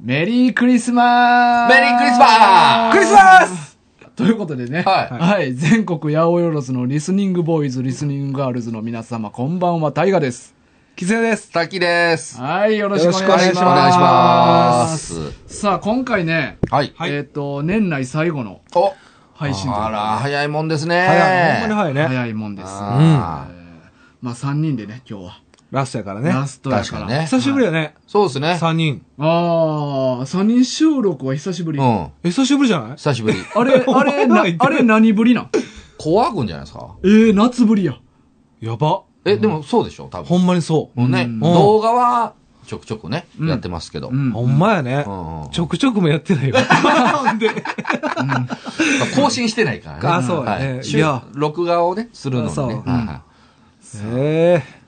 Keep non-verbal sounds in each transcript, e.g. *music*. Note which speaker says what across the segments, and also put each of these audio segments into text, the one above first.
Speaker 1: メリークリスマス
Speaker 2: メリークリスマス
Speaker 3: クリスマス
Speaker 1: ということでね、
Speaker 2: はい
Speaker 1: はい、全国八百万のリスニングボーイズ、リスニングガールズの皆様、こんばんは、タイガです。
Speaker 3: キツネです。
Speaker 2: 滝です。
Speaker 1: はい、よろしくお願いします。
Speaker 3: よろしく
Speaker 2: お願いします。
Speaker 1: さあ、今回ね、
Speaker 2: はい。
Speaker 3: はい
Speaker 1: えっ、と、年内最後の
Speaker 2: お
Speaker 1: 配信という
Speaker 2: あ
Speaker 1: ことで
Speaker 2: ら、早いもんですね。
Speaker 3: 早い。ほんまに早いね。
Speaker 1: 早いもんです。
Speaker 2: あー
Speaker 1: まあ、3人でね、今日は。
Speaker 3: ラストやからね。
Speaker 1: ラストや
Speaker 2: 確
Speaker 1: か。
Speaker 2: からにね
Speaker 3: 久しぶりやね。
Speaker 2: そうですね。
Speaker 3: 3人。
Speaker 1: ああ、3人収録は久しぶり。
Speaker 2: う
Speaker 1: あ
Speaker 2: ん。
Speaker 3: え久しぶりじゃない
Speaker 2: 久しぶり。 *laughs*
Speaker 1: れ、あれ、な
Speaker 3: ないんだ
Speaker 1: あれ何ぶりなん
Speaker 2: 怖くんじゃないですか
Speaker 1: えー、夏ぶりや。
Speaker 3: やば。
Speaker 2: え、でもそうでしょ多分。
Speaker 3: ほんまにそう。
Speaker 2: ね、
Speaker 1: うん
Speaker 2: 動画は、ちょくちょくね、
Speaker 1: ん
Speaker 2: やってますけど。
Speaker 1: うん。
Speaker 3: ほんまやね
Speaker 2: う。んうん
Speaker 3: ちょくちょくもやってないよ。なんで
Speaker 2: 更新してないからね。
Speaker 3: あそうやね
Speaker 2: はい
Speaker 3: い
Speaker 2: 収
Speaker 3: や
Speaker 2: 録画をね、するの
Speaker 3: あそ
Speaker 2: に
Speaker 3: う
Speaker 2: ね。
Speaker 3: うん
Speaker 2: はいは
Speaker 3: え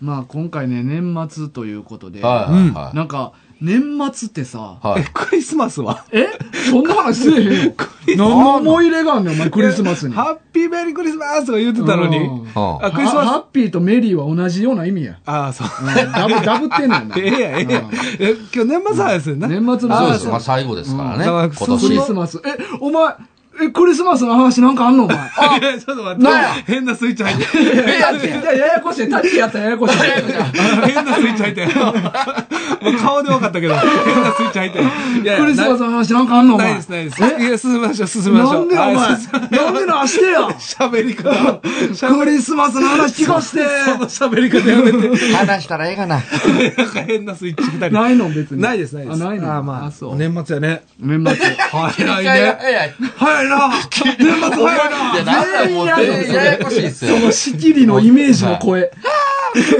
Speaker 1: まあ、今回ね、年末ということで。
Speaker 2: いはいはい
Speaker 1: なんか、年末ってさ、
Speaker 2: は
Speaker 3: え
Speaker 2: い。。
Speaker 3: クリスマスは
Speaker 1: えそんな話せえへんよ。何の思い入れがあんねん、お前、クリスマスに。
Speaker 3: ハッピーメリークリスマスとか言ってたの
Speaker 1: う
Speaker 3: に
Speaker 1: ん。
Speaker 2: うん
Speaker 3: あクリスマス
Speaker 1: ハハッピーとメリーは同じような意味や。
Speaker 3: ああ、そう。
Speaker 1: うんダブ、ダブってんねんな。
Speaker 3: ええやん、ええやん。え、今日年末 *laughs* 早いですよね。
Speaker 1: 年末の
Speaker 2: そう
Speaker 1: 話
Speaker 2: です。まあ最後ですからね。
Speaker 3: うん
Speaker 2: 今
Speaker 1: クリス
Speaker 2: 年。
Speaker 1: マス。え、お前、え、クリスマスの話なんかあんのお前。
Speaker 3: いやちょっと待って
Speaker 1: な。
Speaker 3: 変なスイッチ入って。
Speaker 1: いや、ややこしい。タッチやったらややこしい。
Speaker 3: 変なスイッチ *laughs* 入ったよ。もう顔で分かったけど、変なスイッチ入ったよ。いやいや
Speaker 1: クリスマスの話なんかあんのお
Speaker 3: な
Speaker 1: 前。
Speaker 3: ないです、ないです。いや、進めましょう、進めまし
Speaker 1: な
Speaker 3: ょ
Speaker 1: ん
Speaker 3: う。
Speaker 1: でお前、
Speaker 3: は
Speaker 1: ない
Speaker 3: 進め
Speaker 1: んでなしてや。
Speaker 3: 喋り方。
Speaker 1: クリスマスの話聞かして。
Speaker 3: その喋り方やめて。
Speaker 2: 話したらええかな。
Speaker 3: なんか変なスイッチ二人。
Speaker 1: *laughs* ないの別に。
Speaker 3: ないです、ないです。
Speaker 1: あ、ないの。
Speaker 3: あまあ、
Speaker 1: あ、そう。
Speaker 3: 年末やね。
Speaker 1: 年
Speaker 2: *laughs*
Speaker 1: 末。
Speaker 3: 早いね。
Speaker 2: 早い。
Speaker 3: 早いな。年末早い
Speaker 2: いや、なんだも
Speaker 1: 全員
Speaker 2: う、
Speaker 1: やる
Speaker 2: ややこしいっすよ
Speaker 1: そ。の仕切りのイメージの声。
Speaker 3: な。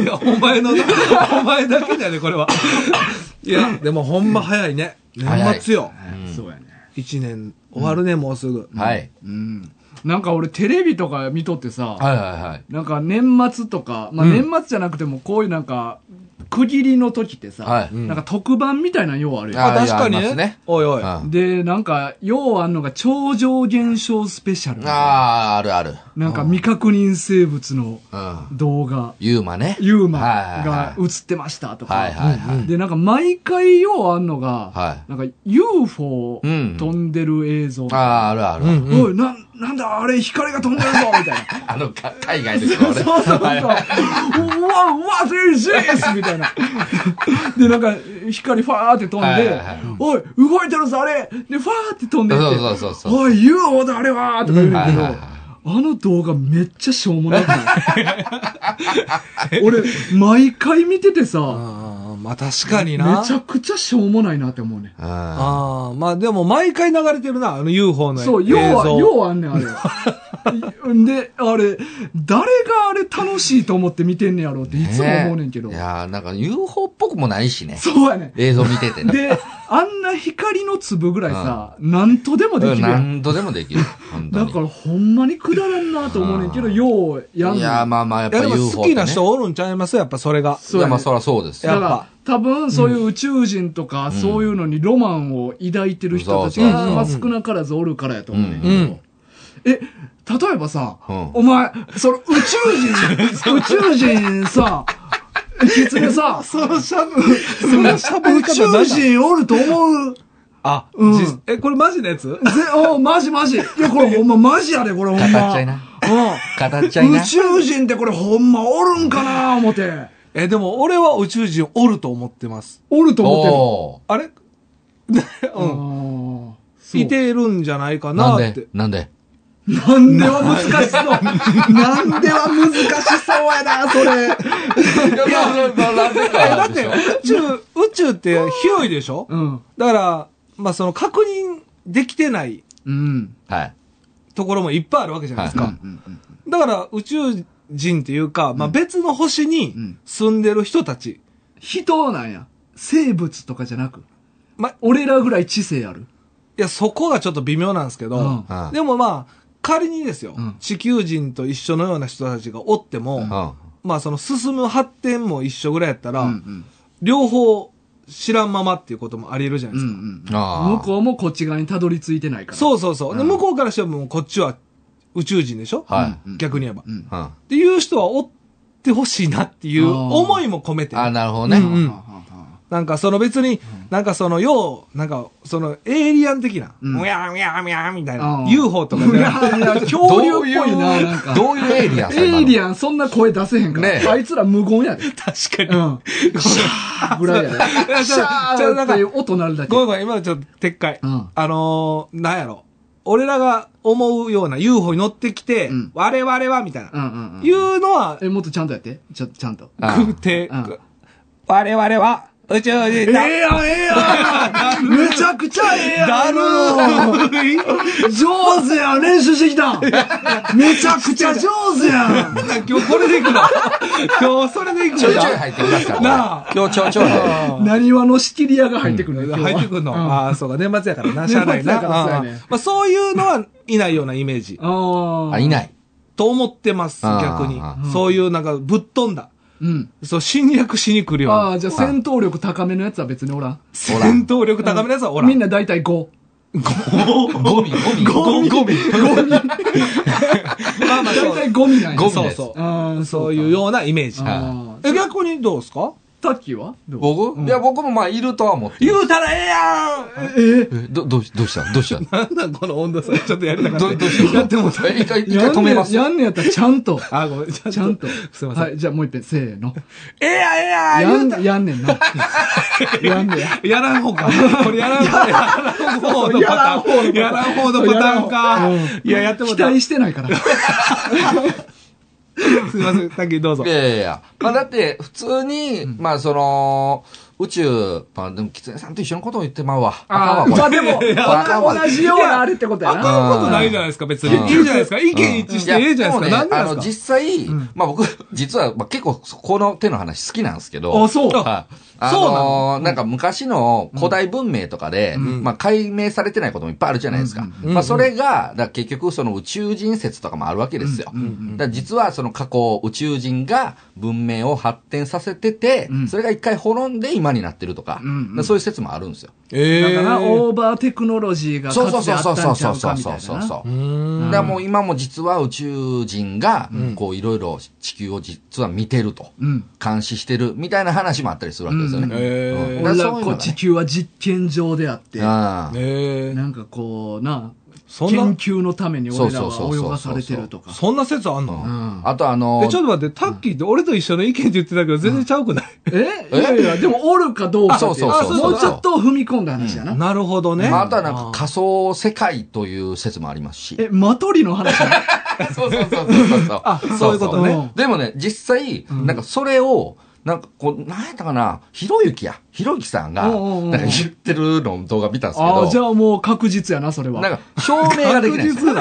Speaker 3: いや、お前の、お前だけだよね、これは。いや、でもほんま早いね。
Speaker 2: 早い
Speaker 3: 年末よ。
Speaker 1: そうやね。
Speaker 3: 一年終わるね、もうすぐ。
Speaker 2: はい。
Speaker 1: うん。なんか俺テレビとか見とってさ、
Speaker 2: はいはいはい。
Speaker 1: なんか年末とか、まあ、年末じゃなくてもこういうなんか、区切りの時ってさ、
Speaker 2: はい
Speaker 1: なんか特番みたいなようあるやん。
Speaker 3: あ、
Speaker 2: あ
Speaker 3: 確か
Speaker 2: いやありま
Speaker 3: に
Speaker 2: すね
Speaker 3: ね。おいおい。
Speaker 2: あ
Speaker 1: で、なんか、ようあんのが超常現象スペシャル。
Speaker 2: あー、あるある。
Speaker 1: なんか未確認生物の
Speaker 2: うん。
Speaker 1: 動画、
Speaker 2: ユーマね。
Speaker 1: ユーマ
Speaker 2: はい
Speaker 1: が
Speaker 2: は
Speaker 1: 映ってましたとか。
Speaker 2: いはい。はいはいはい。
Speaker 1: で、なんか毎回ようあんのが、
Speaker 2: は
Speaker 1: なんか UFO
Speaker 2: うん
Speaker 1: 飛んでる映像。
Speaker 2: い。ああ、あるある。
Speaker 3: うんうん。
Speaker 1: おい、なん、なんだあれ光が飛んでるぞみたいな。
Speaker 2: *laughs* あの、か海外ですよ、俺。
Speaker 1: そうそうそう。うわ、
Speaker 2: は
Speaker 1: う
Speaker 2: い
Speaker 1: わ、全然みたい
Speaker 2: *laughs*
Speaker 1: な。で、なんか、光ファーって飛ん
Speaker 2: はいはい
Speaker 1: で
Speaker 2: はい、
Speaker 1: おい、動いてるぞ、あれで、ファーって飛んでって
Speaker 2: そうそうそうそう
Speaker 1: おい、UFO だ、あれはとか言うんだけど、
Speaker 2: うんはいはいはい
Speaker 1: あの動画めっちゃしょうもなくない。俺、毎回見ててさ、
Speaker 3: あーまあ確かに
Speaker 1: め
Speaker 3: な。
Speaker 1: ちゃくちゃしょうもないなって思うね。
Speaker 2: うん
Speaker 3: ああ、まあでも毎回流れてるな、あの UFO の映像。
Speaker 1: そう、要は、要はあんねん、あ
Speaker 2: *laughs*
Speaker 1: れ。で、あれ、誰があれ楽しいと思って見てんねやろうっていつも思うねんけど。
Speaker 2: いやーなんか UFO っぽくもないしね。
Speaker 1: そうやねん。
Speaker 2: 映像見ててね。
Speaker 1: で、あんな光の粒ぐらいさ、なんとでもで
Speaker 2: う
Speaker 1: き
Speaker 2: ん
Speaker 1: るやん。
Speaker 2: 何度でもできる。本当
Speaker 1: だ
Speaker 2: に。
Speaker 1: からほんまにくだらんなと思うねんけど、
Speaker 2: うん
Speaker 1: ようやんの。
Speaker 2: いやーまあまあ、やっ
Speaker 3: いや
Speaker 2: ぱ
Speaker 3: で
Speaker 2: UFO
Speaker 3: も
Speaker 2: って、ね。
Speaker 3: 好きな人おるんちゃいますやっぱそれが。
Speaker 2: い
Speaker 1: そうや
Speaker 2: や、
Speaker 1: ね
Speaker 2: まあそらそうですよ。
Speaker 3: や
Speaker 1: だ
Speaker 3: っ
Speaker 1: か
Speaker 3: ぱ
Speaker 1: ら、多分そういう宇宙人とか、そういうのにロマンを抱いてる人たち
Speaker 2: そうそう
Speaker 1: が、
Speaker 2: そう
Speaker 1: まあ少なからずおるからやと思うねんけど。
Speaker 3: うん
Speaker 1: え、例えばさ、
Speaker 2: うん
Speaker 1: お前、その宇宙人、宇宙人さ、キツネさ、
Speaker 3: そのしゃぶ、そのしゃぶ
Speaker 1: 宇宙人おると思う
Speaker 3: *laughs* あ、
Speaker 1: うん
Speaker 3: じえ、これマジのやつ
Speaker 1: ぜ、おマジマジ。いや、これほんまマジやで、これほんま。
Speaker 2: 語っちゃいな語っちゃ
Speaker 1: う
Speaker 2: い
Speaker 1: ん。
Speaker 2: な。
Speaker 1: 宇宙人ってこれほんまおるんかな思って。
Speaker 3: *laughs* え、でも俺は宇宙人おると思ってます。
Speaker 1: おると思
Speaker 2: お
Speaker 3: あれ *laughs*
Speaker 1: ってる。
Speaker 3: う
Speaker 1: うん。
Speaker 3: ん。いてるんじゃないか
Speaker 2: ーな
Speaker 3: なんって
Speaker 2: で。なんで
Speaker 1: なんでは難しそう。なんでは難しそうやな、それ。
Speaker 2: いや、なんで
Speaker 3: え、だって宇宙、宇宙って広いでしょ
Speaker 1: *laughs* うん。
Speaker 3: だから、まあその確認できてない
Speaker 1: うん。
Speaker 2: はい。
Speaker 3: ところもいっぱいあるわけじゃないですか。
Speaker 2: はい
Speaker 3: だから宇宙人っていうか、まあ、別の星に住んでる人たち。
Speaker 1: 人なんや。生物とかじゃなく。
Speaker 3: まあ、
Speaker 1: 俺らぐらい知性ある。
Speaker 3: いや、そこがちょっと微妙なんですけど、
Speaker 1: うん
Speaker 2: うん
Speaker 3: でもまあ、仮にですよ、
Speaker 1: うん
Speaker 3: 地球人と一緒のような人たちがおっても、
Speaker 2: うん。
Speaker 3: まあその進む発展も一緒ぐらいやったら、
Speaker 1: うん
Speaker 3: 両方知らんままっていうこともあり得るじゃな
Speaker 1: う
Speaker 3: い
Speaker 1: んう
Speaker 3: ですか。
Speaker 1: ん
Speaker 2: あ
Speaker 1: うん。向
Speaker 2: ー
Speaker 1: こうもこっち側にたどり着いてないから。
Speaker 3: そうそうそう。で、
Speaker 1: うん
Speaker 3: 向こうからしてももうこっちは宇宙人でしょ、
Speaker 2: はい
Speaker 1: うん
Speaker 3: 逆に言えば。
Speaker 1: う
Speaker 3: っ
Speaker 1: ん。
Speaker 2: うん。あ
Speaker 3: ていう人はおってほしいなっていう思いも込めて。
Speaker 2: ーなるほどね。
Speaker 3: うんうん
Speaker 1: はあはあはあ
Speaker 3: なんかその別に、なんかその、よう、なんかそのエイリアン的な、
Speaker 1: うん
Speaker 3: むやむやむやみたい
Speaker 1: あ
Speaker 3: な、
Speaker 1: ー
Speaker 3: UFO とかじゃ
Speaker 1: *laughs* いや
Speaker 3: ないく
Speaker 1: や
Speaker 3: て、
Speaker 1: 恐
Speaker 3: 恐
Speaker 1: 竜
Speaker 3: 竜 *laughs*
Speaker 1: っぽ
Speaker 3: っぽ
Speaker 1: いな、
Speaker 3: いな。
Speaker 1: なんか。
Speaker 2: どういうエイリアン
Speaker 1: エイリ
Speaker 2: ン
Speaker 1: アン、そんな声出せへんから。
Speaker 2: ねえ
Speaker 1: あいつら無言や *laughs* で。
Speaker 3: 確かに。
Speaker 1: うん。シャーぐ *laughs* らいや
Speaker 3: いや
Speaker 1: で。
Speaker 3: ち
Speaker 1: シ
Speaker 3: ょ
Speaker 1: ャ
Speaker 3: ちょ
Speaker 1: ー
Speaker 3: なん
Speaker 1: って
Speaker 3: か
Speaker 1: いう音鳴るだけ。
Speaker 3: ごめんごめん、今のちょっと撤回。
Speaker 1: うん
Speaker 3: あのー、なんやろ。俺らが思うような UFO に乗ってきて、
Speaker 1: うん
Speaker 3: 我々は、みたいな、
Speaker 1: うんうんうん。
Speaker 3: いうのは、
Speaker 1: え、もっとちゃんとやって。ちょ、ちゃんと。
Speaker 2: あ
Speaker 3: 空挺、
Speaker 1: うん
Speaker 3: 我々は宇宙人
Speaker 1: ええ
Speaker 3: だ。
Speaker 1: やん、ええやん *laughs* めちゃくちゃええやん
Speaker 3: だるい
Speaker 1: 上手やん練習してきためちゃくちゃ上手やん
Speaker 3: *laughs* 今日これで
Speaker 1: *laughs*
Speaker 3: いくの今日それでいくの
Speaker 2: ちょいちょい入ってきますから。
Speaker 3: なあ
Speaker 2: 今日ちょいちょい入る。
Speaker 1: なにわの仕切り屋が入ってくるの、今日
Speaker 3: 入
Speaker 1: は
Speaker 3: ってくんの、
Speaker 1: うんあ
Speaker 3: ああ、そうか、 *laughs* 年末やからな、しゃあな
Speaker 1: 年
Speaker 3: いな。
Speaker 1: 末やからそうやね
Speaker 3: うんうんまあ、そういうのはいないようなイメージ。
Speaker 1: ー
Speaker 2: あ、いない。
Speaker 3: と思ってます、
Speaker 2: あー
Speaker 3: 逆に
Speaker 2: あ。
Speaker 3: そういうなんかぶっ飛んだ。
Speaker 1: うん。
Speaker 3: そう、侵略しに来るよう
Speaker 1: あ
Speaker 3: な。
Speaker 1: あ、じゃあ戦闘力高めのやつは別におらん。
Speaker 3: 戦闘力高めのやつはおら
Speaker 1: みん
Speaker 3: ん。
Speaker 1: な大体5。
Speaker 2: ゴミ、ゴミ。
Speaker 3: ゴミゴミ。まあま
Speaker 1: 大
Speaker 3: あ、そう
Speaker 1: 体ゴミなんや。
Speaker 2: ゴミ
Speaker 3: そう
Speaker 2: です
Speaker 3: そう。
Speaker 1: ああ、
Speaker 3: そういうようなイメージ。
Speaker 1: ああ
Speaker 3: え、逆にどうですか
Speaker 1: タッキーはどう
Speaker 2: 僕いや、僕もまあ、いるとは思って。
Speaker 3: 言うたらええやん
Speaker 1: え
Speaker 2: えど、 *laughs* どうし、どうしたどうした
Speaker 3: なんなんこの温度差ちょっとやりたかった。
Speaker 2: どどうした
Speaker 3: やってもうた
Speaker 2: え一回、一
Speaker 1: や
Speaker 2: 回止
Speaker 1: んね
Speaker 2: めま
Speaker 1: や
Speaker 2: す。
Speaker 1: やんねやったらちゃん
Speaker 3: *laughs*
Speaker 1: と。
Speaker 3: あ、ごめん。ち
Speaker 1: ちゃんと。
Speaker 3: すいません。
Speaker 1: はい、じゃあもう一遍、せーの。
Speaker 3: ええやんええやん
Speaker 1: や
Speaker 3: 言うんた
Speaker 1: やんねん
Speaker 3: *laughs*
Speaker 1: な。やんねや。
Speaker 3: やらん方か。これやらん方やらん方のパターン。やらん方のパターン
Speaker 1: う
Speaker 3: か。いや、やっても
Speaker 1: 期
Speaker 3: うた。
Speaker 1: 待してないから。
Speaker 3: すいません。さっきどうぞ
Speaker 2: い。やいやいや。まあだって、普通に、まあその、宇宙、まあでも、キツネさんと一緒のことを言ってまうわ。
Speaker 1: あ
Speaker 2: あ
Speaker 1: あ、
Speaker 2: かん
Speaker 1: ま
Speaker 2: わ
Speaker 1: あ
Speaker 2: これ
Speaker 1: でも、
Speaker 2: やわかんわ
Speaker 1: 同じようなあれってことや
Speaker 3: あ
Speaker 1: な。
Speaker 3: かんことないじゃないですか、別に。いいじゃないですか。意見一致して
Speaker 2: や
Speaker 3: ええじゃないですか。
Speaker 2: も
Speaker 3: な
Speaker 2: ね
Speaker 3: んでな
Speaker 2: あ
Speaker 3: ん
Speaker 2: の、
Speaker 3: ですか
Speaker 2: 実際、まあ僕、実は、まあ結構、この手の話好きなんですけど。
Speaker 1: あそう
Speaker 2: はいあ
Speaker 3: そうな
Speaker 2: のーなんか昔の古代文明とかで、まあ解明されてないこともいっぱいあるじゃないですか。まあそれが、だから結局その宇宙人説とかもあるわけですよ。だから実はその過去宇宙人が文明を発展させてて、それが一回滅んで今になってるとか、だからそういう説もあるんですよ。
Speaker 3: え
Speaker 1: だから、
Speaker 3: ー
Speaker 1: オーバーテクノロジーが
Speaker 2: そう
Speaker 1: か
Speaker 2: そう
Speaker 1: つて
Speaker 2: そう
Speaker 1: あ
Speaker 2: そう
Speaker 1: った
Speaker 2: そ
Speaker 1: ん
Speaker 2: う
Speaker 1: ちゃ
Speaker 2: そううそ
Speaker 1: かみたいなな。
Speaker 2: うそうそう
Speaker 3: う。ー
Speaker 2: だ
Speaker 3: ん。
Speaker 2: からもう今も実は宇宙人が、こういろいろ地球を実は見てると、
Speaker 1: ん
Speaker 2: 監視してるみたいな話もあったりするわけですよね。
Speaker 1: うん
Speaker 2: う
Speaker 3: えー
Speaker 2: んだ
Speaker 1: 俺
Speaker 2: からそういうの
Speaker 1: こ
Speaker 2: が
Speaker 1: う
Speaker 2: ね
Speaker 1: 地球は実験場であって、な
Speaker 2: ああ
Speaker 3: えー
Speaker 1: んかこうな、
Speaker 3: そんな
Speaker 1: 研究のために俺ら
Speaker 2: そうそ
Speaker 1: は
Speaker 2: うそう
Speaker 1: 泳
Speaker 2: そう
Speaker 1: がされてるとか。
Speaker 3: そんな説あんの
Speaker 1: ん
Speaker 2: あとあの
Speaker 3: え、ちょっと待って、タッキーって俺と一緒の意見って言ってたけど、全然ちゃうくない
Speaker 1: えいやいや、でもおるかどうかってい
Speaker 2: あそうそうそう
Speaker 1: もうちょっと踏み込んだ話やな。
Speaker 3: なるほどね。
Speaker 2: あとはなんか仮想世界という説もありますし。
Speaker 1: え、マトリの話
Speaker 2: *laughs* そうそうそうそうそう。
Speaker 3: あそういうこと
Speaker 1: ね
Speaker 2: でもね、実際、なんかそれを、なんかこう、なんやったかな、ひろゆきや、ひろゆきさん
Speaker 1: お
Speaker 2: が、
Speaker 1: うおうおう
Speaker 2: なんか言ってるのを動画見たんですけ
Speaker 1: ああ、じ
Speaker 2: ど、
Speaker 1: ゃあもう確実やな、それは。
Speaker 2: なんか証明ができないん
Speaker 3: *laughs*
Speaker 2: ですよ。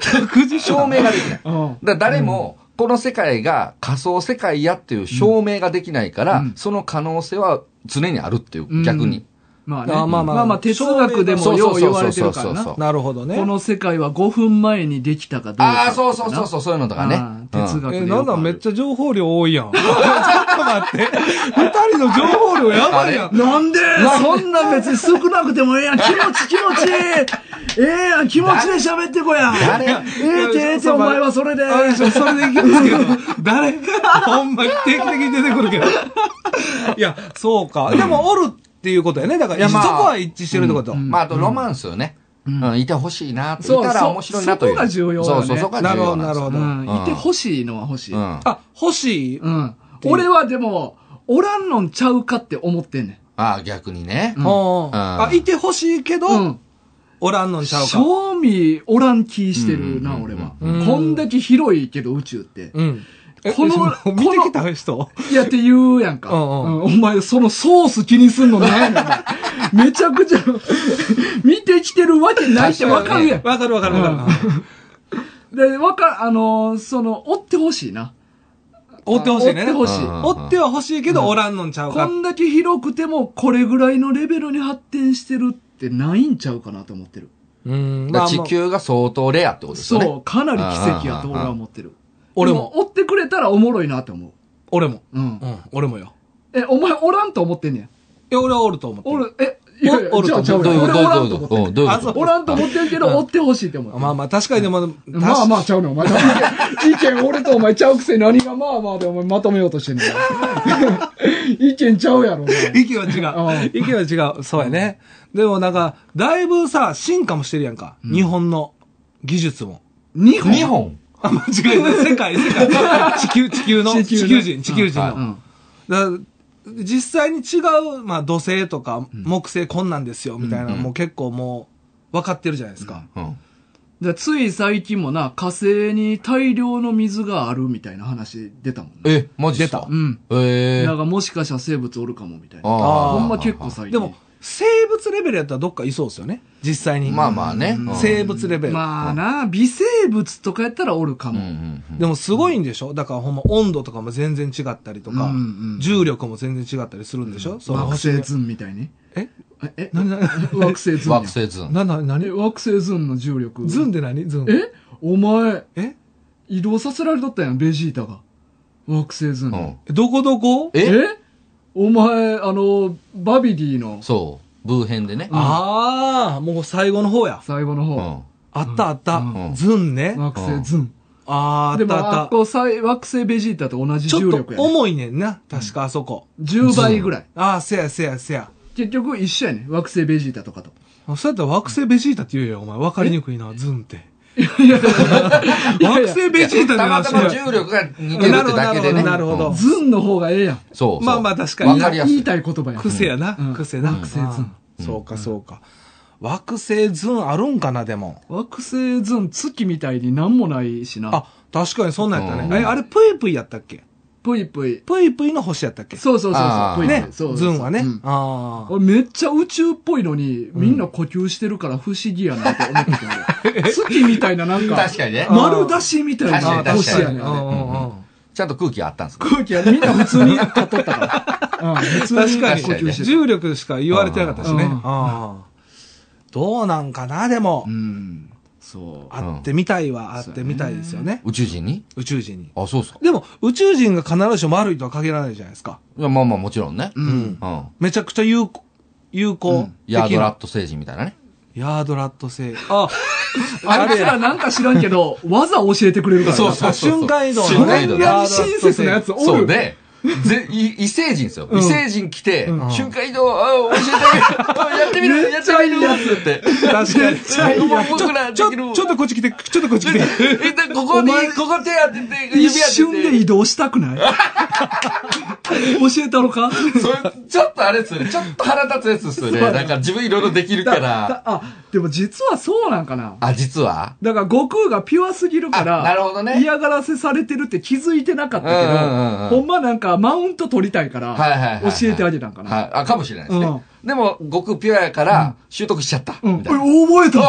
Speaker 3: 確実
Speaker 2: 証明ができない。
Speaker 1: うん
Speaker 2: だから誰も、この世界が仮想世界やっていう証明ができないから、その可能性は常にあるっていう、
Speaker 1: うん
Speaker 2: 逆に。
Speaker 1: まあね。
Speaker 3: あ
Speaker 1: ま
Speaker 3: ーま
Speaker 1: あ
Speaker 3: あ
Speaker 1: ま
Speaker 3: ま
Speaker 1: あ。
Speaker 3: あ
Speaker 1: まあ哲学でもよう言われてるから
Speaker 2: そうそうそうそうそう
Speaker 1: な
Speaker 2: そ。
Speaker 3: なるほどね。
Speaker 1: この世界は5分前にできたかどうかとかな。
Speaker 2: ああ、そうそうそうそう、そういうのとかね。
Speaker 1: あー哲学で
Speaker 3: え、
Speaker 1: よくある。
Speaker 3: なんだ、めっちゃ情報量多いやん。ち *laughs* ょっと待って。二人の情報量やばいやん。
Speaker 1: なんでそんな別に少なくてもええ
Speaker 2: *laughs*
Speaker 1: やん。気持ち気持ちええやん。気持ちで喋ってこや。
Speaker 2: 誰
Speaker 1: ええってええって
Speaker 3: そう
Speaker 1: お前はそれで。
Speaker 3: あれでしょそれでいきますけど、誰が、ほんまに定期的に出てくるけど。いや、そうか。でも、おるっていうことやね。だから、
Speaker 2: や
Speaker 3: そこ
Speaker 2: まあ
Speaker 3: は一致してるってこと。
Speaker 2: まあ、あとロマンスよね。うん、いてほしいなって、い
Speaker 1: そう
Speaker 2: たら面白いなという。
Speaker 1: そこが重要だね
Speaker 2: そうそう、そこが重要なんですよ
Speaker 3: なるほどなるほ
Speaker 1: う
Speaker 3: ど
Speaker 1: ん。
Speaker 2: うん
Speaker 1: いてほしいのは欲しい。うん。
Speaker 2: うん。あ
Speaker 3: あ、欲しい。
Speaker 1: 俺はでも、おらんのんちゃうかって思ってんね
Speaker 2: あ、逆にね。
Speaker 3: うん
Speaker 2: ん
Speaker 3: あ、いてほしいけど
Speaker 1: ん。、うん。
Speaker 3: おらんのんちゃうか。
Speaker 1: 賞味おらん気してるな、
Speaker 2: うん
Speaker 1: 俺は。
Speaker 3: ん
Speaker 1: こんだけ広いけど宇宙って。
Speaker 3: うん。え
Speaker 1: この
Speaker 3: ちょ見てきた人
Speaker 1: いやって言うやんか。
Speaker 3: うんうん
Speaker 1: うんお前、そのソース気にすんのないのめちゃくちゃ、見てきてるわけないってわかるやん。
Speaker 3: わかるわかるわかる。
Speaker 1: で、わか、あのーその、追ってほしいな。
Speaker 3: 追ってほしいね。
Speaker 1: 追ってほしい。
Speaker 2: うん
Speaker 3: 追っては欲しいけど、おらんのんちゃう
Speaker 1: こ
Speaker 3: か。
Speaker 1: んだけ広くても、これぐらいのレベルに発展してるってないんちゃうかなと思ってる。
Speaker 3: うん
Speaker 2: だから地球が相当レアってことですよね。
Speaker 1: そう、かなり奇跡やと俺は思ってる。
Speaker 3: 俺
Speaker 1: で
Speaker 3: も、
Speaker 1: 追ってくれたらおもろいなと思
Speaker 3: 俺も。
Speaker 1: う。うん
Speaker 3: う。ん、俺もよ。
Speaker 1: え、お前おらんと思ってんねん。
Speaker 3: いや、俺はおると思ってる。
Speaker 1: 俺、え、いやいや
Speaker 3: おおると思う
Speaker 1: じゃあ
Speaker 2: どう
Speaker 1: じ
Speaker 2: い
Speaker 1: ゃ
Speaker 2: う
Speaker 1: あ
Speaker 2: こと
Speaker 1: 俺お
Speaker 2: どういう
Speaker 1: ら
Speaker 2: こ
Speaker 1: んと
Speaker 2: と
Speaker 1: 思っ
Speaker 2: どう
Speaker 1: て
Speaker 2: いう
Speaker 3: あ
Speaker 2: こ
Speaker 3: そう
Speaker 2: と
Speaker 1: おらんと思ってるけど、追ってほしいって思って。
Speaker 3: まあまあ、確かにでも、
Speaker 1: まあまあちゃうねんお前。意見俺とお前ちゃうくせに何がまあまあでお前まとめようとしてんね
Speaker 3: *laughs*
Speaker 1: ん。意見ちゃうやろ、お前
Speaker 3: 意見は違う。意見は違う。そうやね。でもなんか、だいぶさ、進化もしてるやんか。日本の技術も。
Speaker 1: 日
Speaker 2: 日本
Speaker 3: あ、間違えた。世界、世界。地球、地球の、地
Speaker 1: 地球の
Speaker 3: 球人、地球人
Speaker 2: はい
Speaker 1: うん
Speaker 3: の。だから実際に違う、まあ、土星とか木星こんなんですよ、みたいなのも結構もう、分かってるじゃないですか。
Speaker 2: うん。
Speaker 1: だからつい最近もな、火星に大量の水があるみたいな話出たもんね。
Speaker 2: え、マジっすか
Speaker 1: うん。
Speaker 2: ええ
Speaker 1: だからもしかしたら生物おるかもみたいな。
Speaker 2: あ
Speaker 1: ほ
Speaker 2: ー
Speaker 1: んま結構最近。
Speaker 3: でも、生物レベルやったらどっかいそうですよね。実際に。
Speaker 2: まあまあね。うん
Speaker 3: 生物レベル。
Speaker 1: まあな、微生物とかやったらおるか
Speaker 2: うんう
Speaker 1: も。
Speaker 2: んうん
Speaker 3: でもすごいんでしょだからほんま温度とかも全然違ったりとか、
Speaker 1: うんうん
Speaker 3: 重力も全然違ったりするんでしょ、その
Speaker 1: 惑
Speaker 3: 星
Speaker 1: 星
Speaker 3: に
Speaker 1: ズンみたいに。
Speaker 3: え
Speaker 1: ええ
Speaker 3: なになに
Speaker 1: 惑星ズンや。
Speaker 2: 惑星ズン。
Speaker 3: な、な、な
Speaker 1: え
Speaker 3: に
Speaker 1: 惑星ズンの重力。
Speaker 3: ズンって何ズン。
Speaker 1: えお前、
Speaker 3: え
Speaker 1: 移動させられとったやん、ベジータが。惑星ズン
Speaker 2: う
Speaker 1: に。
Speaker 2: ん。
Speaker 3: どこどこ
Speaker 2: え
Speaker 1: お前、あの、バビディの
Speaker 2: そう。ブー編でね。
Speaker 3: ああ、もう最後の方や。
Speaker 1: 最後の
Speaker 2: う
Speaker 1: 方、
Speaker 2: ん。
Speaker 3: あったあった。
Speaker 2: うん
Speaker 3: ズンね。
Speaker 1: 惑星ズン。
Speaker 3: あーあ
Speaker 1: で
Speaker 3: っ
Speaker 1: も、
Speaker 3: たあ
Speaker 1: あ
Speaker 3: っ。
Speaker 1: ったこさい惑星ベジータと同じ
Speaker 3: ち
Speaker 1: 重
Speaker 3: ょっ
Speaker 1: 力
Speaker 3: と
Speaker 1: や、ね。
Speaker 3: 重いねんな。確かあそこ。
Speaker 1: 10倍ぐらい。
Speaker 3: ああ、せやせやせや。
Speaker 1: 結局一緒やね。惑星ベジータとかと。
Speaker 3: そうやったら惑星ベジータって言えよ、お前。わかりにくいな、ズンって。
Speaker 1: やい
Speaker 3: 惑
Speaker 1: や
Speaker 3: 星ベジータ
Speaker 2: た
Speaker 3: の
Speaker 2: ま
Speaker 3: 話
Speaker 2: たま重力が似てるってだけでね。
Speaker 3: なるほどなるほど
Speaker 2: うん
Speaker 1: ズンの方がええやん。
Speaker 2: そうそう。
Speaker 3: まあまあ確かに
Speaker 2: わかりやす
Speaker 1: 言
Speaker 2: い
Speaker 1: い。たい言葉やん。
Speaker 3: 癖やな、
Speaker 1: うん
Speaker 3: 癖な、
Speaker 1: 惑星ズン
Speaker 3: うんそうかそうか、惑星ズンあるんかなでも
Speaker 1: 惑星ズン月みたいになんもないしな。
Speaker 3: あ確かにそんなんやった
Speaker 2: う
Speaker 3: ね、
Speaker 2: ん
Speaker 3: えあれプイプイやったっけ
Speaker 1: ぷいぷい。
Speaker 3: プイプイの星やったっけ
Speaker 1: そうそうそうそ
Speaker 2: あ
Speaker 1: う。ぷ
Speaker 2: ー
Speaker 1: いぷいそ
Speaker 3: ね
Speaker 1: うそうそう
Speaker 3: ズンはね、
Speaker 1: うん
Speaker 3: ああ
Speaker 1: 俺めっちゃ宇宙っぽいのに、みんな呼吸してるから不思議やなって思ってた
Speaker 2: *laughs*
Speaker 1: けど月みたいななんか、
Speaker 2: 確かにね。
Speaker 1: 丸出しみたい
Speaker 2: 確か
Speaker 1: な
Speaker 2: に確かに
Speaker 1: 星やねん
Speaker 3: う
Speaker 1: あれ
Speaker 3: んうんうん
Speaker 2: ちゃんと空気あったんですか
Speaker 1: 空気はみんな普通に買っとった
Speaker 2: *laughs*
Speaker 1: から。うん、普通
Speaker 3: 確
Speaker 1: に呼
Speaker 3: かに
Speaker 1: 吸してる。
Speaker 3: 重力しか言われてなかったしね、
Speaker 1: うん
Speaker 3: ああどうなんかなでも、
Speaker 1: うん。そ
Speaker 3: 会ってみたいは会ってみたいですよね、
Speaker 2: 宇宙人に
Speaker 3: 宇宙人に
Speaker 2: あ、そうっすか。
Speaker 3: でも宇宙人が必ずしも悪いとは限らないじゃないですか
Speaker 2: いや、まあまあもちろんね。
Speaker 1: う。う。
Speaker 3: うんん
Speaker 2: うん。
Speaker 3: めちゃくちゃ有効有効的な、
Speaker 2: ヤードラット星人みたいなね。
Speaker 3: ヤードラット
Speaker 2: *laughs*
Speaker 3: 星。あ、
Speaker 1: あいつらなんか知らんけど、技教えてくれるからな。
Speaker 2: そうそう
Speaker 3: 瞬間移動
Speaker 2: 瞬間移
Speaker 1: こん
Speaker 2: 動ね
Speaker 1: なに親切なやつお
Speaker 2: そう
Speaker 1: る。
Speaker 2: で、ぜい異星人ですよ。
Speaker 3: ん
Speaker 2: 異星人来て
Speaker 3: ん、
Speaker 2: 瞬間移動、あ教えてあげる。や *laughs* ってみる、やってみるって言って。
Speaker 3: *laughs* 確かに。
Speaker 2: ちょ僕ら
Speaker 3: ち
Speaker 2: で
Speaker 3: ょ、
Speaker 2: きる。
Speaker 3: ちょっとこっち来て、ちょっとこっち来て。
Speaker 2: え、でここに、ここ手当てて、指
Speaker 1: 一
Speaker 2: 当てて。
Speaker 1: 瞬で移動したくない
Speaker 2: *laughs*
Speaker 1: 教えたのか
Speaker 2: それ、ちょっとあれっすよね。ちょっと腹立つやつっすよね。なんか自分いろいろできるか
Speaker 1: だ
Speaker 2: ら。
Speaker 1: あ、でも実はそうなんかな。
Speaker 2: あ、実は
Speaker 1: だから悟空がピュアすぎるか
Speaker 2: あなるほど
Speaker 1: ら、
Speaker 2: ね
Speaker 1: 嫌がらせされてるって気づいてなかったけ
Speaker 2: うんうんうんうん
Speaker 1: ど、ほんまなんかマウント取りたいか
Speaker 2: はいはいはい
Speaker 1: ら
Speaker 2: は、い
Speaker 1: 教えてあげたんか
Speaker 2: は
Speaker 1: な。
Speaker 2: い。あ、かもしれないですね。でも、悟空ピュアやから、習得しちゃった。
Speaker 1: うん。
Speaker 2: みたいな。
Speaker 1: おい覚えた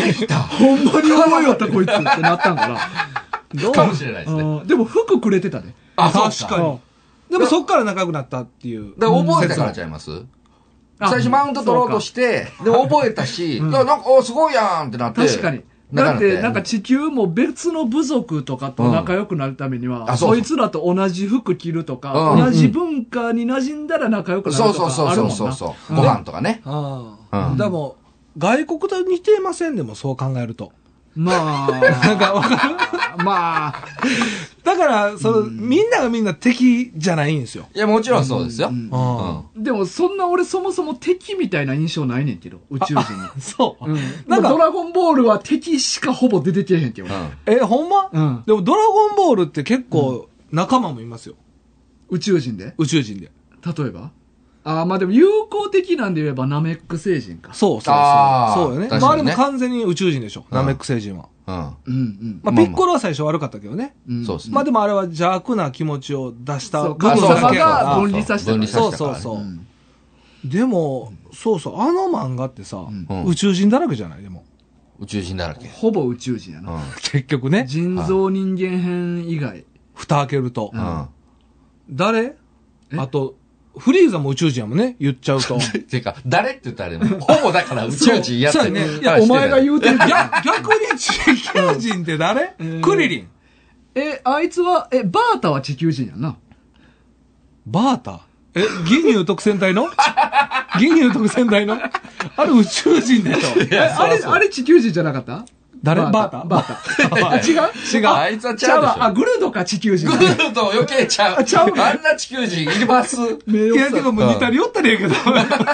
Speaker 2: あできた。
Speaker 1: ほんまに覚えよったこいつってなったんかな。
Speaker 2: *laughs* かもしれないですね。
Speaker 1: うんでも服くれてたね。
Speaker 2: あ、そう
Speaker 3: 確
Speaker 2: か。
Speaker 3: かに。 *laughs* でもそっから仲良くなったっていう。
Speaker 2: だから覚えたからちゃいます
Speaker 1: あ
Speaker 2: 最初マウント取ろうとして、で、覚えたし、いや、なんか、おすごいやんってなって。
Speaker 1: 確かに。だっ
Speaker 2: な
Speaker 1: て、
Speaker 2: ら
Speaker 1: なんか地球も別の部族とかと仲良くなるために
Speaker 2: うんあ
Speaker 1: は、
Speaker 2: そうそう
Speaker 1: そいつらと同じ服着るとか、
Speaker 2: うん
Speaker 1: 同じ文化に馴染んだら仲良くな
Speaker 2: そ
Speaker 1: る
Speaker 2: う
Speaker 1: と
Speaker 2: そうそ
Speaker 1: かあ
Speaker 2: う
Speaker 1: る
Speaker 2: そう
Speaker 1: もん
Speaker 2: そう
Speaker 1: な。
Speaker 2: そう。ご飯とかね。
Speaker 3: あ
Speaker 2: う
Speaker 3: あ。
Speaker 2: ん
Speaker 3: でも、外国と似てませんでも、そう考えると。
Speaker 1: ま
Speaker 3: なんかわかる。
Speaker 1: あ、 *laughs* まあ、
Speaker 3: だから、その、みんながみんな敵じゃないんですよ。
Speaker 2: いや、もちろんそうですよ。う
Speaker 1: うん
Speaker 2: ん。
Speaker 3: あ
Speaker 1: でもそんな俺そもそも敵みたいな印象ないねんけど、宇宙人に。
Speaker 3: あ。そう。
Speaker 1: うん。な
Speaker 3: な
Speaker 1: んん
Speaker 3: か
Speaker 1: かドラゴンボールは敵しかほぼ出てけえへんけど、
Speaker 2: う
Speaker 3: え、ほんま
Speaker 1: うん
Speaker 3: でも、ドラゴンボールって結構、仲間もいますよ。
Speaker 1: 宇宙人で
Speaker 3: 宇宙人で。
Speaker 1: 例えばああ、まあでも友好的なんで言えばナメック星人か。
Speaker 3: そうそう
Speaker 2: ああ
Speaker 3: そう。そうよね。
Speaker 2: 確
Speaker 3: まあ、
Speaker 2: か
Speaker 3: あ
Speaker 2: に
Speaker 3: れも
Speaker 2: ね
Speaker 3: 完全に宇宙人でしょ。
Speaker 2: うん
Speaker 3: ナメック星人は。
Speaker 2: ん。
Speaker 1: うん
Speaker 3: ま
Speaker 2: まあま
Speaker 3: あ、ピ
Speaker 2: あ
Speaker 3: ッコロは最初悪かったけどね。
Speaker 1: うん。
Speaker 2: そうっすね
Speaker 3: まあでもあれは邪悪な気持ちを出した
Speaker 1: そう
Speaker 3: 部分
Speaker 2: 神
Speaker 3: だ
Speaker 2: 様
Speaker 3: けやか
Speaker 2: が
Speaker 3: ら
Speaker 2: 分離させたからね。
Speaker 3: そうそうそうう。
Speaker 1: ん
Speaker 3: でも、そうそう、あの漫画ってさ、
Speaker 1: ん
Speaker 3: 宇宙人だらけじゃないでも。 *laughs*
Speaker 2: 宇宙人だらけ。
Speaker 1: ほぼ宇宙人や
Speaker 2: うん。う
Speaker 1: な。
Speaker 3: 結局ね、
Speaker 1: 人造人間編以外。
Speaker 3: 蓋開けると。
Speaker 2: ん。
Speaker 3: 誰
Speaker 1: え
Speaker 3: あと、フリーザも宇宙人やもんね、言っちゃうと。
Speaker 2: *laughs* ていうか、誰って言ったらあれ、ほぼだから宇宙人やって
Speaker 3: そうそうやね
Speaker 2: る。
Speaker 3: い
Speaker 1: や、お前が言うてるけど。
Speaker 3: 逆 *laughs* 逆に地球人って誰
Speaker 1: うん
Speaker 3: クリリン。
Speaker 1: え、あいつは、え、バータは地球人やんな。
Speaker 3: バータ。え、ギニュー特戦隊の銀の特選台の、あれ宇宙人でしょ。
Speaker 1: えあれ、あれ地球人じゃなかった
Speaker 3: 誰バータ
Speaker 1: バータ。 *laughs* あ、違う
Speaker 3: 違う
Speaker 2: あいつはちゃうでしょ
Speaker 1: わあ、グルードか地球人
Speaker 2: グ
Speaker 1: か。
Speaker 2: ールと余計ちゃう。
Speaker 1: ちゃう
Speaker 2: あんな地球人います。
Speaker 1: 名
Speaker 3: い
Speaker 1: 誉
Speaker 3: や、でももう似たり寄ったりやけど。
Speaker 1: ち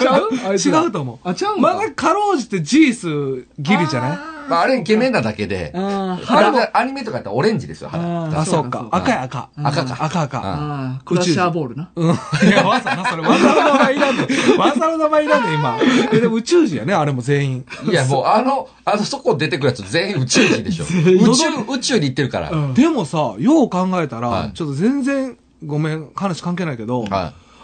Speaker 1: ゃうあいつら
Speaker 3: *laughs* 違うと思う。
Speaker 1: あ、ちゃうん
Speaker 3: まだかろうじてジースギリじゃない
Speaker 2: まあ、あれイケメンなだけで。
Speaker 1: あー
Speaker 2: あれでアニメとかやったらオレンジですよ、
Speaker 1: あー
Speaker 2: 肌。
Speaker 3: あ、そうか。赤や赤。
Speaker 2: 赤か
Speaker 3: 赤赤。
Speaker 1: あークラッシャーボールな。
Speaker 3: うん。いや、わざな、それ。わざの名前いらんの。わざの名前いらんの、今。え、でも宇宙人やね、あれも全員。
Speaker 2: いや、もうあの、あの、そこ出てくるやつ全員宇宙人でしょ。宇宙、宇宙に行ってるから。
Speaker 1: うん
Speaker 3: でもさ、よう考えたら、
Speaker 2: はい
Speaker 3: ちょっと全然、ごめん、話関係ないけど、
Speaker 2: はい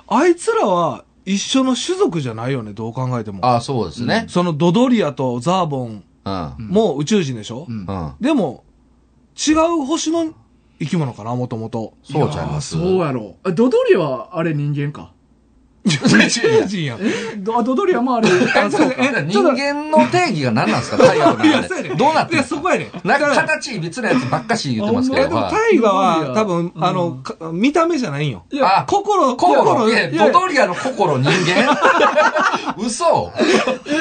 Speaker 3: あいつらは一緒の種族じゃないよね、どう考えても。
Speaker 2: ああ、そうですね。
Speaker 3: そのドドリアとザーボン
Speaker 2: うん。
Speaker 3: も宇宙人でしょ、
Speaker 1: うん
Speaker 2: うん。
Speaker 3: でも、違う星の生き物かな、もともと。
Speaker 2: そうちゃいます。
Speaker 1: あー
Speaker 2: *laughs*
Speaker 1: そうやろ。あドドリは、あれ人間か。
Speaker 3: 宇宙人やん。
Speaker 1: えどあドドリはまああれ。あそうか
Speaker 2: え人間の定義が何なんです
Speaker 3: *laughs*
Speaker 2: か大河の
Speaker 3: いや、
Speaker 2: 中
Speaker 3: そうやね
Speaker 2: で。
Speaker 3: ん
Speaker 2: どうなって
Speaker 3: い
Speaker 2: ん
Speaker 3: や、
Speaker 2: す
Speaker 3: そ
Speaker 2: か
Speaker 3: こやねん。
Speaker 2: な
Speaker 3: だから
Speaker 2: 形別なやつばっかし言ってますけ
Speaker 1: あ
Speaker 2: ど。
Speaker 1: ほんま
Speaker 2: はい
Speaker 3: 大河
Speaker 1: ドドリ
Speaker 3: は
Speaker 1: ア
Speaker 3: 多分、あ
Speaker 1: う
Speaker 3: の、
Speaker 1: ん
Speaker 3: か見た目じゃないんよ。
Speaker 1: いや
Speaker 2: あ、
Speaker 3: 心、
Speaker 2: 心、
Speaker 3: 心
Speaker 2: いや、
Speaker 1: いや
Speaker 2: ドドリアの心人
Speaker 3: *laughs*
Speaker 2: 間嘘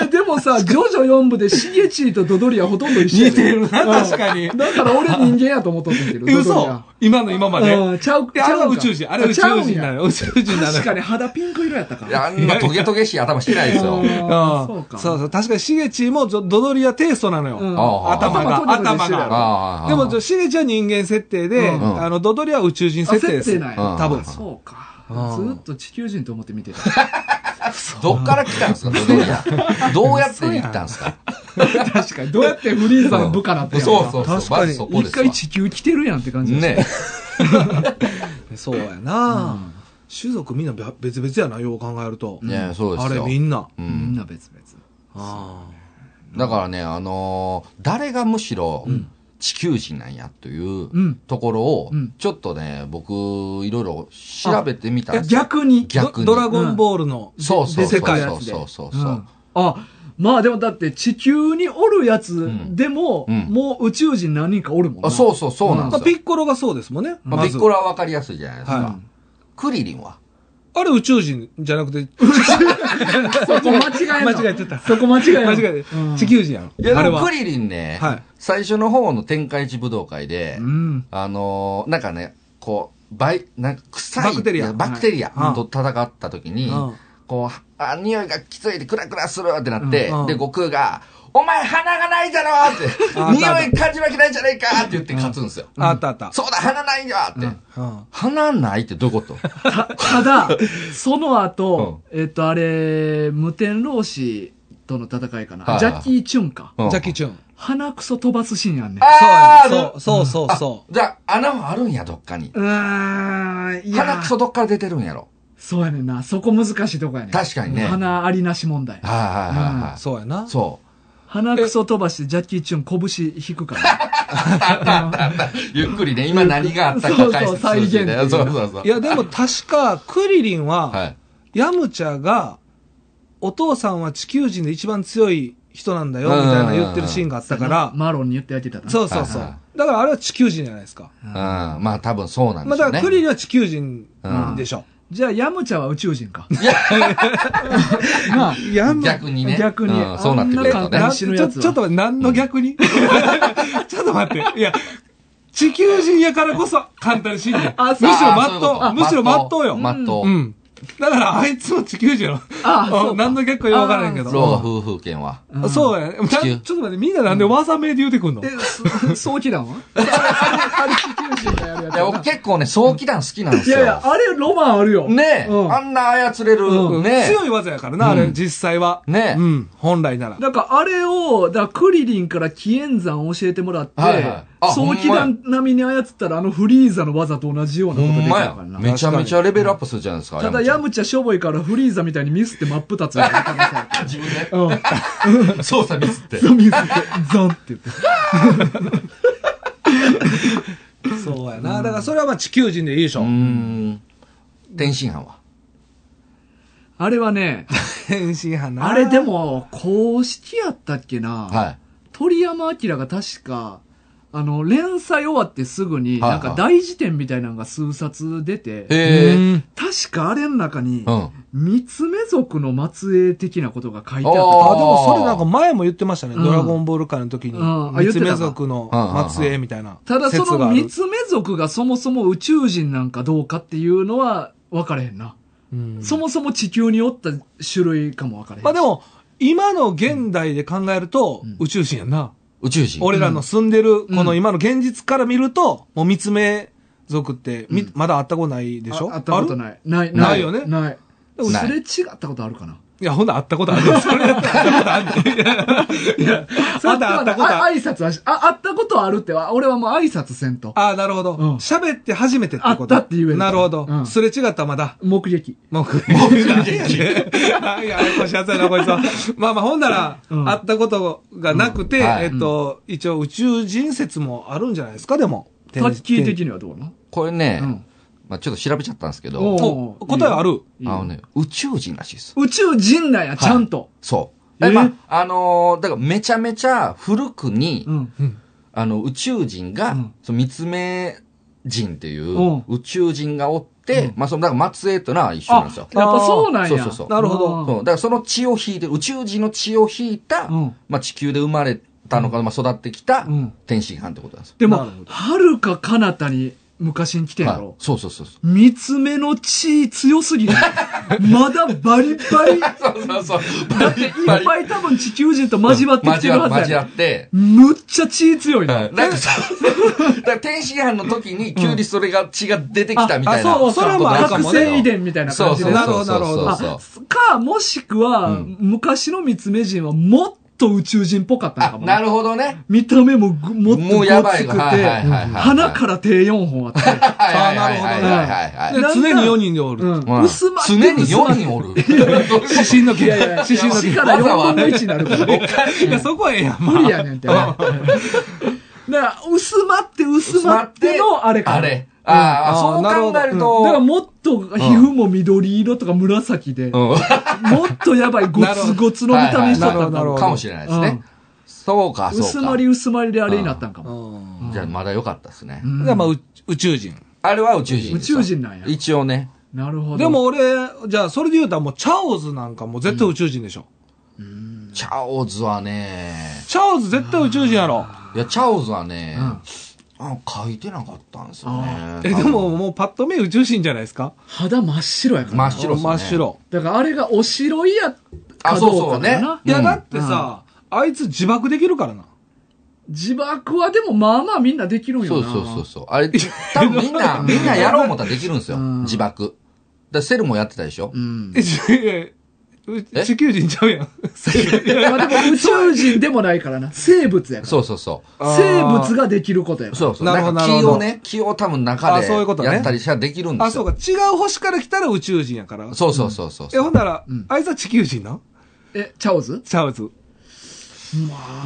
Speaker 1: えでもさ、ジョジョ4部でシゲチーとドドリはほとんど一緒やで
Speaker 3: 似てるな
Speaker 1: うん
Speaker 3: 確かに
Speaker 1: だから俺人間やと思っとってんけど。
Speaker 3: え
Speaker 1: ドドリ
Speaker 3: 嘘
Speaker 1: は
Speaker 3: 今の今まで。
Speaker 1: うんちゃう
Speaker 3: いやあれは
Speaker 1: ちゃうん
Speaker 3: 宇
Speaker 1: か
Speaker 3: 宙人。あれは宇宙人なのよ。 *laughs* 宇宙人なのよ
Speaker 1: 確。かに肌ピンク色やったか
Speaker 2: いや、あんなトゲトゲしい頭してないですよ。
Speaker 1: あーそう
Speaker 3: う
Speaker 1: か。
Speaker 3: んそうそう。確かに、しげちも、ドドリアテイストなのよ。
Speaker 1: うん
Speaker 2: あー
Speaker 3: 頭が、
Speaker 1: 頭
Speaker 3: 頭
Speaker 1: とにかく一緒やろ
Speaker 3: が。
Speaker 2: ああ。
Speaker 3: でも、しげちは人間設定で、
Speaker 1: うん
Speaker 3: あの、ドドリアは宇宙人設定です。
Speaker 1: あ設定なんや
Speaker 2: うん
Speaker 3: 多分。
Speaker 1: そうか。ず
Speaker 3: うん
Speaker 1: ーっと地球人と思って見てた。
Speaker 2: どっから来たんですか、ドドリ
Speaker 3: *laughs*
Speaker 2: ア。どうやって行ったんですか。
Speaker 1: *laughs* 確かに。どうやってフリーザの部下なって
Speaker 2: そうそうそう。
Speaker 3: 確かに
Speaker 2: まずそこで
Speaker 1: 一
Speaker 2: すわ
Speaker 1: 回地球来てるやんって感じ。
Speaker 2: ね
Speaker 3: そうやな種族みんなべ別々やな、よう考えると。
Speaker 2: いやそうですよ
Speaker 3: あれみんな。
Speaker 2: う
Speaker 1: みん
Speaker 2: ん。
Speaker 1: な別々。
Speaker 3: あー
Speaker 2: だからね、あのー誰がむしろ地球人なんやという
Speaker 1: うん
Speaker 2: ところを
Speaker 1: うん、
Speaker 2: ちょっとね、僕、いろいろ調べてみたんですよ。
Speaker 1: 逆に。
Speaker 2: 逆に
Speaker 3: ドドラゴンボールの。
Speaker 2: そうそう
Speaker 1: で
Speaker 2: そ
Speaker 1: 世
Speaker 2: う
Speaker 1: 界
Speaker 2: そ
Speaker 1: のや
Speaker 2: う
Speaker 1: つで
Speaker 2: そうそう
Speaker 1: う
Speaker 2: そ
Speaker 1: ん
Speaker 2: う。
Speaker 1: あ、まあでもだって地球におるやつ
Speaker 2: ん
Speaker 1: でも、
Speaker 2: うん
Speaker 1: もう宇宙人何人かおるもんな。
Speaker 2: あ、そうそうそうなんで
Speaker 3: まあ、
Speaker 2: す
Speaker 3: ピ
Speaker 2: よ。
Speaker 3: ッコロがそうですもんね。
Speaker 2: まあ
Speaker 3: ま
Speaker 2: ピ
Speaker 3: ず
Speaker 2: ッコロはわかりやすいじゃないです
Speaker 3: は
Speaker 2: か
Speaker 3: い。
Speaker 2: クリリンは
Speaker 3: あれ宇宙人じゃなくて、
Speaker 1: そこ間違えん
Speaker 2: *laughs*
Speaker 1: の
Speaker 3: 間違えてた
Speaker 1: そこ間違えんの
Speaker 3: 間違えて
Speaker 1: うん
Speaker 3: 地球人やろ。
Speaker 2: いや、で
Speaker 3: あれ
Speaker 2: も
Speaker 3: は
Speaker 2: ク。リリンね
Speaker 3: はい、
Speaker 2: 最初の方の天下一武道会で
Speaker 1: う、ん。
Speaker 2: あのーなんかね、こう、バイ、なんか臭い、
Speaker 3: バクテリア
Speaker 2: いやバクテリア
Speaker 3: はい
Speaker 2: と戦った時に、
Speaker 3: うん
Speaker 2: こう、あ、匂いがきついでクラクラするってなって、
Speaker 3: うんうん
Speaker 2: で、悟空が、お前鼻がないだろって
Speaker 3: ああ、ったあった
Speaker 2: *laughs* 匂い感じわけないじゃないかって言って勝つんですよ。
Speaker 3: あったあった。
Speaker 2: そうだ、鼻ないよって。
Speaker 3: うん
Speaker 2: 鼻ないってどういうこと
Speaker 1: た、ただ、その後、えっと、あれ、無天老師との戦いか
Speaker 2: はいは
Speaker 1: な。
Speaker 2: い
Speaker 1: ジャッキー・チュンか。
Speaker 2: うん
Speaker 3: ジャッキーチュン。
Speaker 1: 鼻くそ飛ばすシーンやんね。
Speaker 2: あー
Speaker 3: そうそうそうそ
Speaker 2: じゃあ、穴もあるんや、どっかに。
Speaker 1: うーん、いや。
Speaker 2: 鼻くそどっから出てるんやろ。
Speaker 1: そうやねんな。そこ難しいとこやねん。
Speaker 2: 確かにね
Speaker 1: 鼻ありなし問題。
Speaker 2: はいはいはいは
Speaker 3: う。
Speaker 2: い。
Speaker 3: そうやな。
Speaker 2: そう。
Speaker 1: 鼻くそ飛ばしてジャッキー・チュン拳引く
Speaker 2: *laughs*
Speaker 1: から。
Speaker 2: ゆっくりね、今何があったか解説するし
Speaker 1: そ
Speaker 2: ね
Speaker 1: うそう
Speaker 2: そ
Speaker 1: 再現っていう
Speaker 2: うそうそう。
Speaker 3: いや、でも確か、クリリン
Speaker 2: は
Speaker 3: は、
Speaker 2: い。
Speaker 3: ヤムチャが、お父さんは地球人で一番強い人なんだよ、みたいな言ってるシーンがあったから、
Speaker 1: マロンに言ってやってたな。
Speaker 3: そうそうそ
Speaker 2: はいは
Speaker 3: う。だからあれは地球人じゃないですか。
Speaker 2: うん。まあ多分そうなん
Speaker 3: ま
Speaker 2: で
Speaker 3: あ
Speaker 2: しょう
Speaker 3: だか
Speaker 2: ね。
Speaker 3: らクリリンは地球人でしょ。
Speaker 1: じゃあ、ヤムチャは宇宙人か。いや、なあ
Speaker 3: ヤム
Speaker 2: 逆にね。
Speaker 1: 逆に
Speaker 2: うんそうなってくると
Speaker 1: あん
Speaker 2: ね
Speaker 1: な
Speaker 3: な。
Speaker 1: 西のやつは
Speaker 3: ちょちょっと待って、何の逆 *laughs* にちょっと待って。いや、地球人やからこそ簡単に死んで。
Speaker 1: あ
Speaker 3: むし
Speaker 1: そう
Speaker 3: ろ
Speaker 2: あ
Speaker 3: まっとう。むしろまっとうよ。
Speaker 2: まっと
Speaker 3: う
Speaker 2: う。
Speaker 3: ん。だからあいつも地球人やろ。
Speaker 1: あそうか
Speaker 3: うん何の逆かよくわからへんけ
Speaker 2: 老
Speaker 3: ど。
Speaker 2: 夫婦権は。
Speaker 1: ん
Speaker 3: そうやね。なちょっ
Speaker 2: 球
Speaker 3: と待って、みんななんで技名で言うてくんの
Speaker 1: え、 *laughs* そ早期弾はあれ、地球人がやるやつ
Speaker 2: いや、
Speaker 1: やな
Speaker 2: 僕結構ね、早期弾好きなん
Speaker 1: い
Speaker 2: ですよ。
Speaker 1: やいや、あれ、ロマンあるよ。
Speaker 2: ねえ、
Speaker 1: うん
Speaker 2: あんな操れる、ね
Speaker 3: 強い技やからな、あれ、実際は。
Speaker 2: ね
Speaker 3: うん、本来なら。
Speaker 1: だから、あれを、だからクリリンから紀元山教えてもらって、
Speaker 2: はいはいあ
Speaker 1: 早期弾並みに操ったら、あのフリーザの技と同じような
Speaker 2: ほ
Speaker 1: ことで
Speaker 2: ん
Speaker 1: きた
Speaker 2: ま
Speaker 1: から
Speaker 2: や。
Speaker 1: な。
Speaker 2: めちゃめちゃレベルアップするじゃないですか。
Speaker 1: ただ、ヤ
Speaker 2: 山
Speaker 1: ムチャしょぼいから、フリーザみたいにミスって真っ二つやから *laughs* さ。
Speaker 2: ちゃん自分
Speaker 1: うん。
Speaker 2: で操作ミスって。
Speaker 1: ザミスって、ザンって言って。
Speaker 3: そうやな。だからそれはまあ地球人でいいでしょ
Speaker 2: うー。ん。天津飯は。
Speaker 1: あれはね、
Speaker 3: 天津飯な。
Speaker 1: あれでも、公式やったっけな、
Speaker 2: はい。
Speaker 1: 鳥山明が確か、あの、連載終わってすぐに、
Speaker 2: はい
Speaker 1: な
Speaker 2: は
Speaker 1: ん
Speaker 2: い
Speaker 1: か大辞典みたいなのが数冊出て、
Speaker 2: へえ。
Speaker 1: 確かあれの中に
Speaker 2: う、ん。
Speaker 1: 三つ目族の末裔的なことが書いてあったと
Speaker 3: あ、でもそれなんか前も言ってましたね。
Speaker 1: うん
Speaker 3: ドラゴンボール界の時に。
Speaker 1: うんあ
Speaker 3: 三
Speaker 1: 言って
Speaker 3: つ
Speaker 1: た
Speaker 3: 目
Speaker 1: か
Speaker 3: 族の末裔みたいな。
Speaker 1: ただそ
Speaker 3: 説が
Speaker 1: の
Speaker 3: ある
Speaker 1: 三つ目族がそもそも宇宙人なんかどうかっていうのは分かれへんな。
Speaker 3: うん
Speaker 1: そもそも地球におった種類かも分かれへんし。
Speaker 3: まあでも、今の現代で考えると
Speaker 1: うん、
Speaker 3: 宇宙人やんな。
Speaker 2: 宇宙人。
Speaker 3: 俺らの住んでる、
Speaker 1: うん
Speaker 3: この今の現実から見ると、もう三つ目族って、み
Speaker 1: うん
Speaker 3: まだ会ったことないでしょ
Speaker 1: ああったこと
Speaker 3: い。
Speaker 1: ない。ない、
Speaker 3: ないよね
Speaker 1: ない。でも
Speaker 2: ない
Speaker 1: すれ違ったことあるかな。
Speaker 3: いや、ほんなら会ったこと
Speaker 1: *laughs*
Speaker 3: ある。それやったら会ったことある。いや、まだ会ったことあ
Speaker 1: あ
Speaker 3: る。
Speaker 1: 挨拶はし、あ、あったことはあるっては、俺はもう挨拶せんと。
Speaker 3: ああ、なるほど
Speaker 1: うん。
Speaker 3: 喋って初めてってこと。
Speaker 1: 会ったって言えるから
Speaker 3: なるほど
Speaker 1: う。ん
Speaker 3: すれ違ったらまだ。
Speaker 1: 目撃。
Speaker 3: もう、もう、いや、腰熱いな、 *laughs* こいつは。まあまあ、ほんなら、
Speaker 1: うん
Speaker 3: 会ったことがなくて、
Speaker 2: うんはい
Speaker 3: えっと、一応宇宙人説もあるんじゃないですか、でも。
Speaker 1: タッキー的にはどうな
Speaker 2: これね、
Speaker 1: うん
Speaker 2: まあちょっと調べちゃったんですけ
Speaker 1: お
Speaker 2: ど、
Speaker 1: う
Speaker 3: お答えはある。
Speaker 1: いい
Speaker 2: あ
Speaker 1: よ
Speaker 2: のね、宇宙人らしいです。
Speaker 1: 宇宙人なんや、ちゃんと。
Speaker 2: そう。
Speaker 1: え
Speaker 2: えまあ、あのーだからめちゃめちゃ古くに、
Speaker 1: うん。
Speaker 2: あの、宇宙人が、
Speaker 1: うん
Speaker 2: その三つ目人っていううん宇宙人がおって、まあ、その、だから松江というのは一緒なんですよ。
Speaker 1: やっぱそうなんや。
Speaker 2: そうそうそう
Speaker 3: なるほ
Speaker 2: そ
Speaker 3: ど
Speaker 2: う。だからその血を引いて、宇宙人の血を引いた、
Speaker 1: うん
Speaker 2: まあ、地球で生まれたのか、まあ、育ってきた
Speaker 1: うん
Speaker 2: 天津飯ってことなんですよ。
Speaker 1: で
Speaker 3: なる
Speaker 1: も
Speaker 3: ほ、ど
Speaker 1: はるか彼方に昔に来てんや
Speaker 2: はい
Speaker 1: ろ。
Speaker 2: そうそうそうそう。
Speaker 1: 三つ目の血強すぎ *laughs* る。まだバリバ *laughs* リ。
Speaker 2: そうそうそう。
Speaker 1: だっていっぱい多分地球人と *laughs* 交わってきて
Speaker 2: 交
Speaker 1: る
Speaker 2: わ
Speaker 1: は
Speaker 2: 交
Speaker 1: ずや
Speaker 2: わ
Speaker 1: ろ。
Speaker 2: って、
Speaker 1: むっちゃ血強い
Speaker 2: *laughs*
Speaker 1: な。
Speaker 2: なんかさ、だから天津飯の時に急にそれが血が出てきたみたいな。
Speaker 3: ああそうそれもあるか
Speaker 1: 覚
Speaker 3: も
Speaker 1: 醒遺伝みたいな
Speaker 2: そ
Speaker 1: 感
Speaker 2: う
Speaker 1: じ
Speaker 2: そ
Speaker 1: で
Speaker 2: う。
Speaker 3: なるほどなるほど
Speaker 2: そうそう
Speaker 1: あか、もしくは、
Speaker 2: うん
Speaker 1: 昔の三つ目人はもっと宇宙人っぽかったのか
Speaker 2: あ、
Speaker 1: もね。
Speaker 2: なるほどね。
Speaker 1: 見た目もぐもっと
Speaker 2: も
Speaker 1: ご
Speaker 2: うやばい
Speaker 1: つくて、
Speaker 2: はいはいはいはい
Speaker 1: 鼻から手4本あって、
Speaker 2: *laughs* はいはいはい
Speaker 3: あなるほ
Speaker 1: どね
Speaker 2: はいはいはい
Speaker 3: で
Speaker 1: なんだ
Speaker 3: 常に4人でお
Speaker 1: う
Speaker 3: る。
Speaker 1: ん、薄まって
Speaker 2: 常に4
Speaker 1: 薄
Speaker 2: 人
Speaker 1: まっ
Speaker 2: おる。どういうこと
Speaker 3: 指針の
Speaker 1: ていやいやいや、
Speaker 3: 結
Speaker 1: 獅
Speaker 3: 果。
Speaker 1: 子から4分の1になるから。
Speaker 3: いや、そこはええやん。
Speaker 1: 無
Speaker 3: ま
Speaker 1: 理
Speaker 3: あ
Speaker 1: やねんって。だから、薄まって薄まってのあれかな。
Speaker 2: あれ。ああ、
Speaker 3: うんあー
Speaker 2: そう考え
Speaker 1: だ
Speaker 2: る
Speaker 1: から
Speaker 2: と。
Speaker 1: もっと皮膚も緑色とか紫で、もっとやば
Speaker 2: *laughs*
Speaker 1: いゴ
Speaker 3: なるほ
Speaker 1: ツ
Speaker 3: ど
Speaker 1: ゴツの見た目しちゃったんだ
Speaker 3: なる
Speaker 1: ろ
Speaker 2: う。
Speaker 3: ほ
Speaker 1: うん
Speaker 3: ど
Speaker 2: かもしれないです
Speaker 1: う
Speaker 2: ね
Speaker 1: ん。
Speaker 2: そうか、そうか。
Speaker 1: 薄まり薄まりであれになったんかも。
Speaker 3: うん
Speaker 2: じゃあまだ良かったですね
Speaker 1: う。ん
Speaker 3: じゃあまあ、う宇宙人。
Speaker 2: あれは宇宙人ですよ。
Speaker 1: 宇宙人なんや
Speaker 2: 一応ね。
Speaker 1: なるほど。
Speaker 3: でも俺、じゃあそれで言うたらもう、チャオズなんかもう絶対宇宙人でしょ。
Speaker 2: チャオズはね、
Speaker 3: チャオズ絶対宇宙人やろ。
Speaker 2: いや、チャオズはね
Speaker 1: う、ん、
Speaker 2: あ書いてなかったんですよね。
Speaker 3: え、でももうパッと見宇宙人じゃないですか
Speaker 1: 肌真っ白やから
Speaker 2: 真
Speaker 1: な
Speaker 2: っ。白っすね
Speaker 3: 真っ白。
Speaker 1: だからあれがおしろいや
Speaker 2: あ
Speaker 1: か
Speaker 2: そう
Speaker 1: ど
Speaker 2: そうう
Speaker 1: かだ
Speaker 2: ね
Speaker 1: な。
Speaker 3: いや、だってさ、あいつ自爆できるからな。
Speaker 1: 自爆はでもまあまあみんなできるんよ
Speaker 2: そう
Speaker 1: な。
Speaker 2: そうそうそう。あれ、多分みん
Speaker 3: *laughs*
Speaker 2: な、みんなやろう思ったらできるんですよ。
Speaker 1: うん
Speaker 2: 自爆。だからセルもやってたでしょ
Speaker 1: うん。
Speaker 3: え、ちいやいや
Speaker 2: え
Speaker 3: う地球人ちゃうやん。
Speaker 1: まあでも
Speaker 2: *laughs*
Speaker 1: 宇宙人でもないからな。生物やから。
Speaker 2: そうそうそう。
Speaker 1: 生物ができることやから。
Speaker 2: そうそう。
Speaker 3: な
Speaker 2: な
Speaker 3: るほ
Speaker 2: ん
Speaker 3: ど
Speaker 2: か
Speaker 3: な
Speaker 2: 気
Speaker 3: るほ
Speaker 2: を
Speaker 3: ど
Speaker 2: ね、気を多分中
Speaker 3: あそういうこと
Speaker 2: で
Speaker 3: ね
Speaker 2: やったりしたらできるんで
Speaker 3: あ、
Speaker 2: す
Speaker 3: そう
Speaker 2: よ。
Speaker 3: か。違う星から来たら宇宙人やから。
Speaker 2: そうそうそうそう
Speaker 3: え、
Speaker 2: そう。
Speaker 3: ほんなら
Speaker 1: うん、
Speaker 3: あいつは地球人な
Speaker 1: え、チャオズ
Speaker 3: ちゃうつ。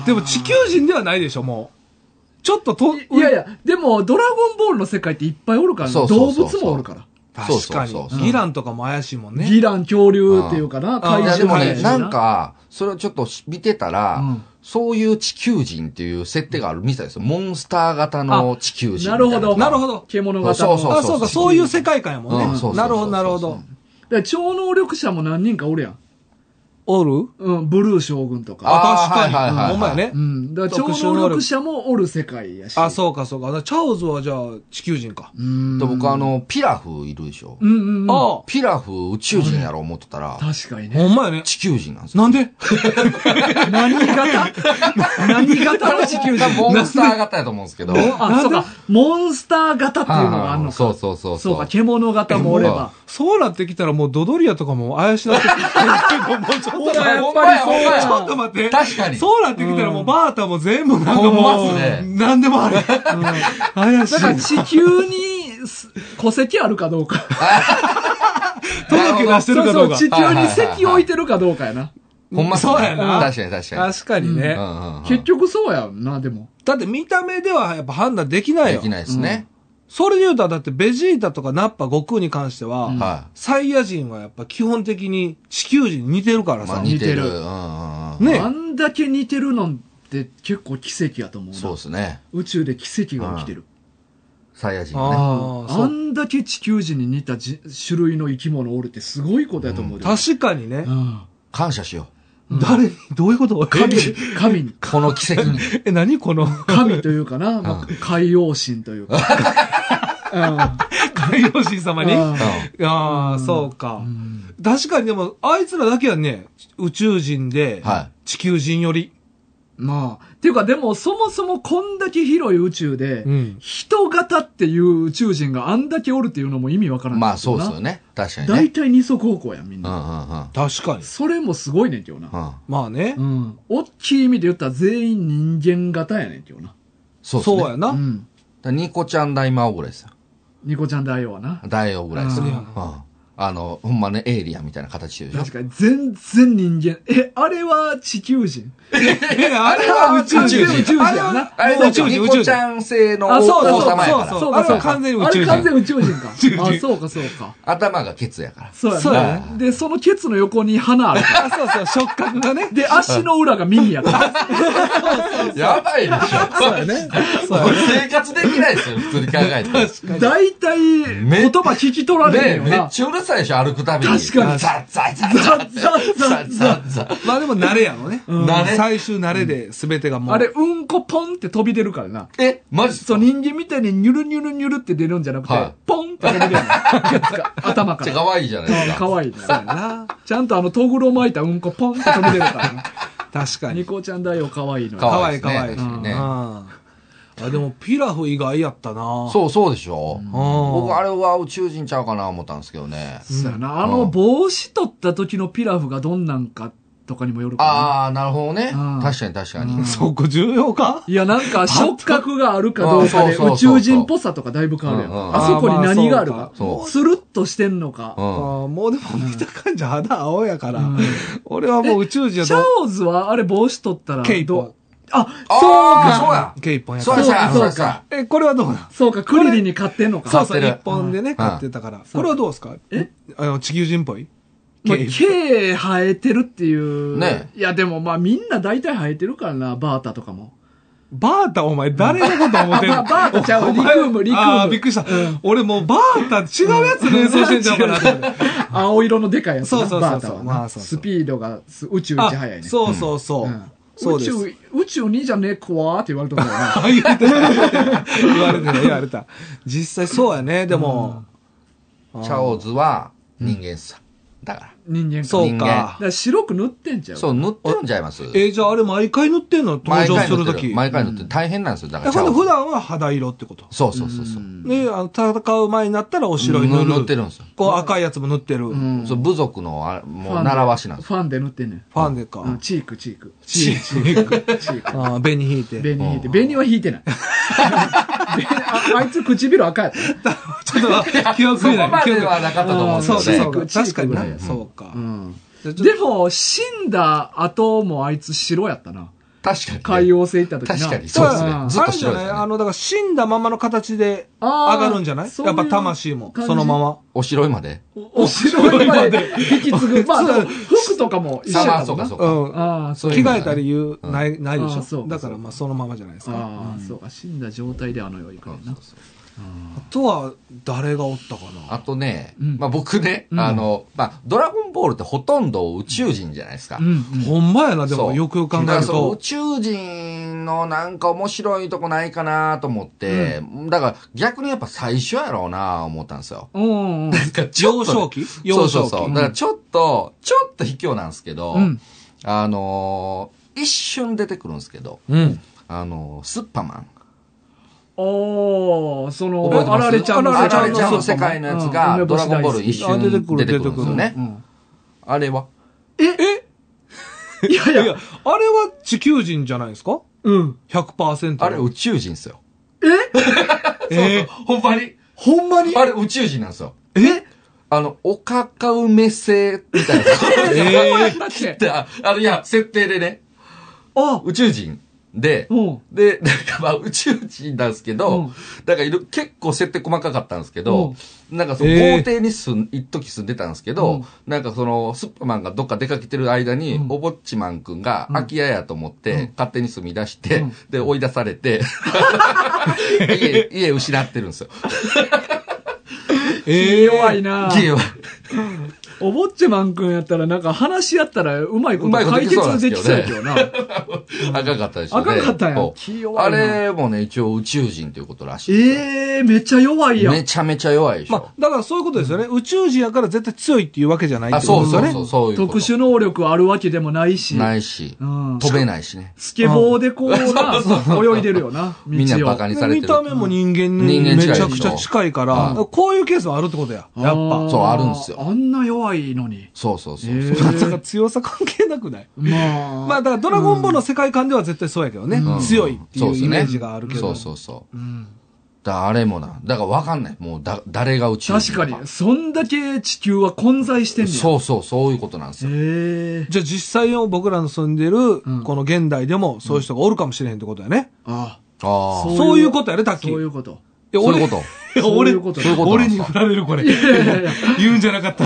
Speaker 3: でも地球人ではないでしょ、もう。ちょっとと、
Speaker 1: いやいや、でも、ドラゴンボールの世界っていっぱいおるからね、
Speaker 2: そうそうそう
Speaker 1: 動物もおるから。
Speaker 2: そう
Speaker 3: 確
Speaker 2: そ
Speaker 3: か
Speaker 2: うそう
Speaker 3: に。ギランとかも怪しいもんね。
Speaker 1: ギラン恐竜っていうかな、怪
Speaker 3: あ
Speaker 2: いや
Speaker 1: 獣
Speaker 2: でも
Speaker 1: みたい
Speaker 2: ね、
Speaker 1: し
Speaker 2: なん、か、それをちょっと見てたら
Speaker 1: うん、
Speaker 2: そういう地球人っていう設定があるみたいですよ。モンスター型の地球人みたい
Speaker 1: なるほど。
Speaker 3: なるほど
Speaker 1: 獣型
Speaker 2: そう
Speaker 1: の。
Speaker 2: そう
Speaker 3: あ、そうか、そういう世界観やも
Speaker 2: うんそう
Speaker 3: ん
Speaker 2: そうそう
Speaker 3: ね。なるほど、なるほ
Speaker 2: う
Speaker 3: ど。
Speaker 1: だから超能力者も何人かおるやん。
Speaker 3: おる
Speaker 1: うん、ブルー将軍とか。
Speaker 2: あ
Speaker 3: あ、
Speaker 2: ー
Speaker 3: 確
Speaker 2: はいはいはいはい
Speaker 3: かに。ほんまやね
Speaker 1: う。ん。だから超能力者もおる世界やし。
Speaker 3: あ、そうか、そうか。あチャオズはじゃあ、地球人か。
Speaker 1: う。うん。
Speaker 2: で僕あの、ピラフいるでしょ
Speaker 1: う。んうんうん。
Speaker 3: あ
Speaker 2: ピラフ宇宙人やろう思ってたら、
Speaker 1: 確かに
Speaker 3: あ、ほ
Speaker 1: ね。
Speaker 3: んまやね。
Speaker 2: 地球人なんですよ。
Speaker 3: なん
Speaker 2: *laughs*
Speaker 3: で
Speaker 1: 何型何
Speaker 2: *laughs*
Speaker 1: 型の地球人
Speaker 2: モンスター型やと思うんですけど。
Speaker 1: あ、そうか。モンスター型っていうのがあるのか。
Speaker 2: そうそうそう。
Speaker 1: そうか、獣型もおれば。
Speaker 3: そうなってきたらもうドドリアとかも怪しなってきて
Speaker 1: ほら
Speaker 2: ほんまやほんまや
Speaker 3: ちょっと待って。
Speaker 2: 確かに
Speaker 3: そうなってきたらもうバータも全部なんか
Speaker 2: ほんま
Speaker 3: も
Speaker 2: っ
Speaker 3: う、
Speaker 2: すね
Speaker 3: なんでもある。怪しい
Speaker 1: だ。から地球にす戸籍あるかどうか。
Speaker 3: 届け出してるかどうか。
Speaker 1: そうそう、地球に籍置いてるかどうかやな。
Speaker 2: ほんまっすね
Speaker 3: そうやな
Speaker 2: 確かに確かに。
Speaker 3: 確かにね
Speaker 2: う。んうんうん
Speaker 1: 結局そうやんな、でも。
Speaker 3: だって見た目ではやっぱ判断できない
Speaker 2: で
Speaker 3: よ
Speaker 2: き。ないですね。
Speaker 3: それで言うとだってベジータとかナッパ悟空に関しては、
Speaker 1: うん
Speaker 2: は
Speaker 3: サイヤ人はやっぱ基本的に地球人に似てるから
Speaker 2: い。まあ
Speaker 3: さ。
Speaker 2: 似て
Speaker 1: 似て
Speaker 2: る。
Speaker 1: る
Speaker 2: うんうんうん
Speaker 3: ね
Speaker 1: あんだけ似てるのって結構奇跡やと思うな
Speaker 2: そうですね。
Speaker 1: 宇宙で奇跡が起きてる
Speaker 2: サイヤ人がね。
Speaker 3: ああ
Speaker 1: あんだけ地球人に似たじ種類の生き物おるってすごいことやと思うで、
Speaker 3: 確かにね
Speaker 1: う。ん
Speaker 2: 感謝しよ
Speaker 3: 誰に、どういうこと
Speaker 1: 神に神に
Speaker 2: う。この奇跡に。
Speaker 3: ええ、何この、 *laughs*
Speaker 1: 神というかな、まあ海洋神というか、
Speaker 3: 海洋神様
Speaker 1: うん
Speaker 3: に。
Speaker 1: うん
Speaker 3: ああ、そうか。確かにでも、あいつらだけはね、宇宙人で
Speaker 2: は、
Speaker 3: 地球人より。
Speaker 1: まあっていうかでもそもそもこんだけ広い宇宙で、
Speaker 3: うん
Speaker 1: 人型っていう宇宙人があんだけおるっていうのも意味わからない
Speaker 2: まあそうですよ
Speaker 1: ね
Speaker 2: ね。確かにね
Speaker 1: 大。体二足歩行やんみん
Speaker 2: うん
Speaker 1: な、
Speaker 2: うんうん。
Speaker 3: 確かに。
Speaker 1: それもすごいねんけどな、
Speaker 2: うん。
Speaker 3: まあね
Speaker 1: う。ん。大きい意味で言ったら全員人間型やねんけどな。
Speaker 2: そうですね。
Speaker 3: そうや
Speaker 1: う
Speaker 3: な。
Speaker 1: ん。
Speaker 2: だからニコちゃん大魔王ぐらいですよ。
Speaker 1: ニコちゃん大王はな。
Speaker 2: 大王ぐらいですよ。
Speaker 1: あ
Speaker 2: う
Speaker 1: ー
Speaker 2: んあの、ほんまね、エイリアンみたいな形してるでしょ
Speaker 1: 確。かに、全然人間。え、あれは地球人
Speaker 3: え、あれは宇宙人。
Speaker 1: 宇宙人
Speaker 2: あれ
Speaker 1: やな
Speaker 2: は、あれだ
Speaker 3: 宇宙人
Speaker 2: ニ
Speaker 3: 宇宙人
Speaker 2: コちゃん製の
Speaker 3: あそうそう
Speaker 2: 王様やか
Speaker 3: そう
Speaker 2: ら。
Speaker 1: そうかそうか。
Speaker 3: あれは完全に宇
Speaker 1: あ
Speaker 3: 宙
Speaker 1: れ
Speaker 3: 人
Speaker 1: 完全宇宙人か。
Speaker 3: 宙人
Speaker 1: あ、そうかそうか。
Speaker 2: 頭がケツやから。
Speaker 1: そうや
Speaker 3: そうや
Speaker 1: な。で、そのケツの横に花あるか *laughs*
Speaker 3: あ、そうそう、触覚がね
Speaker 1: ら。。で、足の裏が耳やから。
Speaker 2: やばいでしょ。
Speaker 3: そうやね。 *laughs* そうや
Speaker 2: こ
Speaker 3: ね
Speaker 2: れ生活できないですよ、普通に考えて。
Speaker 1: 大体、
Speaker 2: め
Speaker 1: 言葉聞き取られへ
Speaker 2: で、
Speaker 1: んよ
Speaker 2: めっ
Speaker 1: な。
Speaker 2: ちゃうるさいでしょ、歩くたびに。
Speaker 1: 確かに
Speaker 2: ザッザッザ
Speaker 1: ザ
Speaker 2: ッザッ
Speaker 1: ッザッザ
Speaker 2: ザ
Speaker 1: ッ
Speaker 2: ッザッザッ。
Speaker 3: まあでも慣れやろね。
Speaker 1: ん
Speaker 2: 慣れ
Speaker 3: 最終慣れで全てがもう。
Speaker 1: あれ、うんこポンって飛び出るからな。
Speaker 2: え、マジっす
Speaker 1: そ
Speaker 2: か
Speaker 1: う、人間みたいにニュルニュルニュルって出るんじゃなくて、
Speaker 2: はい
Speaker 1: ポンって出るやん。頭か
Speaker 2: めっちゃ
Speaker 1: ら。
Speaker 2: 可愛いじゃないです
Speaker 1: か
Speaker 2: か。
Speaker 1: わいいね。
Speaker 3: な。
Speaker 1: ちゃんとあの、トグロ巻いたうんこポンって飛び出るからね。
Speaker 3: 確か
Speaker 1: ニ
Speaker 3: に。
Speaker 1: コちゃんだよ、かわいいのよ。
Speaker 2: 可愛いですね
Speaker 3: 可愛い可
Speaker 2: 確
Speaker 3: 愛い
Speaker 2: かに
Speaker 3: うん
Speaker 2: ね。
Speaker 3: あ、でもピラフ以外やったな。う。
Speaker 2: そうそうでしょ。僕、
Speaker 3: 僕
Speaker 2: あれは宇宙人ちゃうかな思ったんですけどね。
Speaker 1: そうやな。あの、帽子取った時のピラフがどんなんかとかにもよるから、ね。
Speaker 2: ああ、なるほどね
Speaker 1: うん。
Speaker 2: 確かに確かに。
Speaker 3: そこ重要か
Speaker 1: いや、なんか、触覚があるかどうか
Speaker 2: あ
Speaker 1: で、
Speaker 2: そうそう
Speaker 1: 宇
Speaker 2: そうそう
Speaker 1: 宙人っぽさとかだいぶ変わるやん。
Speaker 2: うんうん
Speaker 1: あそこに何があるか。
Speaker 2: あまあそうかそう
Speaker 1: スルッとしてんのか。
Speaker 2: うん。
Speaker 3: あーもうでも見た感じ肌青やから、
Speaker 1: うん
Speaker 3: 俺はもう宇宙人や
Speaker 1: チ
Speaker 3: と
Speaker 1: ャオズは、あれ帽子取ったらどう、
Speaker 3: ケイポン
Speaker 1: あ、
Speaker 2: あー
Speaker 1: そうか。
Speaker 2: そうや。
Speaker 3: 毛一本や
Speaker 2: そ
Speaker 3: か
Speaker 2: うや、
Speaker 3: ら
Speaker 1: そ
Speaker 2: そうや、
Speaker 1: うか
Speaker 2: そうやそうや。
Speaker 3: えこれはどうなん
Speaker 1: そうか、クリリンに買ってんのか。
Speaker 3: そうそ
Speaker 2: 買っ
Speaker 3: う
Speaker 2: てる
Speaker 3: 一本でね買ってたからこれはどうですか
Speaker 1: え
Speaker 3: あの地球人っぽい
Speaker 1: まあ、
Speaker 3: 毛一
Speaker 1: 毛生えてるっていう。
Speaker 2: ね
Speaker 1: いや、でもまあみんな大体生えてるからな、バータとかも。
Speaker 3: 本バータお前誰のこと
Speaker 1: *laughs*
Speaker 3: 思ってん
Speaker 1: あ
Speaker 3: の
Speaker 1: ババータちゃうわ
Speaker 3: お前
Speaker 1: リクームリクーム
Speaker 3: あーびっくりした、俺もうバータ違うやつ連想してんじゃんかなと思って
Speaker 1: 青色のでかいやつな
Speaker 3: そうそうそうそ
Speaker 1: バ
Speaker 3: う
Speaker 1: ータはな、
Speaker 3: まあそうそう
Speaker 1: スピードがす宇宙一
Speaker 3: あ
Speaker 1: 速いね。
Speaker 3: そうそうそう、
Speaker 1: うん
Speaker 3: そう
Speaker 1: 宇
Speaker 3: です
Speaker 1: 宙、宇宙にじゃねえこわーって言われると思う
Speaker 2: *laughs*
Speaker 1: よな。
Speaker 3: あ言われた。言われた、言われた。実際そうやね、でも。
Speaker 2: チャオズは人間っすさ。だか
Speaker 1: 人間
Speaker 3: そ
Speaker 1: か
Speaker 3: う
Speaker 2: 人間
Speaker 1: だ
Speaker 3: か
Speaker 1: か。ら白く塗ってんちゃ
Speaker 2: ら。
Speaker 1: う
Speaker 2: そう、塗ってるんちゃいます
Speaker 3: え、じゃああれ毎回塗ってんの登
Speaker 2: 毎
Speaker 3: 場
Speaker 2: 回
Speaker 3: する
Speaker 2: 塗
Speaker 3: と
Speaker 2: って
Speaker 3: き。
Speaker 2: る。
Speaker 3: え
Speaker 2: 毎回塗ってる。大変なんですよ。だからチャ
Speaker 3: ほん
Speaker 2: オ
Speaker 3: で普
Speaker 2: ズ。
Speaker 3: 段は肌色ってこと。
Speaker 2: そうそうそうそう。
Speaker 3: で、あの、戦う前になったらお白い塗る。
Speaker 2: 塗ってるんですよ。
Speaker 3: こう赤いやつも塗ってる。フ
Speaker 1: ん
Speaker 2: そう部族のあ、もう
Speaker 1: で
Speaker 2: 習わしなんですよ。
Speaker 1: ファンで塗ってんねん。
Speaker 3: ァンデ
Speaker 1: うん
Speaker 3: か。
Speaker 1: チーク、チーク。
Speaker 3: チーク。
Speaker 1: ク。チー
Speaker 2: *laughs*
Speaker 1: ク。
Speaker 3: ああ、紅引いて。
Speaker 1: 紅引いて。紅は引いてない。ああいつ唇赤やった。
Speaker 3: ちょっと、記憶
Speaker 2: そ
Speaker 3: に
Speaker 2: こ
Speaker 3: ない。
Speaker 2: ま
Speaker 3: 記
Speaker 2: で
Speaker 3: 憶にな
Speaker 2: はいなかったと思うんです
Speaker 3: そ
Speaker 2: よ
Speaker 3: う
Speaker 2: ね。
Speaker 3: そうそう。
Speaker 1: チーク
Speaker 3: 確かに
Speaker 1: ぐらいや
Speaker 3: な。
Speaker 1: ん
Speaker 3: そうか
Speaker 1: う。ん。
Speaker 3: じゃあちょっ
Speaker 1: でも、死んだ後もあいつ白やったな。
Speaker 2: 確かにね。
Speaker 1: 海洋星行った時な
Speaker 2: 確かに、
Speaker 3: と
Speaker 2: そうです
Speaker 1: う
Speaker 2: ね。
Speaker 1: ん
Speaker 2: ずっ
Speaker 3: あ
Speaker 2: と
Speaker 3: れじゃ
Speaker 2: 白いで
Speaker 3: ない
Speaker 2: す
Speaker 3: あ
Speaker 2: ね。
Speaker 3: の、だから死んだままの形で上がるんじゃない
Speaker 1: そう
Speaker 3: や
Speaker 1: う
Speaker 3: っぱ魂も、
Speaker 1: 感じ
Speaker 3: そのまま。
Speaker 2: お白いまで。
Speaker 1: お白いまで引き継
Speaker 2: *laughs*
Speaker 1: ぐ。まあ、でも服とかも一緒
Speaker 2: さあま
Speaker 1: や
Speaker 2: あ、
Speaker 1: った
Speaker 2: そ
Speaker 1: も
Speaker 2: う
Speaker 1: ん
Speaker 2: か、
Speaker 1: な
Speaker 2: そうか。
Speaker 3: うん。
Speaker 1: ああ、そう
Speaker 2: う
Speaker 1: か。
Speaker 2: いう
Speaker 3: 着
Speaker 2: のが
Speaker 3: 替
Speaker 2: ね
Speaker 3: えた理由ない、ないでし
Speaker 1: ああ
Speaker 3: ょ
Speaker 1: そうか
Speaker 3: だからまあそのままじゃないですか。
Speaker 1: ああ、そうか。死んだ状態であの世行く
Speaker 2: う
Speaker 1: ね
Speaker 2: ん
Speaker 1: んな。
Speaker 3: あとは誰がおったかな
Speaker 2: あとね、
Speaker 1: うん
Speaker 2: まあ僕ね、
Speaker 1: うん
Speaker 2: あの、まあ、ドラゴンボールってほとんど宇宙人じゃないですか。
Speaker 1: うんうん。
Speaker 3: ほんまやな、で
Speaker 2: そ
Speaker 3: も
Speaker 2: う
Speaker 3: よくよく
Speaker 2: だ
Speaker 3: 考え
Speaker 2: から
Speaker 3: る
Speaker 2: その宇
Speaker 3: と。
Speaker 2: 宙人のなんか面白いとこないかなと思って、だから逆にやっぱ最初やろうな思ったんですよ。
Speaker 1: うんうん。
Speaker 2: なんかちょ
Speaker 3: 幼
Speaker 2: っと
Speaker 3: 少期
Speaker 2: そ
Speaker 3: 幼
Speaker 2: うそう
Speaker 3: 少
Speaker 2: そう。
Speaker 3: 期。
Speaker 2: だからちょっと、ちょっと卑怯なんですけど、
Speaker 1: うん
Speaker 2: あのー一瞬出てくるんですけど、
Speaker 3: うん。
Speaker 2: あのースッパマン。
Speaker 1: おー、その、
Speaker 2: 覚えてます
Speaker 1: あられちゃんの
Speaker 2: あ
Speaker 3: あ
Speaker 2: ら
Speaker 3: ら
Speaker 2: れ
Speaker 3: れ
Speaker 2: ち
Speaker 3: ち
Speaker 2: ゃ
Speaker 3: ゃ
Speaker 2: ん
Speaker 3: ん
Speaker 2: の
Speaker 3: の
Speaker 2: 世
Speaker 3: 世
Speaker 2: 界
Speaker 1: 界
Speaker 2: の
Speaker 1: の
Speaker 2: や
Speaker 1: や
Speaker 2: つ
Speaker 1: つ
Speaker 2: が
Speaker 1: が、
Speaker 2: ドラゴンボール一
Speaker 3: あ
Speaker 2: 瞬
Speaker 3: 出
Speaker 2: 出て
Speaker 3: て
Speaker 2: く
Speaker 3: く
Speaker 2: る
Speaker 3: る
Speaker 2: んですよね
Speaker 3: 出てく。る
Speaker 1: うん
Speaker 2: あれは
Speaker 1: えいやい
Speaker 2: *laughs*
Speaker 3: いや、あれ
Speaker 1: や、
Speaker 3: は地球人じゃないですか
Speaker 1: うん。
Speaker 3: ?100%。
Speaker 2: あれ宇宙人ですよ。
Speaker 3: え
Speaker 2: ほんまに
Speaker 1: ほんまに
Speaker 2: あれ宇宙人なんですよ。
Speaker 3: ええ
Speaker 2: あの、おかかうめせみ
Speaker 1: *laughs*
Speaker 2: たいな。
Speaker 3: え
Speaker 1: だっ
Speaker 2: *laughs* でああの、いや、設定でね、
Speaker 1: あ、
Speaker 2: 宇宙人。で、
Speaker 1: うん
Speaker 2: で、なんかまあ宇宙人なんですけ
Speaker 1: う
Speaker 2: ど
Speaker 1: ん、
Speaker 2: だからいろ結構設定細かかったんですけど、なんかその
Speaker 3: えー
Speaker 2: 皇帝に住ん、一時住んでたんですけ
Speaker 1: う
Speaker 2: ど
Speaker 1: ん、
Speaker 2: なんかそのスーパーマンがどっか出かけてる間に
Speaker 1: うん、
Speaker 2: おぼっちまんくんが
Speaker 1: うん
Speaker 2: 空き家やと思っ
Speaker 1: うん
Speaker 2: て、勝手に住み出し
Speaker 1: う
Speaker 2: て
Speaker 1: ん、
Speaker 2: で追い出され
Speaker 1: *laughs*
Speaker 2: て、家、家失ってるんですよ。
Speaker 3: ええ
Speaker 1: 弱いな
Speaker 2: 家は。
Speaker 1: おぼっちまんくんやったら、なんか話し合ったらうまいこと
Speaker 2: うまいこと
Speaker 1: 解
Speaker 2: できそうなん
Speaker 1: 決
Speaker 2: です
Speaker 1: で
Speaker 2: け
Speaker 1: き
Speaker 2: どね
Speaker 1: そうやけどな。
Speaker 2: 赤かったでしょ
Speaker 1: 赤かったやん
Speaker 2: そう
Speaker 1: 気弱
Speaker 2: あ
Speaker 1: いな
Speaker 2: れもね、一応宇宙人ということらしいですよ。
Speaker 1: *laughs* ええ、めっちゃ弱いやん。
Speaker 2: めちゃめちゃ弱いでしょ。
Speaker 3: まあ、だからそういうことですよね。宇宙人やから絶対強いっていうわけじゃないって
Speaker 2: あ、
Speaker 3: こ
Speaker 2: そ
Speaker 3: と
Speaker 2: う
Speaker 3: です
Speaker 2: そ
Speaker 3: よ
Speaker 2: う
Speaker 3: ね。
Speaker 2: そう、そういうこと。
Speaker 1: 特殊能力あるわけでもないし。
Speaker 2: ないし
Speaker 1: う、ん。
Speaker 2: 飛べないしね。
Speaker 1: スケボーでこうな、泳いでるよな。道を
Speaker 2: みんなバカにされて
Speaker 3: 見
Speaker 2: る。
Speaker 3: た目も人間に
Speaker 2: 人間
Speaker 3: め
Speaker 2: 近い
Speaker 3: ち
Speaker 2: でし
Speaker 3: ゃ
Speaker 2: ょ
Speaker 3: くちゃ近いから、こういうケースはあるってことや。やっぱ。
Speaker 2: そうあるんすよ
Speaker 1: あんな弱いのに。
Speaker 2: そうそうそうそう。
Speaker 1: え
Speaker 3: だか
Speaker 1: ー
Speaker 3: ら強さ関係なくない
Speaker 1: まあ。
Speaker 3: まあだからドラゴンボールの世界観では絶対そうやけどね。
Speaker 2: うん
Speaker 3: 強いってい
Speaker 2: そう
Speaker 3: う
Speaker 2: ですね
Speaker 3: イメージがあるけど。
Speaker 2: そうそうそう。
Speaker 1: うん
Speaker 2: だからあれもな。だからわかんない。もうだ、誰が宇宙
Speaker 1: 確
Speaker 2: 人
Speaker 1: かに、そんだけ地球は混在してんねん。
Speaker 2: そうそう、そういうことなんですよ。
Speaker 1: ええ。
Speaker 3: じゃあ実際の僕らの住んでる、
Speaker 1: ん
Speaker 3: この現代でもそういう人がおるかもしれへんってことやね。
Speaker 1: あ
Speaker 2: ああ。
Speaker 3: そういうことやね、タッキ
Speaker 1: そうい
Speaker 3: ー。
Speaker 1: うこと。
Speaker 3: いや
Speaker 2: そういう
Speaker 3: 俺
Speaker 2: こと。
Speaker 3: *laughs* いや俺
Speaker 1: そういうこと
Speaker 2: そういうことな
Speaker 3: 俺
Speaker 2: んです
Speaker 3: に
Speaker 2: か
Speaker 3: 振られる、こ *laughs* れ。言うんじゃなか *laughs* った。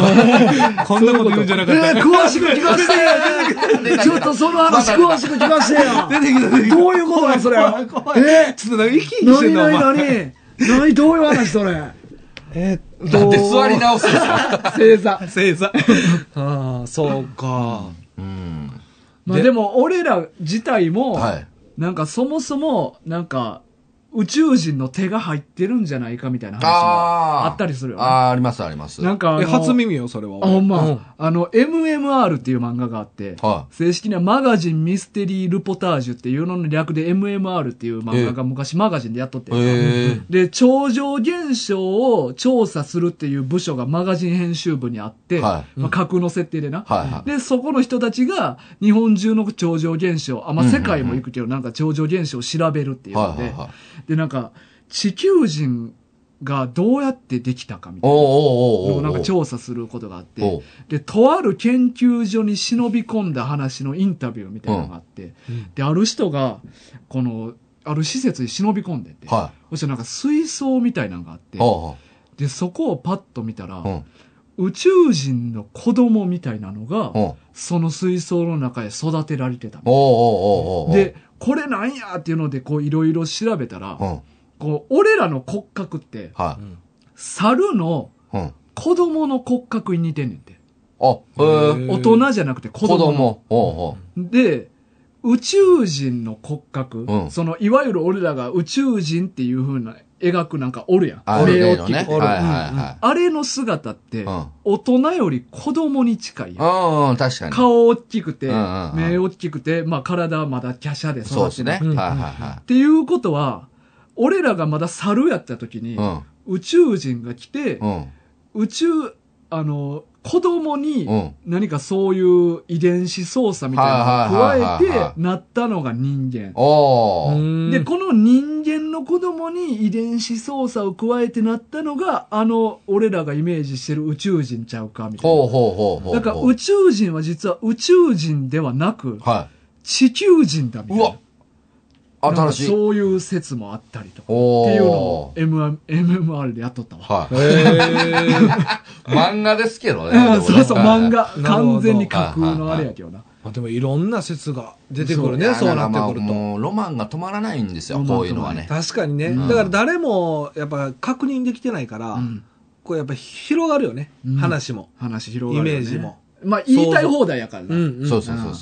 Speaker 3: こんなこと言うんじゃなかった。
Speaker 1: えー詳しく聞かせてよちょっとその話詳しく聞かせてよ
Speaker 3: 出てきた、出てきた。
Speaker 1: どういうことなんそれ
Speaker 3: 怖い怖い
Speaker 1: え
Speaker 3: ちょっとなんか生き生きして
Speaker 1: 何
Speaker 3: んな、お
Speaker 1: 何
Speaker 3: 前。
Speaker 1: 何何どういう話それ
Speaker 3: えーっと
Speaker 2: だって座り直すんです
Speaker 1: *laughs*
Speaker 2: か
Speaker 1: 星座。
Speaker 3: 星座。 *laughs* ああ、そうか。
Speaker 2: うん。
Speaker 1: まあでも俺ら自体も、
Speaker 2: はい
Speaker 1: なんかそもそも、なんか、宇宙人の手が入ってるんじゃないかみたいな話も
Speaker 2: ああ。
Speaker 1: あったりするよ、ね。
Speaker 2: ああ、ありますあります。
Speaker 1: なんかあの
Speaker 3: え、初耳よ、それは。
Speaker 1: あ、ほんま。
Speaker 3: う
Speaker 1: あの、MMR っていう漫画があって、
Speaker 2: は
Speaker 1: 正式にはマガジンミステリー・ルポタージュっていうのの略で MMR っていう漫画が昔マガジンでやっとって
Speaker 2: い。。へえ。
Speaker 1: で、超常現象を調査するっていう部署がマガジン編集部にあって、
Speaker 2: はい
Speaker 1: まあ、架空の設定でな。
Speaker 2: はいはい。
Speaker 1: で、そこの人たちが、日本中の超常現象、あ、まあ、
Speaker 2: うんうんう
Speaker 1: 世
Speaker 2: ん
Speaker 1: 界も行くけど、なんか超常現象を調べるっていうの
Speaker 2: はい
Speaker 1: で、
Speaker 2: はいはい。
Speaker 1: で、なんか、地球人がどうやってできたかみたいな
Speaker 2: おうおうお
Speaker 1: の
Speaker 2: うお
Speaker 1: を
Speaker 2: う
Speaker 1: なんか調査することがあって、
Speaker 2: おう
Speaker 1: で、とある研究所に忍び込んだ話のインタビューみたいなのがあって、
Speaker 3: うん
Speaker 1: で、ある人が、この、ある施設に忍び込んでて、
Speaker 2: は
Speaker 1: そしたらなんか水槽みたいなのがあって
Speaker 2: い。、は
Speaker 1: で、そこをパッと見たら、
Speaker 2: あは
Speaker 1: 宇宙人の子供みたいなのが、
Speaker 2: あ。うん。うん。おう
Speaker 1: その水槽の中へ育てられてた。
Speaker 2: おうおうおうおう。
Speaker 1: で、これなんやっていうので、こういろいろ調べたら
Speaker 2: う、ん。
Speaker 1: こう、俺らの骨格って、
Speaker 2: は
Speaker 3: ん
Speaker 1: 猿の
Speaker 2: い。うん。
Speaker 1: 子供の骨格に似てんねんて。
Speaker 2: あ、へえ。
Speaker 3: へー
Speaker 1: 大人じゃなくて子
Speaker 2: 子
Speaker 1: 供の。
Speaker 2: 供。おうおう。
Speaker 1: で、宇宙人の骨格、
Speaker 2: うん
Speaker 1: その、いわゆる俺らが宇宙人っていう風な描くなんかおるやん。
Speaker 2: ある程度ね。
Speaker 1: 大
Speaker 2: は
Speaker 1: き
Speaker 2: い
Speaker 1: く
Speaker 2: はい
Speaker 1: あれの姿って、
Speaker 2: うん
Speaker 1: 大人より子供に近いやん。
Speaker 2: はい。うんうん、確かに。
Speaker 1: 顔大きくて、
Speaker 2: うんうんうん
Speaker 1: 目大きくて、まあ体はまだ華奢で育って
Speaker 2: そうですね。はい
Speaker 3: うん
Speaker 2: はいは
Speaker 1: っていうことは、俺らがまだ猿やった時に、
Speaker 2: い。うん。
Speaker 1: 宇宙人が来て、
Speaker 2: うん。
Speaker 1: 宇宙、あの、子供に
Speaker 2: うん
Speaker 1: 何かそういう遺伝子操作みたいなのを
Speaker 2: はい
Speaker 1: 加
Speaker 2: はいはいはい
Speaker 1: え
Speaker 2: は
Speaker 1: てなったのが人間。
Speaker 2: おー。
Speaker 1: で、この人間の子供に遺伝子操作を加えてなったのが、あの、俺らがイメージしてる宇宙人ちゃうか、みたい
Speaker 2: ほう
Speaker 1: な。
Speaker 2: ほうほうほう。
Speaker 1: だから宇宙人は実は宇宙人ではなく、
Speaker 2: は
Speaker 1: 地球人だみ
Speaker 2: い。
Speaker 1: たいうな。
Speaker 2: わ新し
Speaker 1: なんか
Speaker 2: い。
Speaker 1: そういう説もあったりとか。っていうの
Speaker 2: お
Speaker 1: を
Speaker 2: ー。
Speaker 1: MM MMR でやっとったわ。
Speaker 2: はい。
Speaker 3: へえ。
Speaker 2: 漫画ですけどね。
Speaker 1: うんそう *laughs* そう、漫画。
Speaker 3: なるほど
Speaker 1: 完全に架空のあれやけどな。
Speaker 3: *laughs* まあでもいろんな説が出てくる
Speaker 2: でも。
Speaker 3: ね、
Speaker 2: そ
Speaker 3: そうう
Speaker 2: な
Speaker 3: な
Speaker 2: っ
Speaker 3: って
Speaker 2: く
Speaker 3: てく
Speaker 2: る
Speaker 3: る
Speaker 2: と。
Speaker 3: と。
Speaker 2: もう、ロマンが止まらないんですよ、
Speaker 1: ロマン
Speaker 2: こういうのはね。
Speaker 3: 確かにね、
Speaker 2: うん
Speaker 3: だから誰もやっぱ確認できてないから、
Speaker 1: うん
Speaker 3: こうやっぱ広がるよね、
Speaker 1: うん
Speaker 3: 話も、
Speaker 1: 話広がるよね。
Speaker 3: イメージも。
Speaker 1: まあ、言いたい放題やからな。
Speaker 2: そう
Speaker 3: そ
Speaker 2: そうそう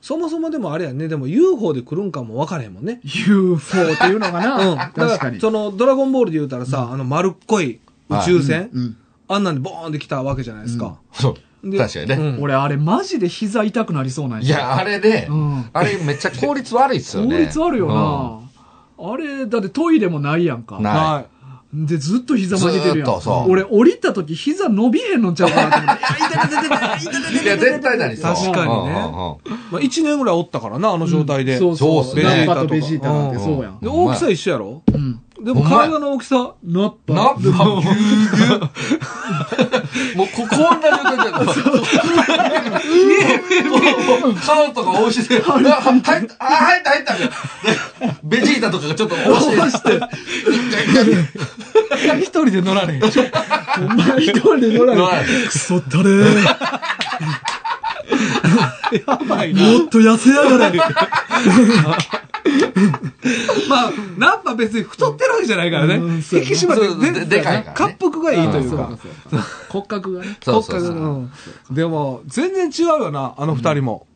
Speaker 2: そう。
Speaker 3: もそもでもあれやねでも UFO で来るんかも分からへんもんね、
Speaker 1: UFO っていうのか
Speaker 3: うん、だ
Speaker 1: な。
Speaker 3: から
Speaker 1: 確かに。
Speaker 3: そのドラゴンボールで言うたらさ、あの丸っこい宇宙船、
Speaker 1: うん
Speaker 3: あんなんでボーンって来たわけじゃないですか、
Speaker 2: そう。
Speaker 3: で
Speaker 2: 確かにね。
Speaker 3: うん
Speaker 1: 俺、あれマジで膝痛くなりそうなん
Speaker 2: いや、あれで
Speaker 1: うん、
Speaker 2: あれめっちゃ効率悪いっすよ
Speaker 1: 効
Speaker 2: ね。
Speaker 1: 率あるよな。あれ、だってトイレもないやんか。
Speaker 2: なは
Speaker 1: で、ずっと膝曲げてるや
Speaker 2: ずーっ
Speaker 1: ん
Speaker 2: とそう。
Speaker 1: 俺、降りた時膝伸びへんのちゃうかなと思って。いや痛ててて痛ててて
Speaker 2: い。いや、絶対なりそう。
Speaker 3: 確かにね
Speaker 2: うんうんうん
Speaker 3: まあ、1年ぐらいおったからなあの状態で、
Speaker 1: そうそう。
Speaker 2: そうっす
Speaker 1: ナ
Speaker 2: ね
Speaker 1: ンパとベジータなんてそうやん。
Speaker 3: で大きさ一緒やろ
Speaker 1: うん。
Speaker 3: でも
Speaker 2: ほんまや
Speaker 3: 体の大きさ
Speaker 1: ナッパ。
Speaker 2: なっ、ぎゅうぎゅう。もう、こ、こんな状態じゃない。
Speaker 1: 見えへん
Speaker 2: 顔とか押して、あ入った、あ入った、入ったみたいなでベジータとかがちょっと押して、
Speaker 3: 一人で乗られへん。
Speaker 1: お前一人で乗ら
Speaker 2: 乗ら
Speaker 1: ない
Speaker 2: れ。
Speaker 1: クソだれー。
Speaker 3: やばいな。
Speaker 1: もっと痩せやがれ。
Speaker 3: まあ、ナンパ別に太ってるわけじゃないからね。
Speaker 1: うん
Speaker 3: 引き締ま
Speaker 2: そう
Speaker 3: って
Speaker 2: で
Speaker 3: で、
Speaker 2: でかいからね
Speaker 3: 滑腹がいいという
Speaker 1: あ
Speaker 3: か。
Speaker 1: そうそう骨格がね。
Speaker 2: そうそうそ
Speaker 3: 国家
Speaker 2: う。
Speaker 3: がうんでも、全然違うよな、あの二人も。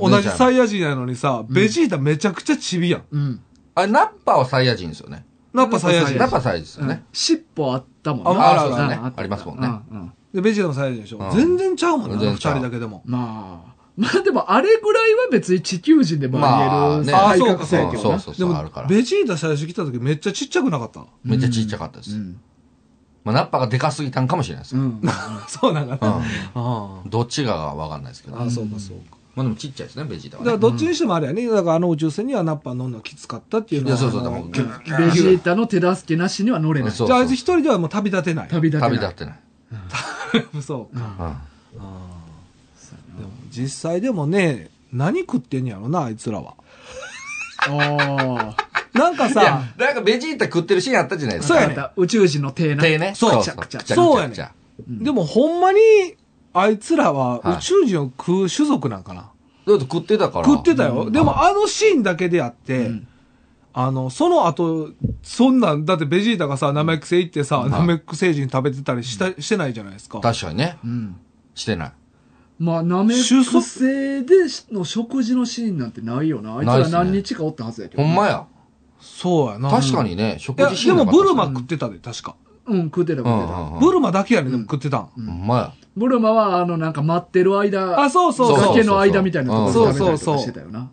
Speaker 3: 同じサイヤ人なのにさ、ベジータめちゃくちゃチビやん。
Speaker 1: うん。
Speaker 2: あれ、ナッパはサイヤ人ですよね。
Speaker 3: ナッパサイヤ人
Speaker 2: ナッ。パサイヤ人ですよね。
Speaker 1: 尻尾あったもん
Speaker 3: ああるあ
Speaker 1: そう
Speaker 3: る
Speaker 1: だ
Speaker 2: ね
Speaker 1: った
Speaker 2: ありますもんね
Speaker 1: うんうん
Speaker 3: で、ベジータもサイヤ人でしょ
Speaker 2: う。ん
Speaker 3: 全然ちゃうもんね、あの二
Speaker 2: 全然ちゃう
Speaker 3: 人だけでも。
Speaker 1: まあ。まあでも、あれぐらいは別に地球人でもありえる
Speaker 2: まあ
Speaker 1: 体
Speaker 2: ね
Speaker 1: 格差やけど
Speaker 2: そう
Speaker 1: な。
Speaker 2: そう
Speaker 3: で
Speaker 2: そう、あ
Speaker 3: も
Speaker 2: るから、。
Speaker 3: ベジータ最初来た時めっちゃちっちゃくなかった。
Speaker 2: めっちゃちっちゃかったです。
Speaker 1: うん。
Speaker 2: まあ、ナッパがでかすぎたんかもしれないです
Speaker 1: う
Speaker 2: ね。
Speaker 1: ん。
Speaker 3: そうなんかな。
Speaker 2: う
Speaker 3: あ
Speaker 2: んどっちががわかんないですけど。
Speaker 3: あ。
Speaker 2: ま
Speaker 3: ああ、そうかそうか。
Speaker 2: あでもちっちゃいですね、ベジータ
Speaker 3: だから
Speaker 2: はね。
Speaker 3: どっちにしてもあれやね。だからあの宇宙船にはナッパ乗るのきつかったっていう
Speaker 2: い
Speaker 3: の
Speaker 2: や、
Speaker 3: は。
Speaker 2: そうそう、
Speaker 3: あ
Speaker 2: だ
Speaker 3: の
Speaker 2: からもうギュッギュッ
Speaker 1: ベジータの手助けなしには乗れない。
Speaker 2: そう
Speaker 3: じゃああいつ一人ではもう旅立てない。
Speaker 1: 旅立て
Speaker 2: 旅
Speaker 1: な
Speaker 2: 立
Speaker 1: い。
Speaker 2: ってない。
Speaker 3: *laughs* そうか。
Speaker 2: うん
Speaker 3: でも実際でもね、何食ってんやろな、あいつらは。
Speaker 1: ああ。
Speaker 3: なんか
Speaker 2: いや
Speaker 3: さ、、
Speaker 2: なんかベジータ食ってるシーンあったじゃないですか。
Speaker 3: そう
Speaker 1: ま
Speaker 3: やね
Speaker 1: た宇宙人の手な。
Speaker 2: 手ね。
Speaker 3: そう
Speaker 1: くちゃくちゃ
Speaker 3: そうやね
Speaker 2: くちゃくちゃ
Speaker 3: でもほんまに、あいつらは
Speaker 2: はい
Speaker 3: 宇宙人を食う種族なんかな。
Speaker 2: だって食ってたから。
Speaker 3: 食ってたよ。でもあのシーンだけであって、
Speaker 1: ん
Speaker 3: あの、その後、そんなん、だってベジータがさ、ナメック星行ってさ、ナメック星人食べてたりした、してないじゃないですか。
Speaker 2: 確かにね。
Speaker 1: うん。
Speaker 2: してない。
Speaker 1: まあ、ナメッ
Speaker 3: 収
Speaker 1: ク
Speaker 3: 束
Speaker 1: 星での食事のシーンなんてないよな。あいつ
Speaker 2: ないっ
Speaker 1: ら
Speaker 2: すね
Speaker 1: 何日かおったはずやけど。
Speaker 2: ほんまや。
Speaker 3: そうやな。
Speaker 2: 確かにね、
Speaker 3: い
Speaker 2: 食
Speaker 3: や、
Speaker 2: 事シ
Speaker 3: で
Speaker 2: ーンな
Speaker 3: も
Speaker 2: かったっ
Speaker 3: ブ
Speaker 2: す
Speaker 3: ル
Speaker 2: ね
Speaker 3: マ食ってたで、確か。
Speaker 1: うん、食ってた食って
Speaker 2: うんうん
Speaker 1: た。
Speaker 2: うん
Speaker 3: ブルマだけやね、でも食ってたん。
Speaker 2: ほんまや。
Speaker 1: ブルマは、あの、なんか待ってる間、
Speaker 3: あそうそうそう
Speaker 1: 崖の間みたいなところで食べたりと
Speaker 3: うんそうそう
Speaker 1: か
Speaker 3: そう
Speaker 1: してたよな。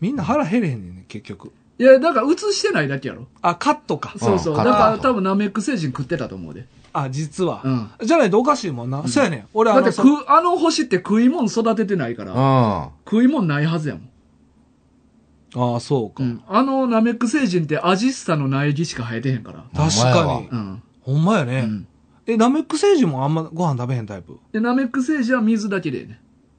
Speaker 3: みんな腹減れへんねんね、結局。
Speaker 1: いや、だから映してないだけやろ。
Speaker 3: あ、カットか。
Speaker 1: そうそう。
Speaker 2: うん
Speaker 1: だか
Speaker 2: カッ
Speaker 1: ら
Speaker 2: ト
Speaker 1: 多分ナメック星人食ってたと思うで。
Speaker 3: あ、実は。
Speaker 1: う
Speaker 3: じゃないとおかしいもんな。そうやねん。俺
Speaker 1: だ
Speaker 3: あ
Speaker 1: って
Speaker 3: の、
Speaker 1: 食う、あの星って食い物育ててないか
Speaker 2: う
Speaker 1: ら、
Speaker 2: ん。
Speaker 1: 食い物ないはずやもん。
Speaker 3: ああ、そうか。
Speaker 1: うん。あのナメック星人ってアジッサの苗木しか生えてへんから。
Speaker 3: 確
Speaker 2: ほんまや
Speaker 3: か
Speaker 2: わ
Speaker 3: に
Speaker 1: う。ん。
Speaker 3: ほんまや
Speaker 1: う
Speaker 3: ね。
Speaker 1: ん。
Speaker 3: え、ナメック星人もあんまご飯食べへんタイプ
Speaker 1: で、ナメック星人は水だけでね。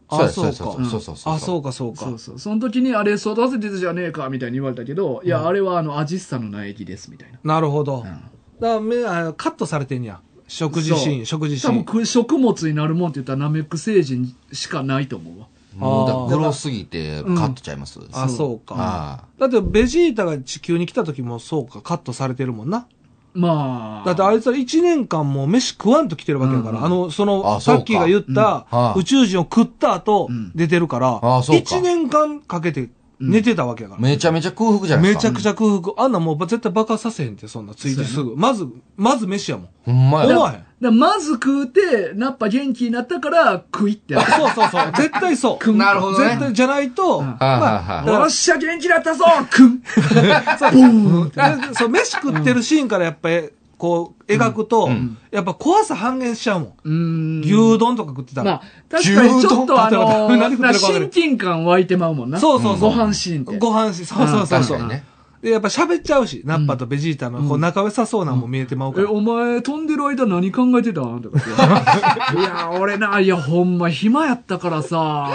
Speaker 3: あ、
Speaker 2: そ
Speaker 3: そうう
Speaker 2: や
Speaker 3: か。
Speaker 2: そうそうそうそうそう
Speaker 3: あ、そうか、そう
Speaker 1: そう
Speaker 3: か。
Speaker 1: そう。その時に、あれ育ててたじゃねえか、みたいに言われたけど、いや、あれはあの、アジッサの苗木です、みたいな。
Speaker 3: なるほど。
Speaker 1: ん
Speaker 3: だからめあの、カットされてんや。食事シーン、食事シ
Speaker 1: 多
Speaker 3: ー
Speaker 1: 分食
Speaker 3: ン。
Speaker 1: 食物になるもんって言ったらナメック星人しかないと思うわ。
Speaker 2: もうだか
Speaker 3: あー
Speaker 2: らグロすぎてカットちゃいます。
Speaker 3: あ、そうか。
Speaker 2: あ
Speaker 3: だって、ベジータが地球に来た時もそうか、カットされてるもんな。
Speaker 1: まあ。
Speaker 3: だってあいつら1年間もう飯食わんと来てるわけだから、
Speaker 1: うん
Speaker 3: あの、その、
Speaker 2: あそうか
Speaker 3: さっきが言った
Speaker 2: うんあ、あ
Speaker 3: 宇宙人を食った後
Speaker 1: うん、
Speaker 3: 出てるから、
Speaker 2: あそうか
Speaker 3: 1年間かけて寝てたわけだ
Speaker 2: あ。
Speaker 3: から。
Speaker 2: めちゃめちゃ空腹じゃないで
Speaker 3: め
Speaker 2: す
Speaker 3: ち
Speaker 2: か。
Speaker 3: ゃくちゃ空腹。あんなもう絶対爆発させへんって、そんな、ついてすぐ。まず、まず飯やもん。
Speaker 2: ほんま
Speaker 1: だ
Speaker 2: や
Speaker 3: 思
Speaker 2: わ。
Speaker 3: わへん。
Speaker 1: だまず食うて、ナッパ元気になったから食いってやる。
Speaker 3: そうそうそう。絶対そう。
Speaker 1: ん
Speaker 2: *laughs* なるほど
Speaker 3: 絶
Speaker 2: ね。
Speaker 3: 対じゃないと、
Speaker 1: うん
Speaker 2: はいはいは
Speaker 1: よっしゃ、元気だったぞくん
Speaker 3: ででそう、飯食ってるシーンからやっぱり、こう、描くと、
Speaker 2: うん
Speaker 3: やっぱ怖さ半減しちゃうもん。
Speaker 1: うーん。
Speaker 3: 牛丼とか食ってた
Speaker 1: ま
Speaker 3: ら
Speaker 1: あ。、確かにちょっとあの
Speaker 3: 牛丼立てる
Speaker 1: な
Speaker 3: 立てる
Speaker 1: 親近感湧いてまうもんな。
Speaker 3: そうそうそう。
Speaker 1: ご飯シーンって。
Speaker 3: ご飯し、そうそうそう
Speaker 2: 確
Speaker 3: そ
Speaker 2: か
Speaker 3: う。
Speaker 2: にね。
Speaker 3: で、やっぱ喋っちゃうし、ナッパとベジータの、こう、仲良さそうなんも見えてまうか
Speaker 1: え、
Speaker 3: ら。
Speaker 1: お前、飛んでる間何考えてたんとか *laughs* って。いや、俺な、いや、ほんま暇やったからさ、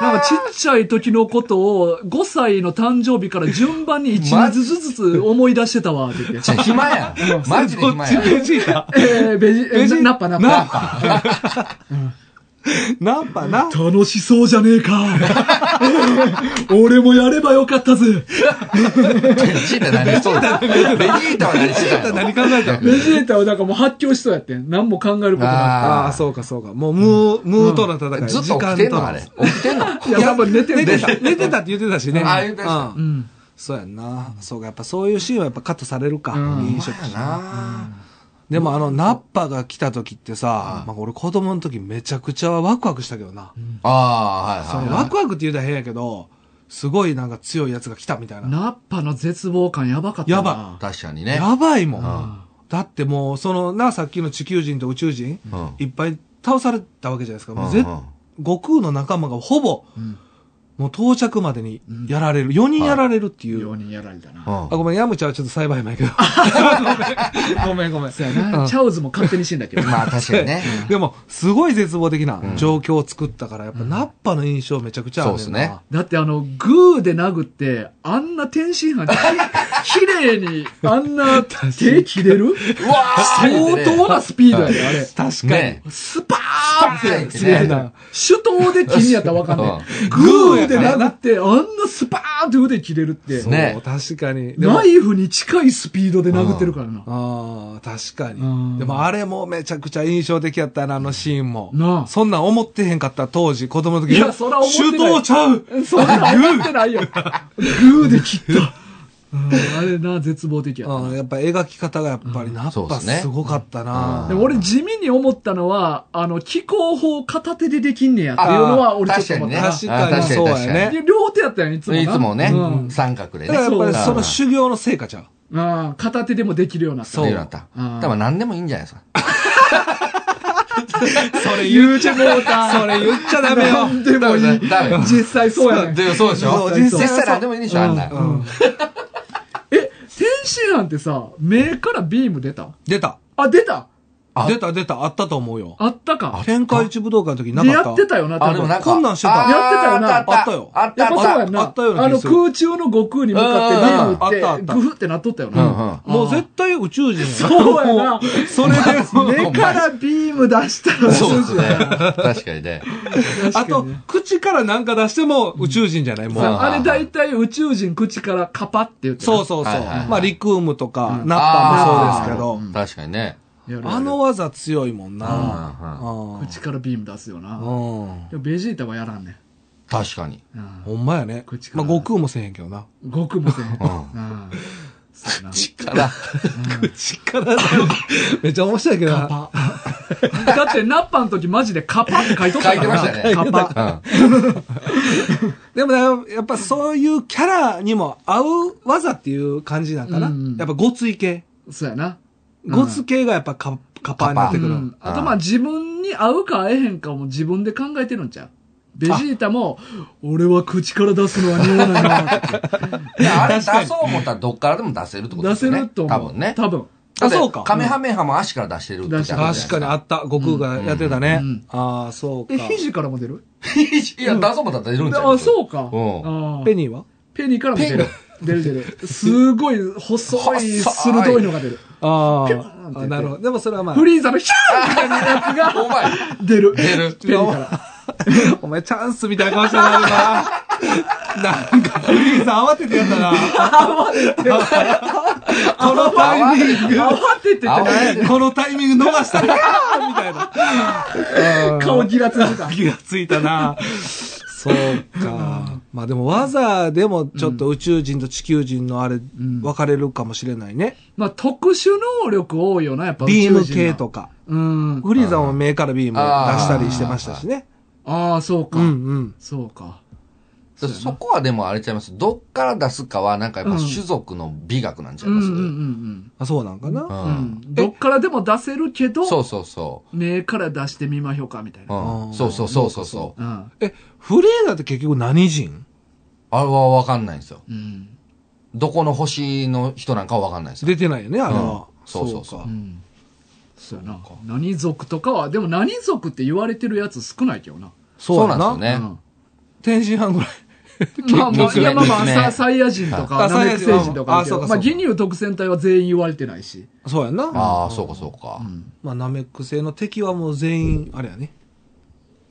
Speaker 1: なんかちっちゃい時のことを5歳の誕生日から順番に1
Speaker 2: マ
Speaker 1: 日
Speaker 2: ジ
Speaker 1: ずつ思い出してたわ、って言っ
Speaker 2: じ
Speaker 1: て
Speaker 2: ゃ。あ暇や。マジで
Speaker 3: こ
Speaker 2: 暇
Speaker 3: っち
Speaker 2: や。
Speaker 3: ベジータ。
Speaker 1: えー、ベジ、え
Speaker 3: ベジ
Speaker 1: ー、ナッパナッ
Speaker 3: ナッ
Speaker 1: パ。
Speaker 3: パ。ナッパな。
Speaker 1: 楽しそうじゃねえか。俺もやればよかったぜ。
Speaker 2: ベジータ何しとんのベジータは *laughs* 何してたの
Speaker 3: 何考えたの
Speaker 1: ベジータはなんかもう発狂しそうやってん。何も考えることな
Speaker 3: ああ、そうかそうか。もう、ムー、ムーとの戦い。
Speaker 2: ずっと起
Speaker 3: 時
Speaker 2: き
Speaker 3: 間
Speaker 2: てん
Speaker 3: と
Speaker 2: のあれ。起きてんの
Speaker 1: く。いや、多分寝てる
Speaker 3: 寝
Speaker 1: で
Speaker 3: て
Speaker 1: しょ
Speaker 3: た、。寝てたって言ってたしね。
Speaker 2: あ言ってた
Speaker 3: う
Speaker 1: うんん。
Speaker 3: そうやんな。そうか、やっぱそういうシーンはやっぱカットされるか。
Speaker 1: うん
Speaker 3: 飲食
Speaker 2: やな
Speaker 3: でもあの、ナッパが来た時ってさ、まあ俺子供の時めちゃくちゃワクワクしたけどな。
Speaker 2: ああ、
Speaker 3: そ
Speaker 2: はい
Speaker 3: の
Speaker 2: はいは
Speaker 3: ワ
Speaker 2: い。
Speaker 3: クワクって言うたら変やけど、すごいなんか強いやつが来たみたいな。
Speaker 1: ナッパの絶望感やばかったな。
Speaker 3: やば
Speaker 2: 確かにね。
Speaker 3: やばいも
Speaker 2: うん
Speaker 3: ん。だってもう、そのな、さっきの地球人と宇宙人、
Speaker 2: うん
Speaker 3: いっぱい倒されたわけじゃないですか。もう
Speaker 2: うん
Speaker 3: ぜ
Speaker 2: うん
Speaker 3: 悟空の仲間がほぼ、
Speaker 1: ん
Speaker 3: もう到着までにやられる。4人やられるっていう。
Speaker 1: 4人やられたな。
Speaker 3: あ、ごめん、ヤムチャはちょっと栽培前やけど。ごめん、ごめん。
Speaker 1: そうやな、
Speaker 3: うん
Speaker 1: チャオズも勝手に死んだけど。
Speaker 2: まあ確かにね。
Speaker 3: *laughs* でも、すごい絶望的な状況を作ったから、やっぱ、ナッパの印象めちゃくちゃある
Speaker 2: そうっすね
Speaker 1: だってあの、グーで殴って、あんな天津飯、き *laughs* 綺麗に、あんな手切れる
Speaker 2: うわー
Speaker 1: 相当なスピードやで、あれ。
Speaker 3: 確かに。
Speaker 2: ね。
Speaker 1: スパーンって
Speaker 2: ス
Speaker 1: 切
Speaker 2: パーン
Speaker 1: れて
Speaker 2: って
Speaker 3: ね
Speaker 1: た。手刀で切んねやったらわかんね
Speaker 2: うん
Speaker 1: ん。グーで殴って、あんなスパーンって腕切れるって
Speaker 3: そう、。
Speaker 2: ね
Speaker 3: 確かに。でも
Speaker 1: ナイフに近いスピードで殴ってるからな。
Speaker 3: ああ、確か
Speaker 1: う
Speaker 3: に。
Speaker 1: ん
Speaker 3: でもあれもめちゃくちゃ印象的やったな、あのシーンも。
Speaker 1: なあ
Speaker 3: そんなん思ってへんかった、当時、子供の時。
Speaker 1: いやそら思ってない
Speaker 3: 手刀ちゃう
Speaker 1: そんな思ってないよ。グーで切った。うんあれな、絶望的やった
Speaker 3: う
Speaker 1: な。
Speaker 3: ん、やっぱ描き方がやっぱりナ
Speaker 2: そ
Speaker 3: ッ
Speaker 2: うっ
Speaker 3: パ
Speaker 2: すね
Speaker 3: すごかったな。
Speaker 1: でも俺地味に思ったのは、あの、気候法片手でできんねやっていうのは俺ちょっと思っ
Speaker 2: あ
Speaker 1: た
Speaker 2: ー
Speaker 1: な。
Speaker 3: 確か
Speaker 2: あ確
Speaker 3: に
Speaker 2: かに
Speaker 3: そうや
Speaker 2: 確か
Speaker 3: ね。
Speaker 1: で両手やったよね、いつもな。
Speaker 2: いつもね
Speaker 1: う、ん
Speaker 2: 三角で
Speaker 3: だ
Speaker 2: ね。
Speaker 3: からやっぱりそ
Speaker 2: うん
Speaker 3: の修行の成果ちゃう。
Speaker 1: あー片手でもできるようになった。
Speaker 2: そううなった。
Speaker 1: うん
Speaker 2: 多分何でもいいんじゃないですか。
Speaker 3: それ言うちゃもう
Speaker 1: た
Speaker 3: それ言っちゃダメ
Speaker 1: な
Speaker 3: よ。
Speaker 1: んでもいい。
Speaker 2: ダメダメ
Speaker 1: 実際そうやねん。
Speaker 2: *laughs* でそうでしょ
Speaker 3: そう
Speaker 2: 実
Speaker 3: 実
Speaker 1: 際
Speaker 2: 際何でもいいでしょ、あんな。
Speaker 3: うん
Speaker 1: え、天津飯ってさ、目からビーム出た
Speaker 3: 出た。
Speaker 1: あ、出た
Speaker 2: あ
Speaker 3: 出た出た。あったと思うよ。
Speaker 1: あったか。
Speaker 3: 天下一武道館の時にな
Speaker 1: で、
Speaker 3: かっ
Speaker 1: や
Speaker 3: た。
Speaker 1: ってたよな、
Speaker 2: あ、でもなんか。
Speaker 3: こんなんしてた
Speaker 2: あー
Speaker 1: やってたよな
Speaker 2: あ
Speaker 3: あ
Speaker 2: っ
Speaker 3: ったた
Speaker 2: よ
Speaker 3: よ。
Speaker 2: あっ
Speaker 1: や
Speaker 2: た
Speaker 1: っぱそうやん
Speaker 3: あ
Speaker 1: な。
Speaker 3: ったような
Speaker 1: あ
Speaker 3: 気が
Speaker 1: の
Speaker 3: する
Speaker 1: 空中の悟空に向かってビ
Speaker 3: うんうんうんあったあ
Speaker 1: ーム
Speaker 3: っ
Speaker 1: ったて、グフってなっとったよ
Speaker 2: うんうん
Speaker 1: な。
Speaker 3: もう絶対宇宙人や
Speaker 1: そうやな
Speaker 3: もうそれで、
Speaker 1: *laughs* 目からビーム出したら
Speaker 2: そ
Speaker 1: 宇
Speaker 2: うで
Speaker 1: 宙
Speaker 2: す
Speaker 1: 人 *laughs*
Speaker 2: ね
Speaker 1: やな。。
Speaker 2: 確かにね。
Speaker 3: あと、口からなんか出しても宇宙人じゃないも
Speaker 2: そう
Speaker 3: う。
Speaker 1: あれ大体宇宙人口からカパって言ってな
Speaker 3: そうそう
Speaker 2: は
Speaker 3: そ
Speaker 2: いうはいはい。
Speaker 3: まあ、リクームとか、ナッパ
Speaker 2: あ
Speaker 3: もそうですけど
Speaker 2: ー、確かにね。
Speaker 1: やるやる
Speaker 3: あの技強いもん
Speaker 2: うんう
Speaker 3: な。うんん。
Speaker 1: 口からビーム出すよ
Speaker 3: う
Speaker 1: な。
Speaker 3: ん。
Speaker 1: でもベジータはやらんね
Speaker 2: 確かに。
Speaker 1: んうん。
Speaker 3: ほんまやね。
Speaker 1: 口か
Speaker 3: ま
Speaker 1: ら
Speaker 3: あ、悟空もせえへんけどな。
Speaker 1: 悟空もせん。うんんそう
Speaker 2: *laughs*
Speaker 1: やな
Speaker 2: 力。
Speaker 3: 口から出す *laughs* めっちゃ面白いけどな。
Speaker 1: だってナッパの時マジでカパって書いとったからな
Speaker 2: 書いてましたね
Speaker 1: カパ。
Speaker 2: うん
Speaker 3: でもね、やっぱそういうキャラにも合う技っていう感じなんかな。
Speaker 1: うん
Speaker 3: やっぱごつい系。
Speaker 1: そうやな。うん
Speaker 3: ごつ系がやっぱカカパーになってく
Speaker 1: う
Speaker 3: る。
Speaker 1: んあとまあ自分に合うか合えへんかも自分で考えてるんちゃうベジータも、俺は口から出すのは似合わない *laughs* なって。
Speaker 2: いや、あれ出そう思ったらどっからでも出せるってことで
Speaker 1: 出
Speaker 2: すよ
Speaker 1: せ
Speaker 2: ね。
Speaker 1: ると思
Speaker 2: 多
Speaker 1: う。
Speaker 2: 分ね。
Speaker 1: 多分。
Speaker 3: あ、そうか。
Speaker 2: カメハメハも足から出してるって言ってたじゃないです
Speaker 3: 確かにあった。悟空がやってたね。
Speaker 1: うんうん
Speaker 3: ああ、そうか
Speaker 1: え、。肘からも出る
Speaker 2: いや、出そう思ったら出るんじゃない
Speaker 1: あ、そうか。
Speaker 2: うん
Speaker 1: あー
Speaker 3: ペニーは
Speaker 1: ペニーからも出る。出る出る。すごい、細い、
Speaker 2: 細い
Speaker 1: 鋭いのが出る。
Speaker 3: あ
Speaker 1: ピューンって言っ
Speaker 3: あ、
Speaker 1: て
Speaker 3: なるほど。でもそれはまあ
Speaker 1: フ、リーザのヒャーみたいなやつ *laughs* が
Speaker 2: お前、
Speaker 1: 出る。
Speaker 2: 出る
Speaker 1: ペニーから。
Speaker 3: お前チャンスみたいな顔してたな、今。なんか、フリーさん慌ててやったな。このタイミング、
Speaker 1: 慌ててて
Speaker 2: 慌て
Speaker 1: ね、
Speaker 2: て
Speaker 3: このタイミング逃したな、みたいな。
Speaker 1: 顔ギラついてた。
Speaker 3: 気がついたな。 *laughs* そうか。まあでも技でもちょっと宇宙人と地球人のあれ、
Speaker 1: ん
Speaker 3: 分かれるかもしれないね。
Speaker 1: まあ、特殊能力多いよな、やっぱ宇宙
Speaker 3: ビー
Speaker 1: 人は。
Speaker 3: ム系とか。
Speaker 1: うん。
Speaker 3: フリーザも目からビーム出したりしてましたしね。
Speaker 1: ああ、そうか。
Speaker 3: うんうん。
Speaker 1: そうか。
Speaker 2: そそこはでもあれちゃいます。どっから出すかは、なんかやっぱ種族の美学なんちゃ
Speaker 1: う
Speaker 2: い
Speaker 1: んうん
Speaker 2: ます、
Speaker 1: うんうん。
Speaker 3: あ、そうなんかな。
Speaker 1: う
Speaker 2: うん
Speaker 1: ん、どっからでも出せるけど、
Speaker 2: そうそうそ。
Speaker 1: 目から出してみまひょかみたいうな。
Speaker 2: う
Speaker 3: あー
Speaker 2: ん、そうそうそうそうそう。
Speaker 1: うん。
Speaker 3: え、フリーザって結局何人
Speaker 2: あれはわかんないんですよ。
Speaker 1: うん。
Speaker 2: どこの星の人なんかはわかんないんですよ。
Speaker 3: 出てないよね、あれは。
Speaker 2: うんそうそうそう
Speaker 3: か
Speaker 1: うん。そうやな。何族とかは、でも何族って言われてるやつ少ないけどな。
Speaker 2: そ
Speaker 3: そうう
Speaker 2: な
Speaker 3: なんん
Speaker 2: で
Speaker 3: ですす
Speaker 2: よ
Speaker 3: よね。
Speaker 2: ね。
Speaker 3: 天津飯ぐらい。 *laughs*
Speaker 1: まあまあ、
Speaker 2: 結局
Speaker 1: いやまあまあ、
Speaker 2: ね
Speaker 1: ササイヤ人とか、
Speaker 3: あ
Speaker 1: ナメック星人とかあるけ
Speaker 3: サイヤ人はあそう
Speaker 1: ど、まあ、
Speaker 3: かそうか
Speaker 1: ギニュー特選隊は全員言われてないし。
Speaker 3: そうやんな。
Speaker 2: ああ、そうかそうか。
Speaker 3: まあ、ナメック星の敵はもう全員、あれやね。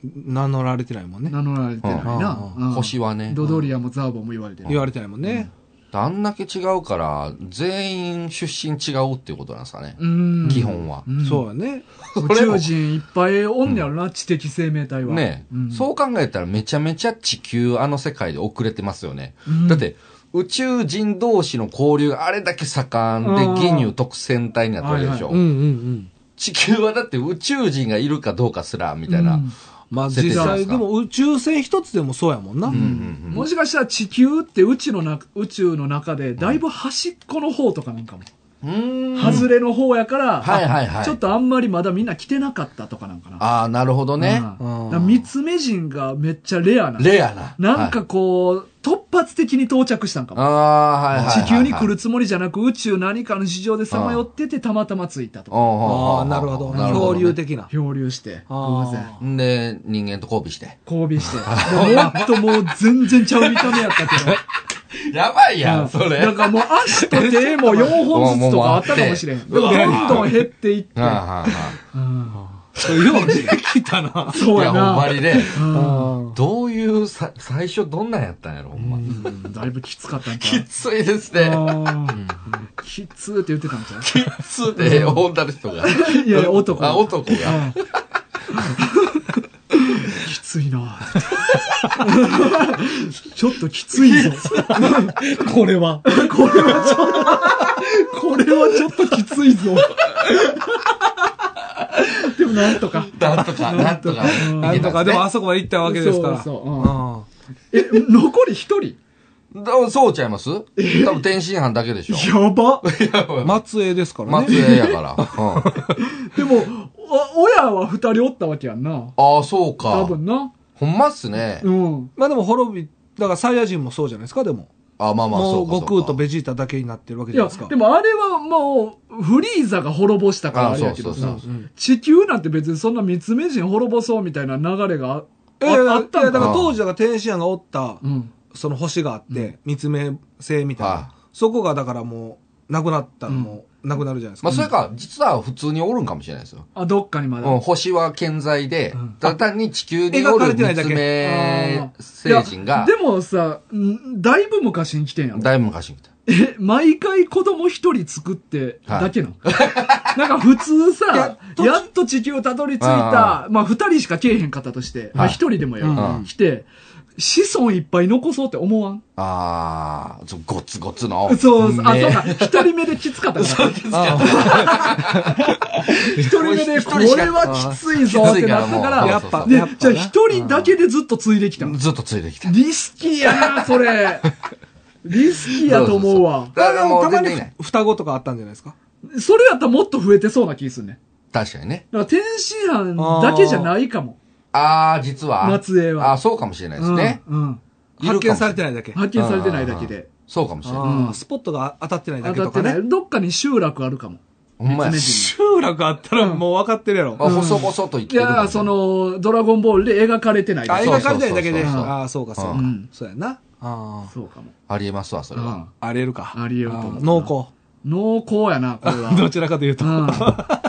Speaker 3: 名乗られてないもんね。
Speaker 1: 名乗られてないな。
Speaker 3: う
Speaker 1: うん
Speaker 2: 星はね。
Speaker 1: ドドリアもザーボンも言われてない。
Speaker 3: 言われてないもんね。
Speaker 2: あんだけ違うから、全員出身違うっていうことなんですかね。
Speaker 1: うん。
Speaker 2: 基本は。
Speaker 1: うん
Speaker 3: そうやね。
Speaker 1: 宇宙人いっぱいおんねやろな、知的生命体は。
Speaker 2: ねえ、
Speaker 1: うん
Speaker 2: そう考えたらめちゃめちゃ地球あの世界で遅れてますよね。だって、宇宙人同士の交流があれだけ盛んで、ギニュー特選隊になったわけでしょ、
Speaker 1: は
Speaker 3: うんうんうん。
Speaker 2: 地球はだって宇宙人がいるかどうかすら、みたいな。
Speaker 1: うん
Speaker 3: まあ、
Speaker 2: 設定
Speaker 3: 実
Speaker 2: じゃないで
Speaker 3: 際、
Speaker 2: す
Speaker 3: で
Speaker 2: か
Speaker 3: も宇宙船一つでもそうやもんな。
Speaker 1: もしかしたら地球って宇宙のな宇宙の中でだいぶ端っこの方とかなんかも。
Speaker 2: うん。
Speaker 1: 外れの方やから、
Speaker 2: はいはいはい
Speaker 1: ちょっとあんまりまだみんな来てなかったとかなんかな。
Speaker 2: ああ、なるほどね。
Speaker 1: うんだから三つ目人がめっちゃレアな。
Speaker 2: レアな。
Speaker 1: なんかこう、突発的に到着したんかも。
Speaker 2: はい、ああー、はいはいはいはい。
Speaker 1: 地球に来るつもりじゃなく宇宙何かの市場でさまよっててたまたま着いたとか。
Speaker 2: あ
Speaker 3: ああ、なるほど。
Speaker 2: ね
Speaker 3: 漂流的な。
Speaker 1: 漂流して、
Speaker 3: あー
Speaker 1: 偶然。
Speaker 2: で、人間と交尾して。
Speaker 1: 交尾
Speaker 2: *laughs*
Speaker 1: して。でもっともう全然ちゃう見た目やったけど。
Speaker 2: やばいや
Speaker 1: うん
Speaker 2: ん、それ。
Speaker 1: だからもう足と手も4本ずつとかあったかもしれん。だか
Speaker 2: もうもうあって
Speaker 1: らどんどん減っていって
Speaker 2: うん。
Speaker 1: うん
Speaker 3: そういうできたな。
Speaker 2: *laughs* うんう
Speaker 1: そ
Speaker 2: ん。
Speaker 1: う
Speaker 2: いや、
Speaker 1: や
Speaker 2: ほんま
Speaker 1: な。
Speaker 2: にね。
Speaker 1: うん
Speaker 2: どういう、さ、最初どんなんやったんやろ、ほんま。
Speaker 1: うんだいぶきつかったんちゃ
Speaker 2: き
Speaker 1: う
Speaker 2: ついですね。
Speaker 1: うんきつーって言ってたんちゃ
Speaker 2: きつで、女の人が。
Speaker 1: ういやいや、男。
Speaker 2: あ、男が。
Speaker 1: きついなちょっときついぞ。
Speaker 3: これは。
Speaker 1: これはちょっと、これはちょっときついぞ。でもなんとか。
Speaker 2: なんとか、なんとか。
Speaker 3: ないん
Speaker 2: けた
Speaker 3: とか、
Speaker 2: んで
Speaker 3: ですも
Speaker 2: ね
Speaker 3: あそこまで行ったわけですか
Speaker 1: そ
Speaker 3: ら。
Speaker 1: うそう
Speaker 3: う
Speaker 1: うん
Speaker 3: ん。
Speaker 1: え、残り一
Speaker 2: *laughs*
Speaker 1: 人
Speaker 2: だそうちゃいます多分天津飯だけでしょ。
Speaker 1: やば。
Speaker 3: 松江ですから
Speaker 2: 松
Speaker 3: ね。
Speaker 2: 江やから。うん
Speaker 1: でも、お親は二人おったわけやんな。
Speaker 2: ああ、そう
Speaker 1: 多
Speaker 2: か。
Speaker 1: 分な。
Speaker 2: ほんまっすね。
Speaker 1: うん。
Speaker 3: まあでも滅び、だからサイヤ人もそうじゃないですか、でも。
Speaker 2: あまあまあ、
Speaker 3: も
Speaker 2: そううかそう
Speaker 3: 悟
Speaker 2: か。
Speaker 3: 空とベジータだけになってるわけ
Speaker 1: い
Speaker 3: じゃな
Speaker 1: や
Speaker 3: いですか、。
Speaker 1: でもあれはもう、フリーザが滅ぼしたからあれやけど
Speaker 2: あ
Speaker 1: さ
Speaker 2: そうそう
Speaker 3: う。ん
Speaker 1: 地球なんて別にそんな三つ目人滅ぼそうみたいな流れがあ
Speaker 3: いやいや
Speaker 1: ああったんだ
Speaker 3: いやだから当時だから天使屋がおった、
Speaker 1: うん。
Speaker 3: その星があって、三つ目星みたいな、
Speaker 2: は
Speaker 3: そこがだからもう、なくなったらもう、なくなるじゃないですか。
Speaker 2: まあ、それか、実は普通におるんかもしれないですよ。
Speaker 1: あ、どっかにまだ。
Speaker 2: うん、星は健在で
Speaker 1: うん、
Speaker 2: ただ単に地球にお
Speaker 3: 描か
Speaker 2: る
Speaker 3: れてない
Speaker 2: 三
Speaker 3: だ
Speaker 2: つ
Speaker 3: け
Speaker 2: 目星人が
Speaker 1: いや、でもさ、んだいぶ昔に来てんやろ。
Speaker 2: だいぶ昔みたい。
Speaker 1: え、毎回子供一人作って、
Speaker 2: はい
Speaker 1: だけなの *laughs* なんか普通
Speaker 3: い
Speaker 1: さ
Speaker 3: や、途中
Speaker 1: やっと地球たどり着い
Speaker 2: あ
Speaker 1: た、まあ二人しか来えへんかったとして、まあ
Speaker 2: はい
Speaker 1: 一人でもよ
Speaker 2: うん、
Speaker 1: 来て、子孫いっぱい残そうって思わん
Speaker 2: ああ、そうごつごつの。
Speaker 1: *laughs* そうそう、あ、
Speaker 2: ね
Speaker 1: そうか、一人目できつかったから。
Speaker 3: あ
Speaker 1: *laughs* 一人目で、
Speaker 2: 一
Speaker 1: こ
Speaker 2: 人しか
Speaker 1: れはきついぞってなったか
Speaker 2: う
Speaker 3: あ
Speaker 1: ら
Speaker 2: ん、
Speaker 3: や
Speaker 2: き
Speaker 3: っぱ、
Speaker 1: で
Speaker 3: やっぱ、ね
Speaker 1: じゃあ一人だけでずっと継いできたの。
Speaker 2: ずっとついてきた。
Speaker 1: リスキーやな、それ。リスキーやと思うわ。
Speaker 2: だからもう
Speaker 3: た
Speaker 2: 全
Speaker 3: まに
Speaker 2: 然いない。
Speaker 3: 双子とかあったんじゃないですか。
Speaker 1: それやったらもっと増えてそうな気するね。
Speaker 2: 確かにね。
Speaker 1: だから天津飯だけじゃないかも。
Speaker 2: ああ、実は。
Speaker 1: 松江は
Speaker 2: あーそうかもしれないです
Speaker 1: うん
Speaker 2: ね。
Speaker 1: うん。
Speaker 2: いる
Speaker 3: 発
Speaker 2: かも
Speaker 3: 見されてないだけ。
Speaker 1: 発見されてないだけで。
Speaker 2: そうかもしれない。
Speaker 3: あ
Speaker 1: う
Speaker 3: あ
Speaker 1: ん
Speaker 3: スポットが当たってないだ
Speaker 1: 当
Speaker 3: け
Speaker 1: た
Speaker 3: と
Speaker 1: って
Speaker 3: か
Speaker 1: な
Speaker 3: ね。
Speaker 1: い。どっかに集落あるかも。
Speaker 2: ほんま
Speaker 1: 別
Speaker 2: や。
Speaker 1: 々に
Speaker 2: シ
Speaker 3: 集落あったらもう分かってるやろ。
Speaker 2: ュあ、細々と生き
Speaker 1: い
Speaker 2: てるかもしれな
Speaker 1: やー、そ、の、ドラゴンボールで描かれてないだ
Speaker 3: あ、
Speaker 1: け
Speaker 2: そう
Speaker 3: 描かれてないだけで。
Speaker 2: そうそうそうそう
Speaker 3: ああ、そうか、そうか。
Speaker 1: うん
Speaker 3: そうやな。あ
Speaker 1: そうかも。
Speaker 2: ありえますわ、それは。
Speaker 3: あ。ありえるか。
Speaker 1: ありえると思う
Speaker 3: ああ濃
Speaker 1: 濃厚やな、これ
Speaker 2: *laughs*
Speaker 1: は
Speaker 3: 厚。。どちらかというと。
Speaker 1: うん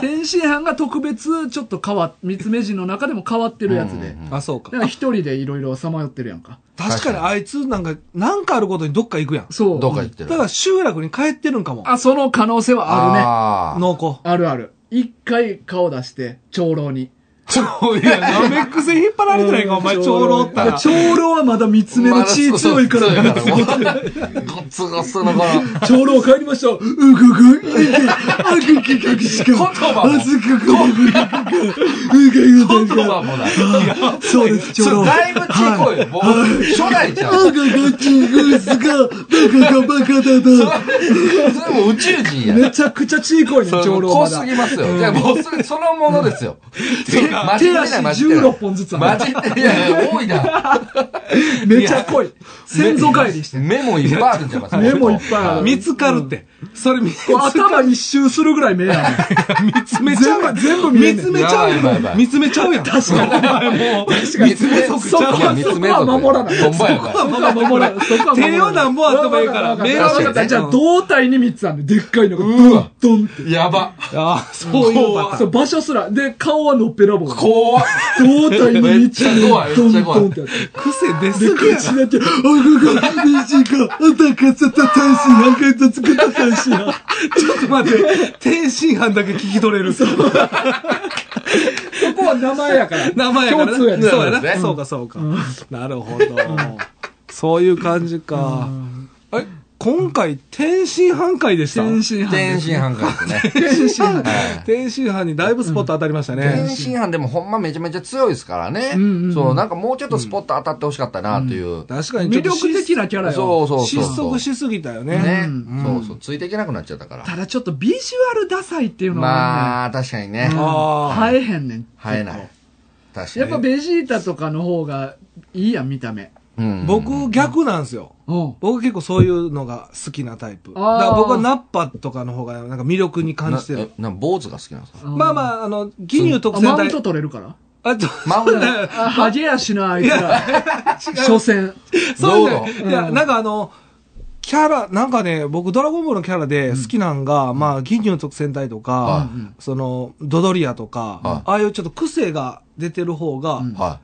Speaker 1: 天津飯が特別、ちょっと変わっ、三つ目人の中でも変わってるやつで
Speaker 2: うんうん。うん
Speaker 3: あ、そう
Speaker 1: だか
Speaker 3: か。
Speaker 1: ら一人でいろいろさまよってるやんか。
Speaker 3: 確かにあいつなんか、なんかあることにどっか行くやん。
Speaker 1: そう。
Speaker 2: どっか行って
Speaker 3: だ
Speaker 2: る。
Speaker 3: から集落に帰ってるんかも。
Speaker 1: あ、その可能性はあるね。
Speaker 2: あ *laughs* ー
Speaker 3: 濃厚。
Speaker 1: あるある。一回顔出して、長老に。
Speaker 3: そういや、ナメック星引っ張られてないか、お前、長老ったら。
Speaker 1: 長老はまだ三つ目の血強いから、
Speaker 2: まだそうそう強いからもうごつごつのこの。
Speaker 1: 長老帰りました。うぐぐ、うぐぐ、あぐぐぐぐしか。言
Speaker 2: 葉も
Speaker 1: あずぐぐぐぐぐぐ、うぐぐぐぐ
Speaker 2: 言葉もない。
Speaker 1: そうです、
Speaker 2: そ
Speaker 1: 長老。
Speaker 2: れだいぶちっこいよ。もう、初代ちゃう。
Speaker 1: あぐぐちぐすが、バカがバカだだ。
Speaker 2: それもう宇宙人や。
Speaker 1: めちゃくちゃちいこいね、
Speaker 2: それ
Speaker 1: 長老
Speaker 2: 濃
Speaker 1: ますだ。
Speaker 2: ぎますよ。いや、もうそれそのものですよ。マジ
Speaker 1: 手
Speaker 2: で
Speaker 1: 足
Speaker 2: ない、マジでな
Speaker 1: 16
Speaker 2: い。
Speaker 1: 本ずつあ
Speaker 2: マ
Speaker 1: る。
Speaker 2: ジで、いやいや、多いな。
Speaker 1: めちゃ濃い。先祖返りしてる。
Speaker 2: 目もいっぱいあるんじゃないですか。
Speaker 1: 目もいっぱいある
Speaker 3: 見つかるって。それ見つ
Speaker 1: こう
Speaker 3: かる。
Speaker 1: 頭一周するぐらい目やねん。
Speaker 3: 見つめちゃうやん。
Speaker 1: 全部全部見えんね
Speaker 3: 見
Speaker 1: ん
Speaker 3: つめちゃう
Speaker 2: やばいやばいや
Speaker 3: や
Speaker 2: ば
Speaker 3: ん。
Speaker 2: い
Speaker 3: 見つめちゃうやん。確かに。お前もう、
Speaker 2: 三つ目
Speaker 1: そこ
Speaker 2: いや
Speaker 1: は、そ
Speaker 2: 三つ
Speaker 1: こ
Speaker 2: 目族
Speaker 1: は守らない。
Speaker 2: ほ
Speaker 1: そ
Speaker 2: ん
Speaker 1: こ
Speaker 2: まやばい。
Speaker 1: は守らない。そこは守らない。
Speaker 3: 手を何本あってもいいから
Speaker 1: 目
Speaker 2: 目は
Speaker 1: はじゃあ、胴体に3つあるね。でっかいのが、
Speaker 2: うわ
Speaker 1: ドンって。
Speaker 2: やば。
Speaker 3: ああ、そういうパタ
Speaker 1: そ
Speaker 3: ー
Speaker 1: う、
Speaker 3: ン。
Speaker 1: 場所すら。で、顔はのっぺらぼう。胴
Speaker 2: 怖っ。
Speaker 1: 体に3つある
Speaker 2: めっちゃ怖い
Speaker 1: ド
Speaker 2: めっ
Speaker 1: ン
Speaker 2: ちゃ怖
Speaker 1: ド
Speaker 2: い
Speaker 1: ンってやつ。
Speaker 3: 癖出
Speaker 1: です
Speaker 3: ぎや
Speaker 1: 口だけ、あぐが、短が、あたかさたたいし、あがたつくたたいしな。
Speaker 3: ちょっと待って、天津飯だけ聞き取れる。
Speaker 1: そこは名前やから。
Speaker 3: 名前やからな
Speaker 1: 共通やね
Speaker 3: そ
Speaker 2: そう
Speaker 3: うや
Speaker 2: です
Speaker 3: な。
Speaker 2: ね
Speaker 3: そうか、そうか。なるほど。そういう感じか。え、今回、天津飯会でした。
Speaker 1: 天津飯で
Speaker 2: 天
Speaker 1: す
Speaker 2: 津飯がですね。
Speaker 1: 天津飯
Speaker 2: はい
Speaker 3: 天津飯にだいぶスポット当たりました
Speaker 2: 天
Speaker 3: ね。
Speaker 2: 津飯でもほんまめちゃめちゃ強いですからね。
Speaker 1: うんうんうん
Speaker 2: そう、なんかもうちょっとスポット当たってほしかったなという。
Speaker 3: 確かにち
Speaker 1: 魅
Speaker 3: ょっと
Speaker 1: 力的なキャラ
Speaker 2: そ
Speaker 1: よ
Speaker 2: うそうそう。
Speaker 3: 失速しすぎたよね。
Speaker 2: ね、
Speaker 1: うん
Speaker 2: そうそう、ついていけなくなっちゃったから。
Speaker 1: ただちょっとビジュアルダサいっていうのは
Speaker 2: まあ、確かに
Speaker 1: ね、
Speaker 2: ね
Speaker 1: う。ん
Speaker 3: あー
Speaker 1: 映えへんねん
Speaker 2: 生えない。確か
Speaker 1: や
Speaker 2: に。
Speaker 1: っぱベジータとかの方がいいやん見た目
Speaker 2: うん
Speaker 3: 僕、逆なんですよ。
Speaker 1: うん
Speaker 3: 僕結構そういうのが好きなタイプ。だ
Speaker 1: あー
Speaker 3: から僕はナッパとかの方がなんか魅力に感じてる。
Speaker 2: なえな坊主が好きなんですか
Speaker 3: まあま
Speaker 1: あ
Speaker 3: あ、あの、ギニュー特
Speaker 1: マ
Speaker 3: 選
Speaker 1: ウン
Speaker 3: 隊
Speaker 1: ト。取れるから
Speaker 3: あと、
Speaker 2: マ
Speaker 3: *laughs*
Speaker 2: ウント
Speaker 1: あハゲやしなあいつら所
Speaker 3: *laughs*
Speaker 1: 詮
Speaker 3: そうじゃ
Speaker 2: どう
Speaker 3: ない
Speaker 2: ぞ
Speaker 3: いや、なんかあの、キャラ、なんかね、僕、ドラゴンボールのキャラで好きなんが、まあ、銀魚の特戦隊と
Speaker 2: は
Speaker 3: か、その、ドドリアとか、
Speaker 2: はい
Speaker 3: ああいうちょっと癖が出てる方が
Speaker 1: うん
Speaker 2: は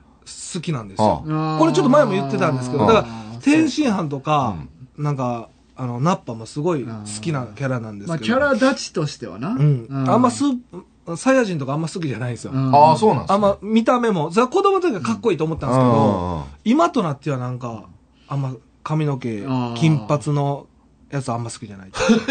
Speaker 3: 好きなんですよ。
Speaker 2: う
Speaker 1: あー
Speaker 3: これちょっと前も言ってたんですけど、
Speaker 2: あー
Speaker 3: だから、天津飯とか、なんか、あの、ナッパもすごい
Speaker 1: あ
Speaker 3: 好
Speaker 1: ー
Speaker 3: きなキャラなんですけど。
Speaker 1: まあキャラ立ちとしてはな
Speaker 3: うん。
Speaker 1: う
Speaker 3: あんまスー、サイヤ人とかあんま好きじゃないんですよ。
Speaker 2: い。ああ、そうなんですか
Speaker 3: あんま見た目も、それは子供の時はかっこいいと思ったんですけど、
Speaker 2: うんうんうん
Speaker 3: 今となってはなんか、あんま髪の毛
Speaker 1: あー、
Speaker 3: 金髪のやつあんま好きじゃない。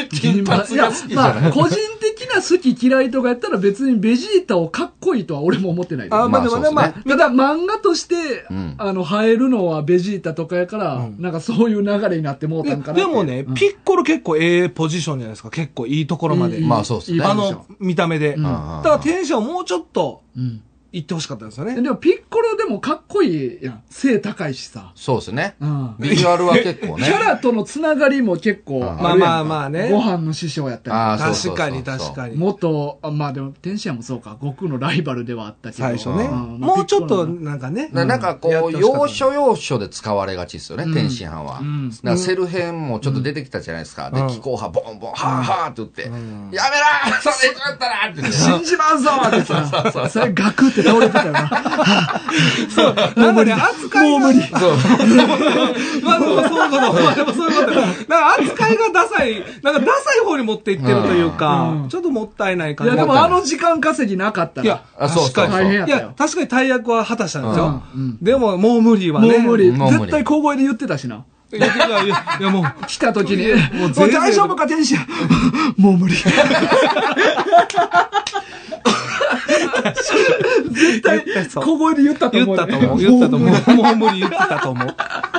Speaker 2: 金髪が好きじゃ
Speaker 1: やま
Speaker 2: な
Speaker 1: あ
Speaker 2: い。
Speaker 1: 個人的な好き嫌いとかやったら別にベジータをかっこいいとは俺も思ってないです
Speaker 3: あー、まあでもね、
Speaker 2: ま
Speaker 3: ま
Speaker 2: あ
Speaker 3: あ、
Speaker 2: そうで
Speaker 1: ただ漫画として、
Speaker 2: うん
Speaker 1: あの生えるのはベジータとかやから、
Speaker 3: うん
Speaker 1: なんかそういう流れになってもうたんかなって
Speaker 3: でもね、
Speaker 1: うん
Speaker 3: ピッコロ結構ええポジションじゃないですか。結構いいところまで。
Speaker 1: いい
Speaker 2: まあそうっすね
Speaker 1: いい
Speaker 3: あ
Speaker 1: ポジション
Speaker 3: の、見た目で。
Speaker 1: うん
Speaker 3: だ
Speaker 2: うんうん
Speaker 3: からテンションもうちょっと
Speaker 1: うん
Speaker 3: いってほしかったんですよ
Speaker 1: で
Speaker 3: ね。
Speaker 1: でもピッコロでもかっこいいやん背高いしさ、
Speaker 2: そうですね。
Speaker 1: うん
Speaker 2: ビジュアルは結構
Speaker 1: キ
Speaker 3: *laughs*
Speaker 2: ね。
Speaker 1: ャラとのつながりも結構
Speaker 2: うん
Speaker 1: あるやんか
Speaker 3: まあまあまあね
Speaker 1: ご飯の師匠やった
Speaker 2: あーそうそうそう
Speaker 3: 確かに確か
Speaker 1: り
Speaker 3: に。
Speaker 1: 元あまあでも天津飯もそうか悟空のライバルではあったけど
Speaker 3: 最初ね。
Speaker 1: ん
Speaker 3: もうちょっと
Speaker 1: ピッコロの
Speaker 3: なんかね。
Speaker 2: ななんかこ
Speaker 3: やっ
Speaker 2: う、
Speaker 3: てほしかった
Speaker 2: 要所要所で使われがちですよね、
Speaker 1: うん
Speaker 2: 天津飯は。
Speaker 1: うん
Speaker 2: だからセル編もちょっと出てきたじゃないですか。で
Speaker 3: う、ん
Speaker 2: 気候派ボンボン、はぁはぁって言って、
Speaker 3: ん
Speaker 2: やめらーそれ言ったらーって言って。
Speaker 1: 信じまんぞってさ、 *laughs* それガクって倒れてたよな。
Speaker 3: なんかね、扱い *laughs* が。もう無理。まあでもそういうこと。まあでもそういうこと。なんか扱いがダサい、なんかダサい方に持っていってるという
Speaker 1: うんう
Speaker 3: か
Speaker 1: ん、
Speaker 3: ちょっともったいない
Speaker 1: い
Speaker 3: 感
Speaker 1: や
Speaker 3: じ。
Speaker 1: でもあの時間稼ぎなかった
Speaker 3: いや
Speaker 1: ら、
Speaker 2: あ、そうそうそ
Speaker 1: 大変やっ
Speaker 2: う。
Speaker 3: い
Speaker 1: たよ
Speaker 3: や、確かに大役は果たしたんですよ。
Speaker 1: うんうん
Speaker 3: でも、もう無理は
Speaker 1: も
Speaker 3: ね。
Speaker 1: う無理。
Speaker 2: もう無理
Speaker 1: 絶対小声で言ってたしな。
Speaker 3: いや。いや、いやもう、
Speaker 1: 来た時に、もう
Speaker 3: 全然
Speaker 1: 大丈夫か、天使 *laughs* もう無理。絶対
Speaker 3: 絶対、そう
Speaker 1: 小声で言ったと
Speaker 3: 言
Speaker 1: 思
Speaker 3: っ
Speaker 1: う
Speaker 3: た
Speaker 1: で。
Speaker 3: と思う。言ったと思う。もう無理言ってたと思う。ま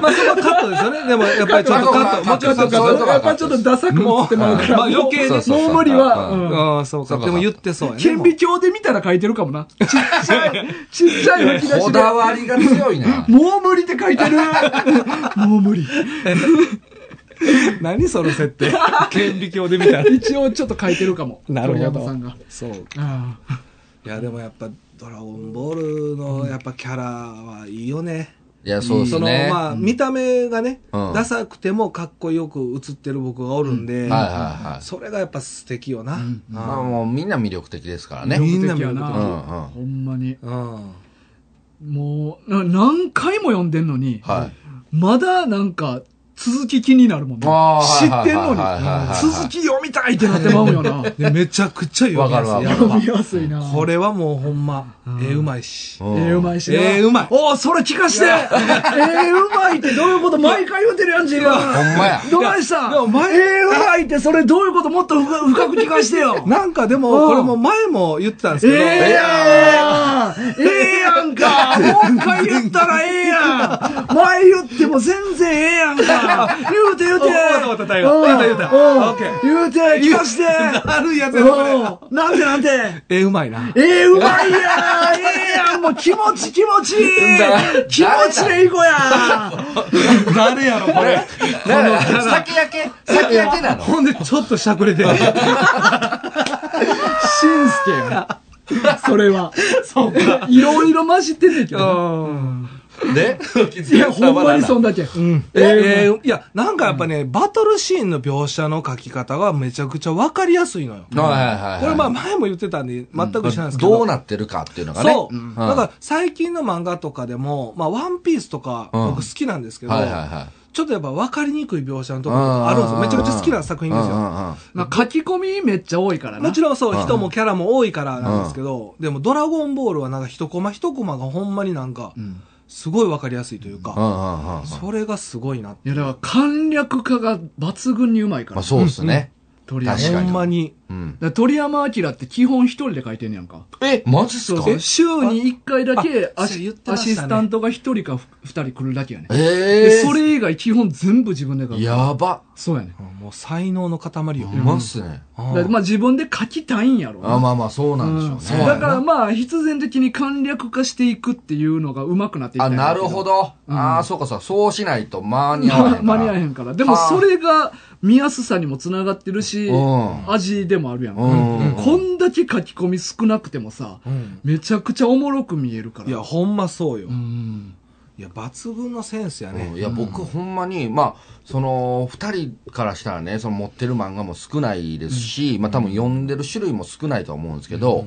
Speaker 3: あ、そこはカットですよね。でも、やっぱりちょっとカット。
Speaker 2: カ
Speaker 3: も
Speaker 2: ッ
Speaker 3: ち
Speaker 2: ト
Speaker 3: ろ
Speaker 1: だ
Speaker 3: ん
Speaker 1: か
Speaker 3: そ
Speaker 1: ら
Speaker 3: うそう
Speaker 1: それやっぱちょっとダサく映ってもらうから。
Speaker 3: もうまあ余計ね
Speaker 1: もう
Speaker 2: そうそうそう
Speaker 1: もう無理は、
Speaker 2: うん
Speaker 1: うん
Speaker 3: ああ、そう
Speaker 2: そう
Speaker 3: か。
Speaker 2: か
Speaker 3: でも言ってそうやね。
Speaker 1: 顕微鏡で見たら書いてるかもな。ちっちゃい、ちっちゃい吹き出
Speaker 2: こ
Speaker 1: しで。。
Speaker 2: だわりが強いな
Speaker 1: もう無理って書い
Speaker 3: *laughs*
Speaker 1: てる。もう無理。
Speaker 3: 何その設定。顕微鏡で見たら。
Speaker 1: 一応ちょっと書いてるかも。
Speaker 3: なるほど
Speaker 1: 鳥山さんが。
Speaker 3: そう
Speaker 1: ああ
Speaker 3: いやでもやっぱ「ドラゴンボール」のやっぱキャラはいいよね、
Speaker 2: いや、そうで
Speaker 3: そ
Speaker 2: す
Speaker 3: の
Speaker 2: ね。
Speaker 3: まあ見た目がね、
Speaker 2: うん
Speaker 3: ダサくてもかっこよく映ってる僕がおるんで、
Speaker 2: はいはいはい。
Speaker 3: それがやっぱ素敵よな、うん
Speaker 2: まあもうみんな魅力的ですか
Speaker 1: 魅
Speaker 2: らね。
Speaker 3: みん
Speaker 1: 力
Speaker 3: な
Speaker 1: 的や
Speaker 3: 見る
Speaker 2: うんう
Speaker 1: な。
Speaker 2: ん。
Speaker 1: ほんまに。
Speaker 3: うん
Speaker 1: もう、な何回も読んでんのに、
Speaker 2: はい。
Speaker 1: まだなんか、続き気になるもんね。
Speaker 2: あ
Speaker 1: 知
Speaker 2: ーはい
Speaker 1: ってんのに
Speaker 2: はいはいはいはいはい、
Speaker 1: 続き読みたいってなってまう
Speaker 2: *laughs*
Speaker 3: *laughs*
Speaker 1: よな。
Speaker 3: でめちゃくちゃ読み
Speaker 2: わか
Speaker 3: やすい
Speaker 2: るわ
Speaker 3: やっ
Speaker 2: かる
Speaker 3: ぱ
Speaker 1: 読みやすいな。
Speaker 3: これはもうほんま、
Speaker 1: うん
Speaker 3: 絵うまいし、
Speaker 1: ええうまいしな。
Speaker 3: ええうまい
Speaker 1: おうそれ聞かしてええうまいってどういうこと毎回言うてるやん、自分。
Speaker 2: ほんまや。
Speaker 1: どないしたん
Speaker 3: いや前
Speaker 1: ええうまいってそれどういうこともっと深く深く聞かしてよ。
Speaker 3: なんかで
Speaker 1: うん
Speaker 3: もこれも前も言ってたんです
Speaker 1: え
Speaker 3: けど、
Speaker 1: えやんええやんかもう一回言ったらええやん前言っても全然ええやんか言うて言うて
Speaker 3: お終わった終わった大
Speaker 1: う
Speaker 3: 河
Speaker 1: ん
Speaker 3: 言うた言うた
Speaker 1: うん
Speaker 3: オッケー
Speaker 1: 言うて聞かして
Speaker 3: あるやつや *laughs* なこれ
Speaker 1: うんなんでなんで
Speaker 3: 絵うまいな
Speaker 1: ええうまいやんええやんもう気持ち気持ちいい
Speaker 2: だ
Speaker 1: 気持ちでいこうや
Speaker 3: 誰やろこれ
Speaker 2: だから先焼け先焼け
Speaker 3: *laughs*
Speaker 2: なの
Speaker 3: ほんでちょっとしゃくれて
Speaker 1: しんすけやそれは。そうか。いろいろ混じってんねんけどな。
Speaker 2: で
Speaker 1: いや、ほんまにそんだけ。
Speaker 3: ええいや、なんかやっぱね、バトルシーンの描写の書き方がめちゃくちゃわかりやすいのよ。
Speaker 2: はいはいはいはい。
Speaker 3: これまあ前も言ってたんで、全く一緒なんですけど。
Speaker 2: どうなってるかっていうのがね。
Speaker 3: そう。
Speaker 2: ん
Speaker 3: だから最近の漫画とかでも、まあワンピースとか
Speaker 2: うん
Speaker 3: 僕好きなんですけど、
Speaker 2: はいはいはい。
Speaker 3: ちょっとやっぱわかりにくい描写のところがあるんですよ。めちゃくちゃ好きな作品ですよ。
Speaker 2: よ。
Speaker 1: まあ、書き込みめっちゃ多いからな。
Speaker 3: もちろんそうう、
Speaker 2: ん
Speaker 3: 人もキャラも多いからなんですけど、でもドラゴンボールはなんか一コマ一コマがほんまになんか、
Speaker 1: うん
Speaker 3: すごいわかりやすいという
Speaker 2: うんう
Speaker 3: か、
Speaker 2: んうんうん。
Speaker 3: それがすごいな。
Speaker 1: いや、だから簡略化が抜群にうまいから。
Speaker 2: まあそうですね。
Speaker 1: 鳥山。
Speaker 2: 確か
Speaker 1: だ
Speaker 2: に
Speaker 1: か
Speaker 3: ほんまに。
Speaker 2: うん。
Speaker 1: ら鳥山明って基本一人で書いてんねやんか。
Speaker 2: え、マジっす
Speaker 1: そう
Speaker 2: か
Speaker 1: そう。週に一回だけ
Speaker 3: あ
Speaker 1: ア
Speaker 3: そう言っ
Speaker 1: シ,、
Speaker 3: てましたね
Speaker 1: スタントが一人かふ二人来るだけやね。
Speaker 2: え
Speaker 1: で
Speaker 2: え。
Speaker 1: それ以外基本全部自分で書く。
Speaker 2: やば。
Speaker 1: そうやね。
Speaker 3: うんもう才能の塊よ。
Speaker 2: うまっすね。
Speaker 3: うん
Speaker 1: だからまあ自分で書きたいんやろうな。
Speaker 2: あまあまあ、そうなんでしょう
Speaker 1: うん
Speaker 2: ね。
Speaker 1: そうだからまあ必然的に簡略化していくっていうのがうまくなっていった
Speaker 2: あ、
Speaker 1: んや
Speaker 2: な
Speaker 1: け
Speaker 2: るほど。
Speaker 1: うん
Speaker 2: ああ、そうかそう。そうしないと間に合わへん
Speaker 1: ま
Speaker 2: か
Speaker 1: 間
Speaker 2: ら。
Speaker 1: に合えへんから。でもそれが見やすさにもつながってるし、
Speaker 2: う
Speaker 1: 味でもあるやん。
Speaker 2: ん。うん。
Speaker 1: こんだけ書き込み少なくてもさ、
Speaker 3: うん
Speaker 1: めちゃくちゃおもろく見えるから。
Speaker 3: いや、ほんまそうよ
Speaker 1: う。ん。
Speaker 3: いや、抜群のセンスや
Speaker 2: うんい
Speaker 3: ね。
Speaker 2: や、僕、ほんまに、まあ、その、二人からしたらね、その持ってる漫画も少ないですし、まあ多分読んでる種類も少ないとは思うんですけど、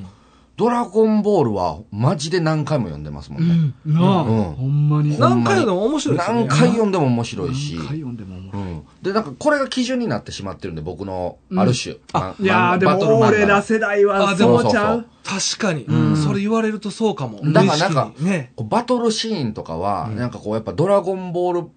Speaker 2: ドラゴンボールはマジで何回も読んでますもん
Speaker 1: う
Speaker 2: ね。
Speaker 1: んなあ、
Speaker 2: うん
Speaker 1: ほんまに。
Speaker 2: ほんま
Speaker 3: 何回でも面白いですよね。
Speaker 2: 何回読んでも面白いし。
Speaker 1: 何回読んでもおもろい
Speaker 2: うん。で、なんかこれが基準になってしまってるんで、僕の、ある種。ま
Speaker 1: いや
Speaker 2: ま
Speaker 1: ーで
Speaker 2: バトル漫
Speaker 1: も
Speaker 2: 画
Speaker 1: 俺ら世代は
Speaker 3: あで
Speaker 1: そ
Speaker 3: も
Speaker 1: うちゃ
Speaker 2: そう
Speaker 1: う
Speaker 3: 確かに、
Speaker 1: ん
Speaker 3: それ言われるとそうかも。
Speaker 2: だからなんか
Speaker 3: 無意識にね。
Speaker 2: こうバトルシーンとかは、なんかこう、やっぱドラゴンボール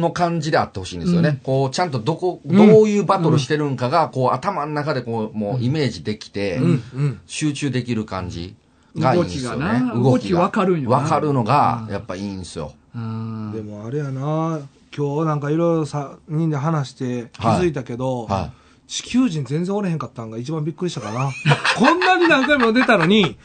Speaker 2: の感じであってほしいんですよね。こう、ちゃんとどこ、どういうバトルしてるんかが、こう、頭の中でこう、もうイメージできて、
Speaker 3: うん、うん。
Speaker 2: 集中できる感じがいいんですよね。
Speaker 1: 動きがな動きわかるんよな
Speaker 2: わかるのが、やっぱいいんですよ。
Speaker 1: うん
Speaker 3: でもあれやな今日なんかいろいろ3人で話して気づいたけど、
Speaker 2: は
Speaker 3: 地球人全然おれへんかったんが一番びっくりしたかな *laughs* こんなに何回も出たのに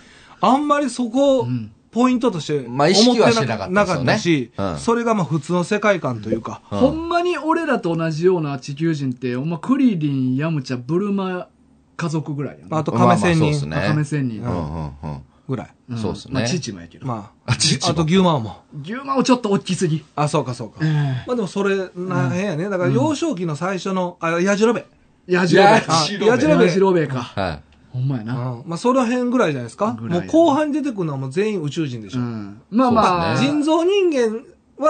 Speaker 3: あんまりそこを
Speaker 1: ん
Speaker 3: ポイントとして
Speaker 2: まあ意識はしてなかった
Speaker 3: 思
Speaker 2: で
Speaker 3: て
Speaker 2: す
Speaker 3: な
Speaker 2: よね
Speaker 3: なし、
Speaker 2: うん
Speaker 3: それがまあ普通の世界観というか、
Speaker 1: ほんまに俺らと同じような地球人って、ほんまクリリン、ヤムチャ、ブルマ家族ぐらいや
Speaker 3: あ
Speaker 1: な。
Speaker 3: と亀仙
Speaker 2: まあまあそうっす
Speaker 3: 人
Speaker 2: ね
Speaker 1: 赤目仙人
Speaker 2: う。んうんうん。
Speaker 3: ぐらい、
Speaker 1: ん
Speaker 2: そうっすね
Speaker 1: まあ、父もやけど。
Speaker 3: まあ
Speaker 2: あちっちゃい
Speaker 3: あと牛魔も
Speaker 1: 牛魔をちょっと大きすぎ。
Speaker 3: あそうかそうか、
Speaker 1: え
Speaker 3: まあでもそれなへんやねだから幼少期の最初のあやじろべ
Speaker 1: え。ヤジロベ
Speaker 2: ヤ
Speaker 1: か。
Speaker 2: ジロベ
Speaker 3: ヤジロベ
Speaker 1: ヤジロベか。
Speaker 2: はい。
Speaker 1: ほんまやな。
Speaker 3: うんまあ、その辺ぐらいじゃないですか。
Speaker 1: ぐら
Speaker 3: も
Speaker 1: いうや
Speaker 3: 後半に出てくるのはもう全員宇宙人でし
Speaker 1: う
Speaker 3: ょ。
Speaker 1: ん。まあまあ、
Speaker 2: そうです
Speaker 3: 人
Speaker 2: ね
Speaker 3: 造人間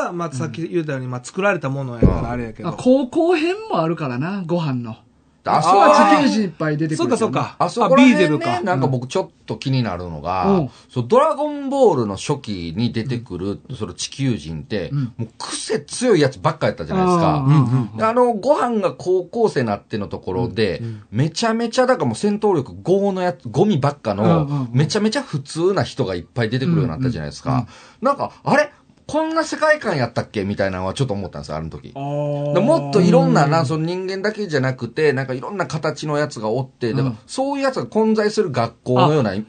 Speaker 3: は、まあ、さっき言ったように、まあ、作られたものやからあれやけ
Speaker 1: あ
Speaker 3: ど。
Speaker 1: 高校編もあるからな、ご飯の。
Speaker 2: あ
Speaker 1: そ
Speaker 2: そ
Speaker 1: こ
Speaker 2: こ
Speaker 1: は地
Speaker 2: は
Speaker 1: 球人いっぱい出てく
Speaker 3: そう
Speaker 1: る
Speaker 3: か
Speaker 1: けどな。
Speaker 3: そうか。
Speaker 2: あそこら
Speaker 3: ビーデ
Speaker 2: 辺、
Speaker 3: ル
Speaker 2: ね
Speaker 3: か、。
Speaker 2: なんか僕ちょっと気になるのが、
Speaker 1: うん
Speaker 2: そうドラゴンボールの初期に出てくる、その地球人って、もう癖強いやつばっかやったじゃないですか。
Speaker 1: うんうんうん
Speaker 2: であの、ご飯が高校生なってのところで、めちゃめちゃ、だからもう戦闘力5のやつ、ゴミばっかの、
Speaker 1: うんうんうん
Speaker 2: めちゃめちゃ普通な人がいっぱい出てくるようになったじゃないですか。なんか、あれこんな世界観やったっけみたいなのはちょっと思ったんですよ、あの時。だからもっといろんなな、その人間だけじゃなくて、なんかいろんな形のやつがおって、だからそういうやつが混在する学校のような、
Speaker 1: 確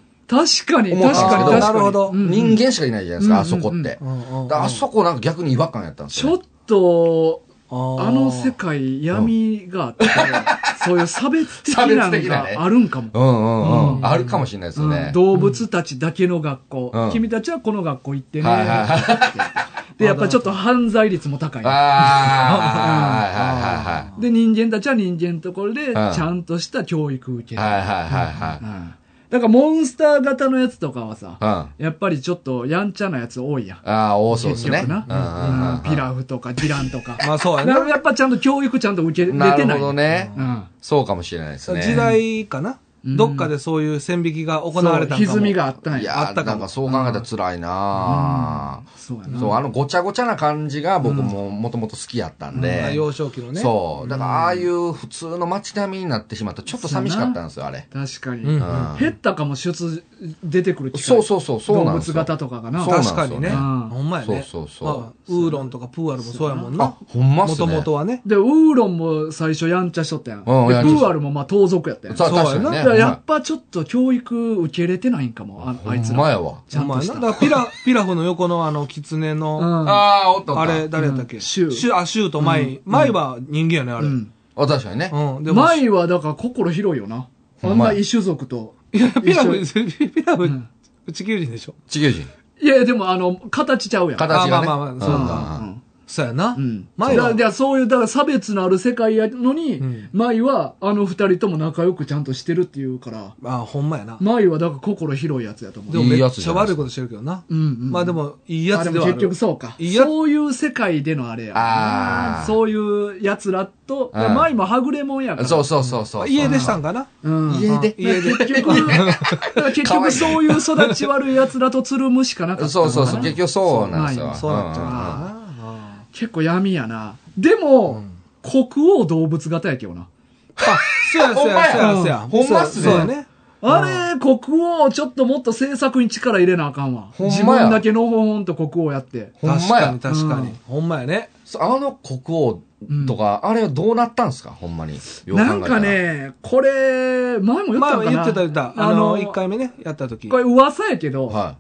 Speaker 1: かに、
Speaker 2: 思っ
Speaker 1: 確
Speaker 2: た
Speaker 1: かに、確か
Speaker 2: んですけど
Speaker 1: に。
Speaker 3: なるほど
Speaker 1: うん
Speaker 2: 人間しかいないじゃないですか、
Speaker 1: うん
Speaker 2: あそこって。だ
Speaker 3: うんうんうん
Speaker 2: からあそこなんか逆に違和感やったんです
Speaker 1: ち
Speaker 2: よ、
Speaker 1: ょっ
Speaker 2: ね。
Speaker 1: と、
Speaker 3: あ
Speaker 1: あの世界、闇があって、そういう差別的な
Speaker 2: 差別
Speaker 1: の
Speaker 2: 的なね
Speaker 1: があるんかも。
Speaker 2: うんうんうん。
Speaker 1: うん
Speaker 2: あるかもしれないですよ
Speaker 1: う
Speaker 2: ね
Speaker 1: ん。動物たちだけの学校、
Speaker 2: うん
Speaker 1: 君たちはこの学校行ってね、
Speaker 2: はいはいはい
Speaker 1: でやっぱちょっと犯罪率も高い
Speaker 2: ああ、
Speaker 1: で人間たちは人間のところで
Speaker 2: ん
Speaker 1: ちゃんとした教育受ける、
Speaker 2: はいはいはいはい。はいはいはいはい。
Speaker 1: うんだからモンスター型のやつとかはさ、
Speaker 2: うん。あ
Speaker 1: やっぱりちょっとやんちゃなやつ多いやん
Speaker 2: あー、多そうです
Speaker 1: 結
Speaker 2: ね。
Speaker 1: 局
Speaker 2: うんうん
Speaker 1: な、
Speaker 2: うんうん
Speaker 1: うんピラフとかディランとか
Speaker 3: まあ、そうや
Speaker 1: だから
Speaker 3: な。
Speaker 1: やっぱちゃんと教育ちゃんと受けれてな
Speaker 2: ないるほどね。
Speaker 1: うん
Speaker 2: そうかもしれないですね。
Speaker 3: 時代かな。
Speaker 1: ん
Speaker 3: どっかでそういう線引きが行われたんかも。
Speaker 1: そう歪みがあったん
Speaker 2: い
Speaker 1: や
Speaker 2: やー
Speaker 3: あったかも
Speaker 2: なんかそう考えたら辛いなー
Speaker 1: そうやな
Speaker 2: そう、あのごちゃごちゃな感じが僕ももともと好きやったん
Speaker 3: あ
Speaker 2: で。
Speaker 3: 幼少期のね。
Speaker 2: そう。だから、ああいう普通の街並みになってしまったちょっと寂しかったんですよ、あれ。
Speaker 1: 確かに、
Speaker 3: ん
Speaker 2: うん
Speaker 1: 減ったかも出出てくる機会
Speaker 2: そうそうそう、そう
Speaker 1: 動
Speaker 2: なんです
Speaker 1: 物
Speaker 2: よ。
Speaker 1: 型とかがな
Speaker 2: そうなんですよ
Speaker 3: 確かにね。
Speaker 2: うん
Speaker 3: ほんまやね。
Speaker 2: そうそうそう
Speaker 3: まあウーロンとかプーアルもそうやもんな
Speaker 2: あ。、ほんまっ
Speaker 3: も
Speaker 2: す
Speaker 3: と
Speaker 2: ね。
Speaker 3: もとはね。
Speaker 1: で、ウーロンも最初やんちゃしとったやん。
Speaker 2: うんや
Speaker 1: で、
Speaker 2: んちゃしとった
Speaker 1: ブーアルもまあ盗賊やったやん。
Speaker 2: そう
Speaker 3: そう
Speaker 2: 確
Speaker 3: や
Speaker 2: か
Speaker 3: な
Speaker 2: に
Speaker 1: だ
Speaker 2: ね。
Speaker 1: からやっぱちょっと教育受け入れてないんかも、あ
Speaker 2: ほ
Speaker 1: あいつ
Speaker 2: んま
Speaker 1: ら。
Speaker 2: やわ。
Speaker 1: ちゃんとし
Speaker 3: ほ
Speaker 1: た。
Speaker 3: まやなだからピラ、ピラフの横のあの、狐
Speaker 1: う
Speaker 3: の、
Speaker 1: ん。
Speaker 2: ああ、おったおった。
Speaker 3: あれ、誰やったっ
Speaker 1: う
Speaker 3: け
Speaker 1: んシュウ
Speaker 3: シュウあ、シュウとマイ。マイは人間やね、あれ。
Speaker 1: う
Speaker 3: うんん。
Speaker 2: あ、確かにね。
Speaker 3: でも、
Speaker 1: マイはだから心広いよな。あ
Speaker 2: ほ
Speaker 1: ん
Speaker 2: んまや
Speaker 1: な異種族と。
Speaker 3: いや、ピラフ、 *laughs*
Speaker 1: 一
Speaker 3: ピラフ、地球人でしょ。
Speaker 2: 地球人。
Speaker 1: いや、でもあの、形ちゃうやん。
Speaker 2: 形がね。
Speaker 3: あまあまあまあ
Speaker 1: うん
Speaker 3: そううんか
Speaker 2: ん
Speaker 3: そうやな。
Speaker 1: うん。
Speaker 3: 前
Speaker 1: だ
Speaker 3: は
Speaker 1: からじゃあそういう、だから差別のある世界やのに
Speaker 3: うん、
Speaker 1: 舞、はあの二人とも仲良くちゃんとしてるっていうから、
Speaker 3: あ、ほんまやな。
Speaker 1: 舞はだから心広いやつやと思う。
Speaker 3: でも
Speaker 2: いい
Speaker 3: めっ
Speaker 2: やつ
Speaker 3: ち
Speaker 2: じ
Speaker 3: ゃ
Speaker 2: ゃない
Speaker 3: 悪
Speaker 2: ですか
Speaker 3: いことしてるけどな。
Speaker 1: うんうん
Speaker 3: まあでも、いいやつで
Speaker 1: あで
Speaker 3: はある。
Speaker 1: も結局そうか。
Speaker 3: いいやつ
Speaker 1: そういう世界でのあれや。
Speaker 2: あー
Speaker 1: そういう奴らと、
Speaker 2: うん
Speaker 1: 前もはぐれもんやから。
Speaker 2: そうそうそうそう。
Speaker 3: 家出したんかな
Speaker 1: うん。
Speaker 2: 家で
Speaker 1: 家で。結局、だから結局そういう育ち悪い奴らとつるむしかなかったの
Speaker 2: そ
Speaker 1: か
Speaker 2: う
Speaker 1: な。
Speaker 2: そうそう、結局そうなんですよ。
Speaker 3: そうなっちゃうか
Speaker 2: ん
Speaker 3: な。
Speaker 1: 結構闇やな。でも、国王動物型やけどな。
Speaker 3: あ、そうや、そうや、そうや、そうや。
Speaker 2: ほんまやほんまっすね
Speaker 3: そうやね。
Speaker 1: あれ、国王ちょっともっと政策に力入れなあかんわ。
Speaker 2: ほんまや
Speaker 1: 自分だけのほほんと国王やって。
Speaker 2: ほんまや
Speaker 3: 確かに、確か
Speaker 1: う
Speaker 3: に
Speaker 1: ん。
Speaker 3: ほんまやね。
Speaker 2: そうあの国王とか、あれはどうなったんですかほんまに。よう考え
Speaker 1: な
Speaker 2: たら
Speaker 1: んか。ね、これ、前も言った
Speaker 3: ま
Speaker 1: の
Speaker 3: あ
Speaker 1: かな、
Speaker 3: 言ってた言ってた。あの、一回目ね、やった時。
Speaker 1: これ噂やけど、
Speaker 2: は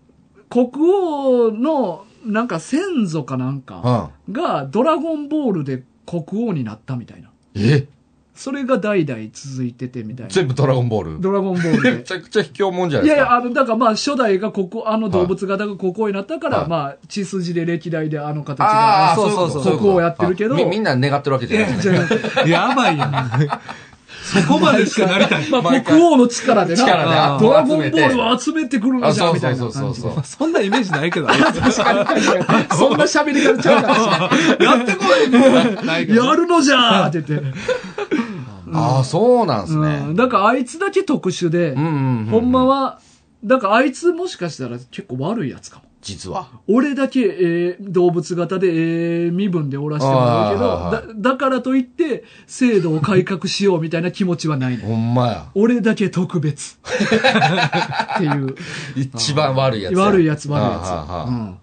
Speaker 1: 国王のなんか先祖かなん
Speaker 2: い。
Speaker 1: か
Speaker 2: は
Speaker 1: がドラゴンボールで国王になったみたいな。
Speaker 2: い。え
Speaker 1: それが代々続いててみたいな。
Speaker 2: 全部ドラゴンボール。
Speaker 1: ドラゴンボ
Speaker 2: *laughs*
Speaker 1: ー
Speaker 2: め
Speaker 1: ル
Speaker 2: ちゃくちゃ卑怯もんじゃ
Speaker 1: で。
Speaker 2: ない
Speaker 1: い
Speaker 2: で
Speaker 1: やいや、
Speaker 2: すか。
Speaker 1: あの、だからまあ初代がここ、あの動物型が国王になったから、
Speaker 2: はい
Speaker 1: まあ血筋で歴代であの形
Speaker 2: あ
Speaker 1: が
Speaker 2: あ、
Speaker 3: そう
Speaker 2: そうそう
Speaker 3: そ
Speaker 2: そ
Speaker 3: う
Speaker 2: う。
Speaker 1: 国王やってるけど
Speaker 2: みみんな願ってるわけじゃないですね。
Speaker 3: *laughs* やばいやん。そこまでしてなりたい。
Speaker 1: まあ国王の力でな、
Speaker 2: 力で
Speaker 3: あー
Speaker 1: ドラゴンボールを集めてくるん
Speaker 2: あ、
Speaker 1: じゃ、
Speaker 2: そう
Speaker 1: み
Speaker 2: そ
Speaker 1: た
Speaker 2: う
Speaker 1: いな
Speaker 2: そ
Speaker 1: 感
Speaker 2: う
Speaker 1: じ。
Speaker 2: そうそう。
Speaker 3: *laughs* そんなイメージないけど。 *laughs* や
Speaker 1: *laughs* そんな喋り方ちゃうか
Speaker 3: ってこいみたいな *laughs* ないけ
Speaker 1: ら、
Speaker 3: ど
Speaker 1: やるのじゃーって言って。
Speaker 2: ああ、そうなんです
Speaker 1: う
Speaker 2: ね
Speaker 1: ん。だからあいつだけ特殊で、
Speaker 2: うんうんうん。
Speaker 1: ほんまは、だからあいつもしかしたら結構悪いやつかも。
Speaker 2: 実は。
Speaker 1: 俺だけ、えー動物型で、えー身分でおらしてもら
Speaker 2: あーは
Speaker 1: う
Speaker 2: い
Speaker 1: けど、だ、だからといって、制度を改革しようみたいな気持ちは
Speaker 2: *laughs*
Speaker 1: ないね。
Speaker 2: ほんまや。
Speaker 1: 俺だけ特別。
Speaker 2: *laughs*
Speaker 1: っていう。
Speaker 2: 一番悪いやつ。
Speaker 1: 悪いやつ、悪い
Speaker 2: は
Speaker 1: や
Speaker 2: あはあは
Speaker 1: つ。
Speaker 2: あ
Speaker 1: うん。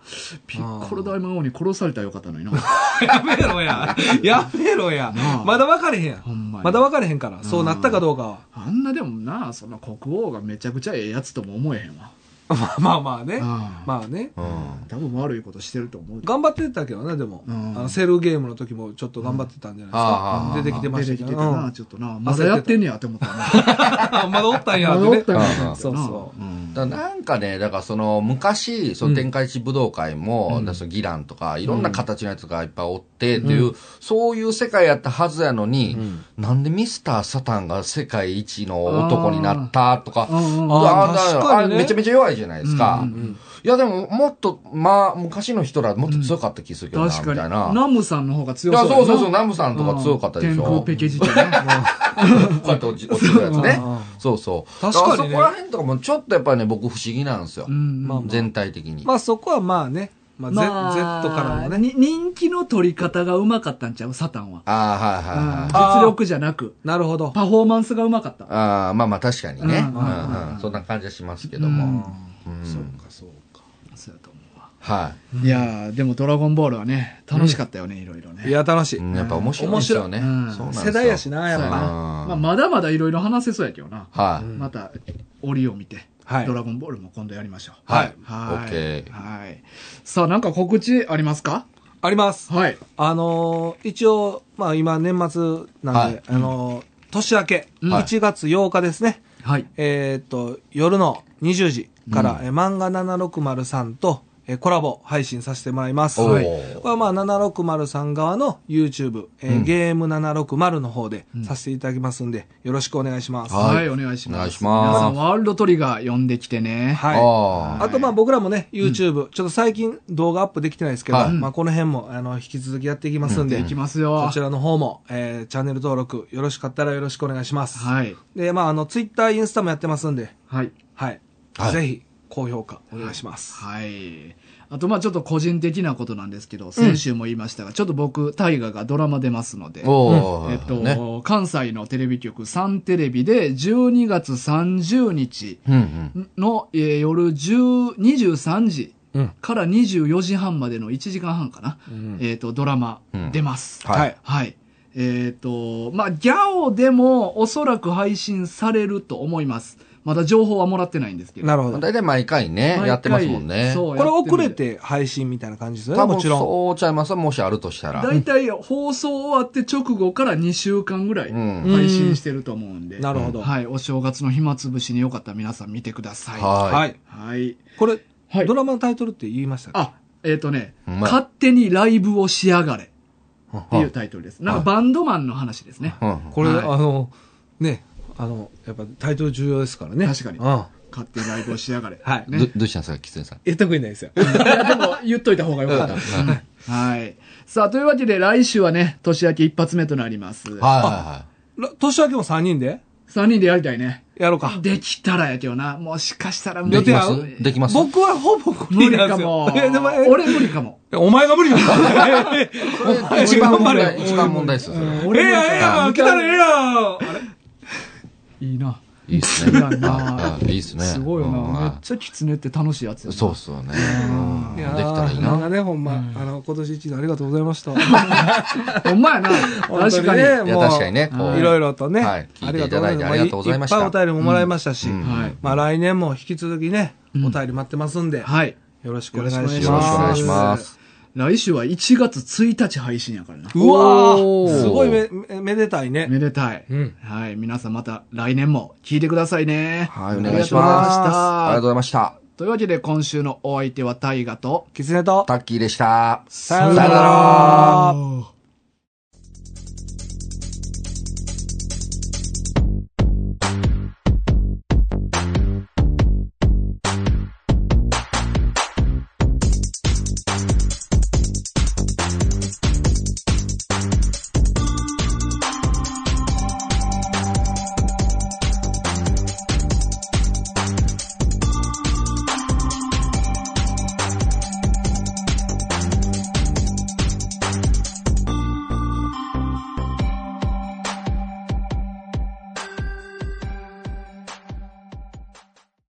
Speaker 1: ピッコロ大魔王に殺されたらよかったのにな。
Speaker 3: やめろや。やめろや
Speaker 1: なあ。
Speaker 3: まだ分かれへんや
Speaker 1: ほん
Speaker 3: ん。
Speaker 1: まに
Speaker 3: まだ分かれへんから。そうなったかどうかは。
Speaker 1: あんなでもな、その国王がめちゃくちゃええやつとも思えへんわ。
Speaker 3: まあまあまあね。
Speaker 1: あ
Speaker 3: まあね。
Speaker 2: うん。
Speaker 1: 多分悪いことしてると思う。
Speaker 3: 頑張ってたけどな、でも。あ
Speaker 1: うん
Speaker 3: の、セルゲームの時もちょっと頑張ってたんじゃないです
Speaker 2: あ
Speaker 3: か
Speaker 2: あ。
Speaker 3: 出てきてま
Speaker 1: 出
Speaker 3: してた
Speaker 1: き
Speaker 3: け
Speaker 1: て
Speaker 3: ど。
Speaker 1: た
Speaker 3: う
Speaker 1: なんちょっとなまだやってんねやと思ったな
Speaker 3: まだおったん
Speaker 1: ま
Speaker 3: やっ
Speaker 1: だお
Speaker 3: て
Speaker 1: っ
Speaker 3: ね
Speaker 1: た。んやな
Speaker 3: そうそ
Speaker 1: うん
Speaker 2: だからなんかね、だからその昔、その天下一武道会も、だからそのギランとか、いろんな形のやつがいっぱいおって、っていう、そういう世界やったはずやのに、なんでミスター・サタンが世界一の男になったとか、
Speaker 1: うんうんうん
Speaker 3: あー
Speaker 2: だ
Speaker 3: 確かにね
Speaker 2: あれめちゃめちゃ弱いじゃないですか。
Speaker 1: うん
Speaker 2: いやでも、もっと、まあ、昔の人らもっと強かった気するけどな、
Speaker 1: 確か
Speaker 2: み
Speaker 1: に
Speaker 2: たいな。
Speaker 1: ナムさんの方が
Speaker 2: い
Speaker 1: 強
Speaker 2: や
Speaker 1: そうやな
Speaker 2: そうそうそう、ナムさんとか強かったでし
Speaker 1: 天空
Speaker 2: ょ。
Speaker 1: ペケ時代な
Speaker 2: こうやって落ち落ちるやつね。そうそう。
Speaker 3: 確かに
Speaker 2: だら
Speaker 3: ね
Speaker 2: そこら辺とかもちょっとやっぱりね、僕不思議なんですよ。
Speaker 1: うん
Speaker 3: まあま
Speaker 2: 全体的に。
Speaker 3: まあそこはまあね。まあ Z
Speaker 1: まあ
Speaker 3: Z からのね。
Speaker 1: に人気の取り方がうまかったんちゃうサタンは
Speaker 2: ああ、はいはいはい。
Speaker 1: うん実力じゃなく
Speaker 3: なるほど。
Speaker 1: パフォーマンスがうまかった
Speaker 2: ああ、まあまあ確かにね。
Speaker 1: う
Speaker 2: うんん
Speaker 1: う
Speaker 2: うんんそんな感じはしますけども。うん
Speaker 3: かそうか。
Speaker 1: そうやと思うわ
Speaker 2: はい
Speaker 1: やーでも「ドラゴンボール」はね楽しかったよねいろいろね
Speaker 3: いや、楽しい。
Speaker 2: い。うんやっぱ面白いですよね。
Speaker 1: 面白いうん
Speaker 2: そうなんですよ
Speaker 3: 世代やしな、やっ
Speaker 2: うん
Speaker 3: ぱ。
Speaker 1: まあ、まだまだいろいろ話せそうやけどな
Speaker 2: はい。
Speaker 1: また折を見て
Speaker 3: はい
Speaker 1: ドラゴンボールも今度やりましょう。
Speaker 2: はい
Speaker 1: はい。
Speaker 2: OK
Speaker 1: はい。さあ、なんか告知ありますか
Speaker 3: あります。
Speaker 1: はい。
Speaker 3: あのー一応、まあ今年末なんで、
Speaker 2: はい
Speaker 3: あのー年明け、
Speaker 1: うん
Speaker 3: 1月8日ですね。
Speaker 1: はい。
Speaker 3: えーっと、夜の20時から、えー漫画760さんと、えーコラボ配信させてもらいます。
Speaker 2: おー
Speaker 3: はいこれはまあ760さん側の YouTube、えー
Speaker 2: うん
Speaker 3: ゲーム760の方でさせていただきますんで、よろしくお願いします。
Speaker 2: はい
Speaker 1: はい、お願いします。
Speaker 2: お願いします
Speaker 1: 皆さん、ワールドトリガー呼んできてね。
Speaker 3: はい。
Speaker 2: あ
Speaker 3: あとまあ僕らもね、YouTube、ちょっと最近動画アップできてないですけど、
Speaker 2: はい
Speaker 3: まあこの辺もあの引き続きやっていきますんで、
Speaker 1: いきますよ。
Speaker 3: そちらの方も、えーチャンネル登録よろしかったらよろしくお願いします。
Speaker 1: はい。
Speaker 3: で、まああの Twitter、インスタもやってますんで、
Speaker 1: はい。
Speaker 3: はい。
Speaker 2: はい
Speaker 3: ぜひ高評価お願いします。
Speaker 1: はい。あと、まあちょっと個人的なことなんですけど、先週も言いましたが、ちょっと僕、大河がドラマ出ますので。
Speaker 2: あ。おー
Speaker 1: えっと、
Speaker 2: ね。
Speaker 1: 関西のテレビ局サンテレビで12月30日
Speaker 2: うんうん。
Speaker 1: の、えー夜10 23時
Speaker 3: うん
Speaker 1: から24時半までの1時間半かな、えっ、と、ドラマ
Speaker 2: うん
Speaker 1: 出ます。
Speaker 2: はい
Speaker 3: はい
Speaker 1: はい。えっ、と、まあ、ギャオでもおそらく配信されると思います。まだ情報はもらってないんですけど。
Speaker 3: なる
Speaker 2: ま
Speaker 3: ほ
Speaker 2: あ
Speaker 3: ど。
Speaker 2: 大体毎回ね、やってますもんね。
Speaker 1: そう
Speaker 3: こ
Speaker 1: や
Speaker 3: れ
Speaker 1: ってるんで
Speaker 3: 遅れて配信みたいな感じですよね、
Speaker 2: 多
Speaker 3: も
Speaker 2: 分
Speaker 3: ちろん。
Speaker 2: そうちゃいますもしあるとしたら。
Speaker 1: 大体放送終わって直後から2週間ぐらい
Speaker 2: うん
Speaker 1: 配信してると思うんで。
Speaker 3: なるほど。
Speaker 1: はい。お正月の暇つぶしによかったら皆さん見てください。
Speaker 2: は
Speaker 3: はい。
Speaker 1: はい。
Speaker 3: これ、
Speaker 1: はい
Speaker 3: ドラマのタイトルって言いましたっけ
Speaker 1: あ、ええっ、とね、
Speaker 2: ほんまや
Speaker 1: 勝手にライブをしやがれっていう
Speaker 2: は
Speaker 1: タイトルです。なんかバンドマンの話ですね。
Speaker 2: あはあ
Speaker 3: これ、
Speaker 1: はい
Speaker 3: あの、ね、あの、やっぱタイトル重要ですからね。
Speaker 1: 確かに
Speaker 3: うん
Speaker 1: 勝手にライブをしやがれ。
Speaker 3: はい
Speaker 1: ね
Speaker 2: *laughs* どどうしたんですか、キツネさん。
Speaker 3: え、得意ないですよ。
Speaker 1: いや、でも言っといた方がよかった。はい。さあ、というわけで来週はね、年明け一発目となります。
Speaker 2: はいは
Speaker 3: ら年明けも3人で
Speaker 1: 3人でやりたいね。
Speaker 3: やろうか。
Speaker 1: できたらやけどな。もしかしたら
Speaker 2: いはい。できま
Speaker 3: 予定
Speaker 2: すできます
Speaker 3: 僕はほぼ無
Speaker 1: 無
Speaker 3: 理
Speaker 1: 理
Speaker 3: なんで
Speaker 1: か
Speaker 3: すよ。
Speaker 1: も。
Speaker 3: えでも、え
Speaker 1: 俺無理かも。
Speaker 3: お前が無理 *laughs* なんだ。え
Speaker 2: これ一番問題、一番問題ですよ、それ
Speaker 3: えやんええやん来たらええやんあれ
Speaker 1: いいな。
Speaker 2: いいっすね。
Speaker 1: いやな
Speaker 2: ああいいっすね。
Speaker 1: すごいよ
Speaker 2: うん
Speaker 1: な。めっ
Speaker 2: あ
Speaker 1: ちゃキツネって楽しいやつやな
Speaker 2: そうっすよね。うんで
Speaker 3: い
Speaker 2: き
Speaker 3: やー
Speaker 2: たらいい
Speaker 3: な
Speaker 2: な。
Speaker 3: んかね、ほんま、あの、今年一年ありがとうございました。
Speaker 1: ほんまやな。
Speaker 3: 本当
Speaker 1: 確かに。
Speaker 3: ね
Speaker 2: いや、
Speaker 3: もう
Speaker 2: 確かにね、こう。
Speaker 3: いろいろとね、
Speaker 2: はい聞いていただいてありがとうございました
Speaker 3: っぱいお便りももらいましたし、
Speaker 2: うん
Speaker 1: はい
Speaker 3: まあ来年も引き続きね、
Speaker 1: うん
Speaker 3: お便り待ってますんで、
Speaker 1: はい。
Speaker 3: よろしくお願いしま
Speaker 1: よろ
Speaker 3: す。
Speaker 1: し
Speaker 2: くお願いします。
Speaker 1: 来週は1月1日配信やからな。
Speaker 3: うわ
Speaker 1: お
Speaker 3: ー
Speaker 1: ー
Speaker 3: すごいめ、めめでたいね。
Speaker 1: めでたい。
Speaker 3: うん
Speaker 1: はい。皆さんまた来年も聞いてくださいね。
Speaker 2: は
Speaker 1: あ
Speaker 2: い、お
Speaker 1: り
Speaker 2: 願
Speaker 1: が
Speaker 2: い
Speaker 1: と
Speaker 2: し
Speaker 1: うございま
Speaker 2: ま
Speaker 1: し
Speaker 2: す。ありがと
Speaker 1: た
Speaker 2: う。ございました。
Speaker 1: というわけで今週のお相手は大ガと、
Speaker 3: キツネと、
Speaker 2: タッキーでした。
Speaker 3: さ
Speaker 1: さ
Speaker 3: よなら
Speaker 1: よなら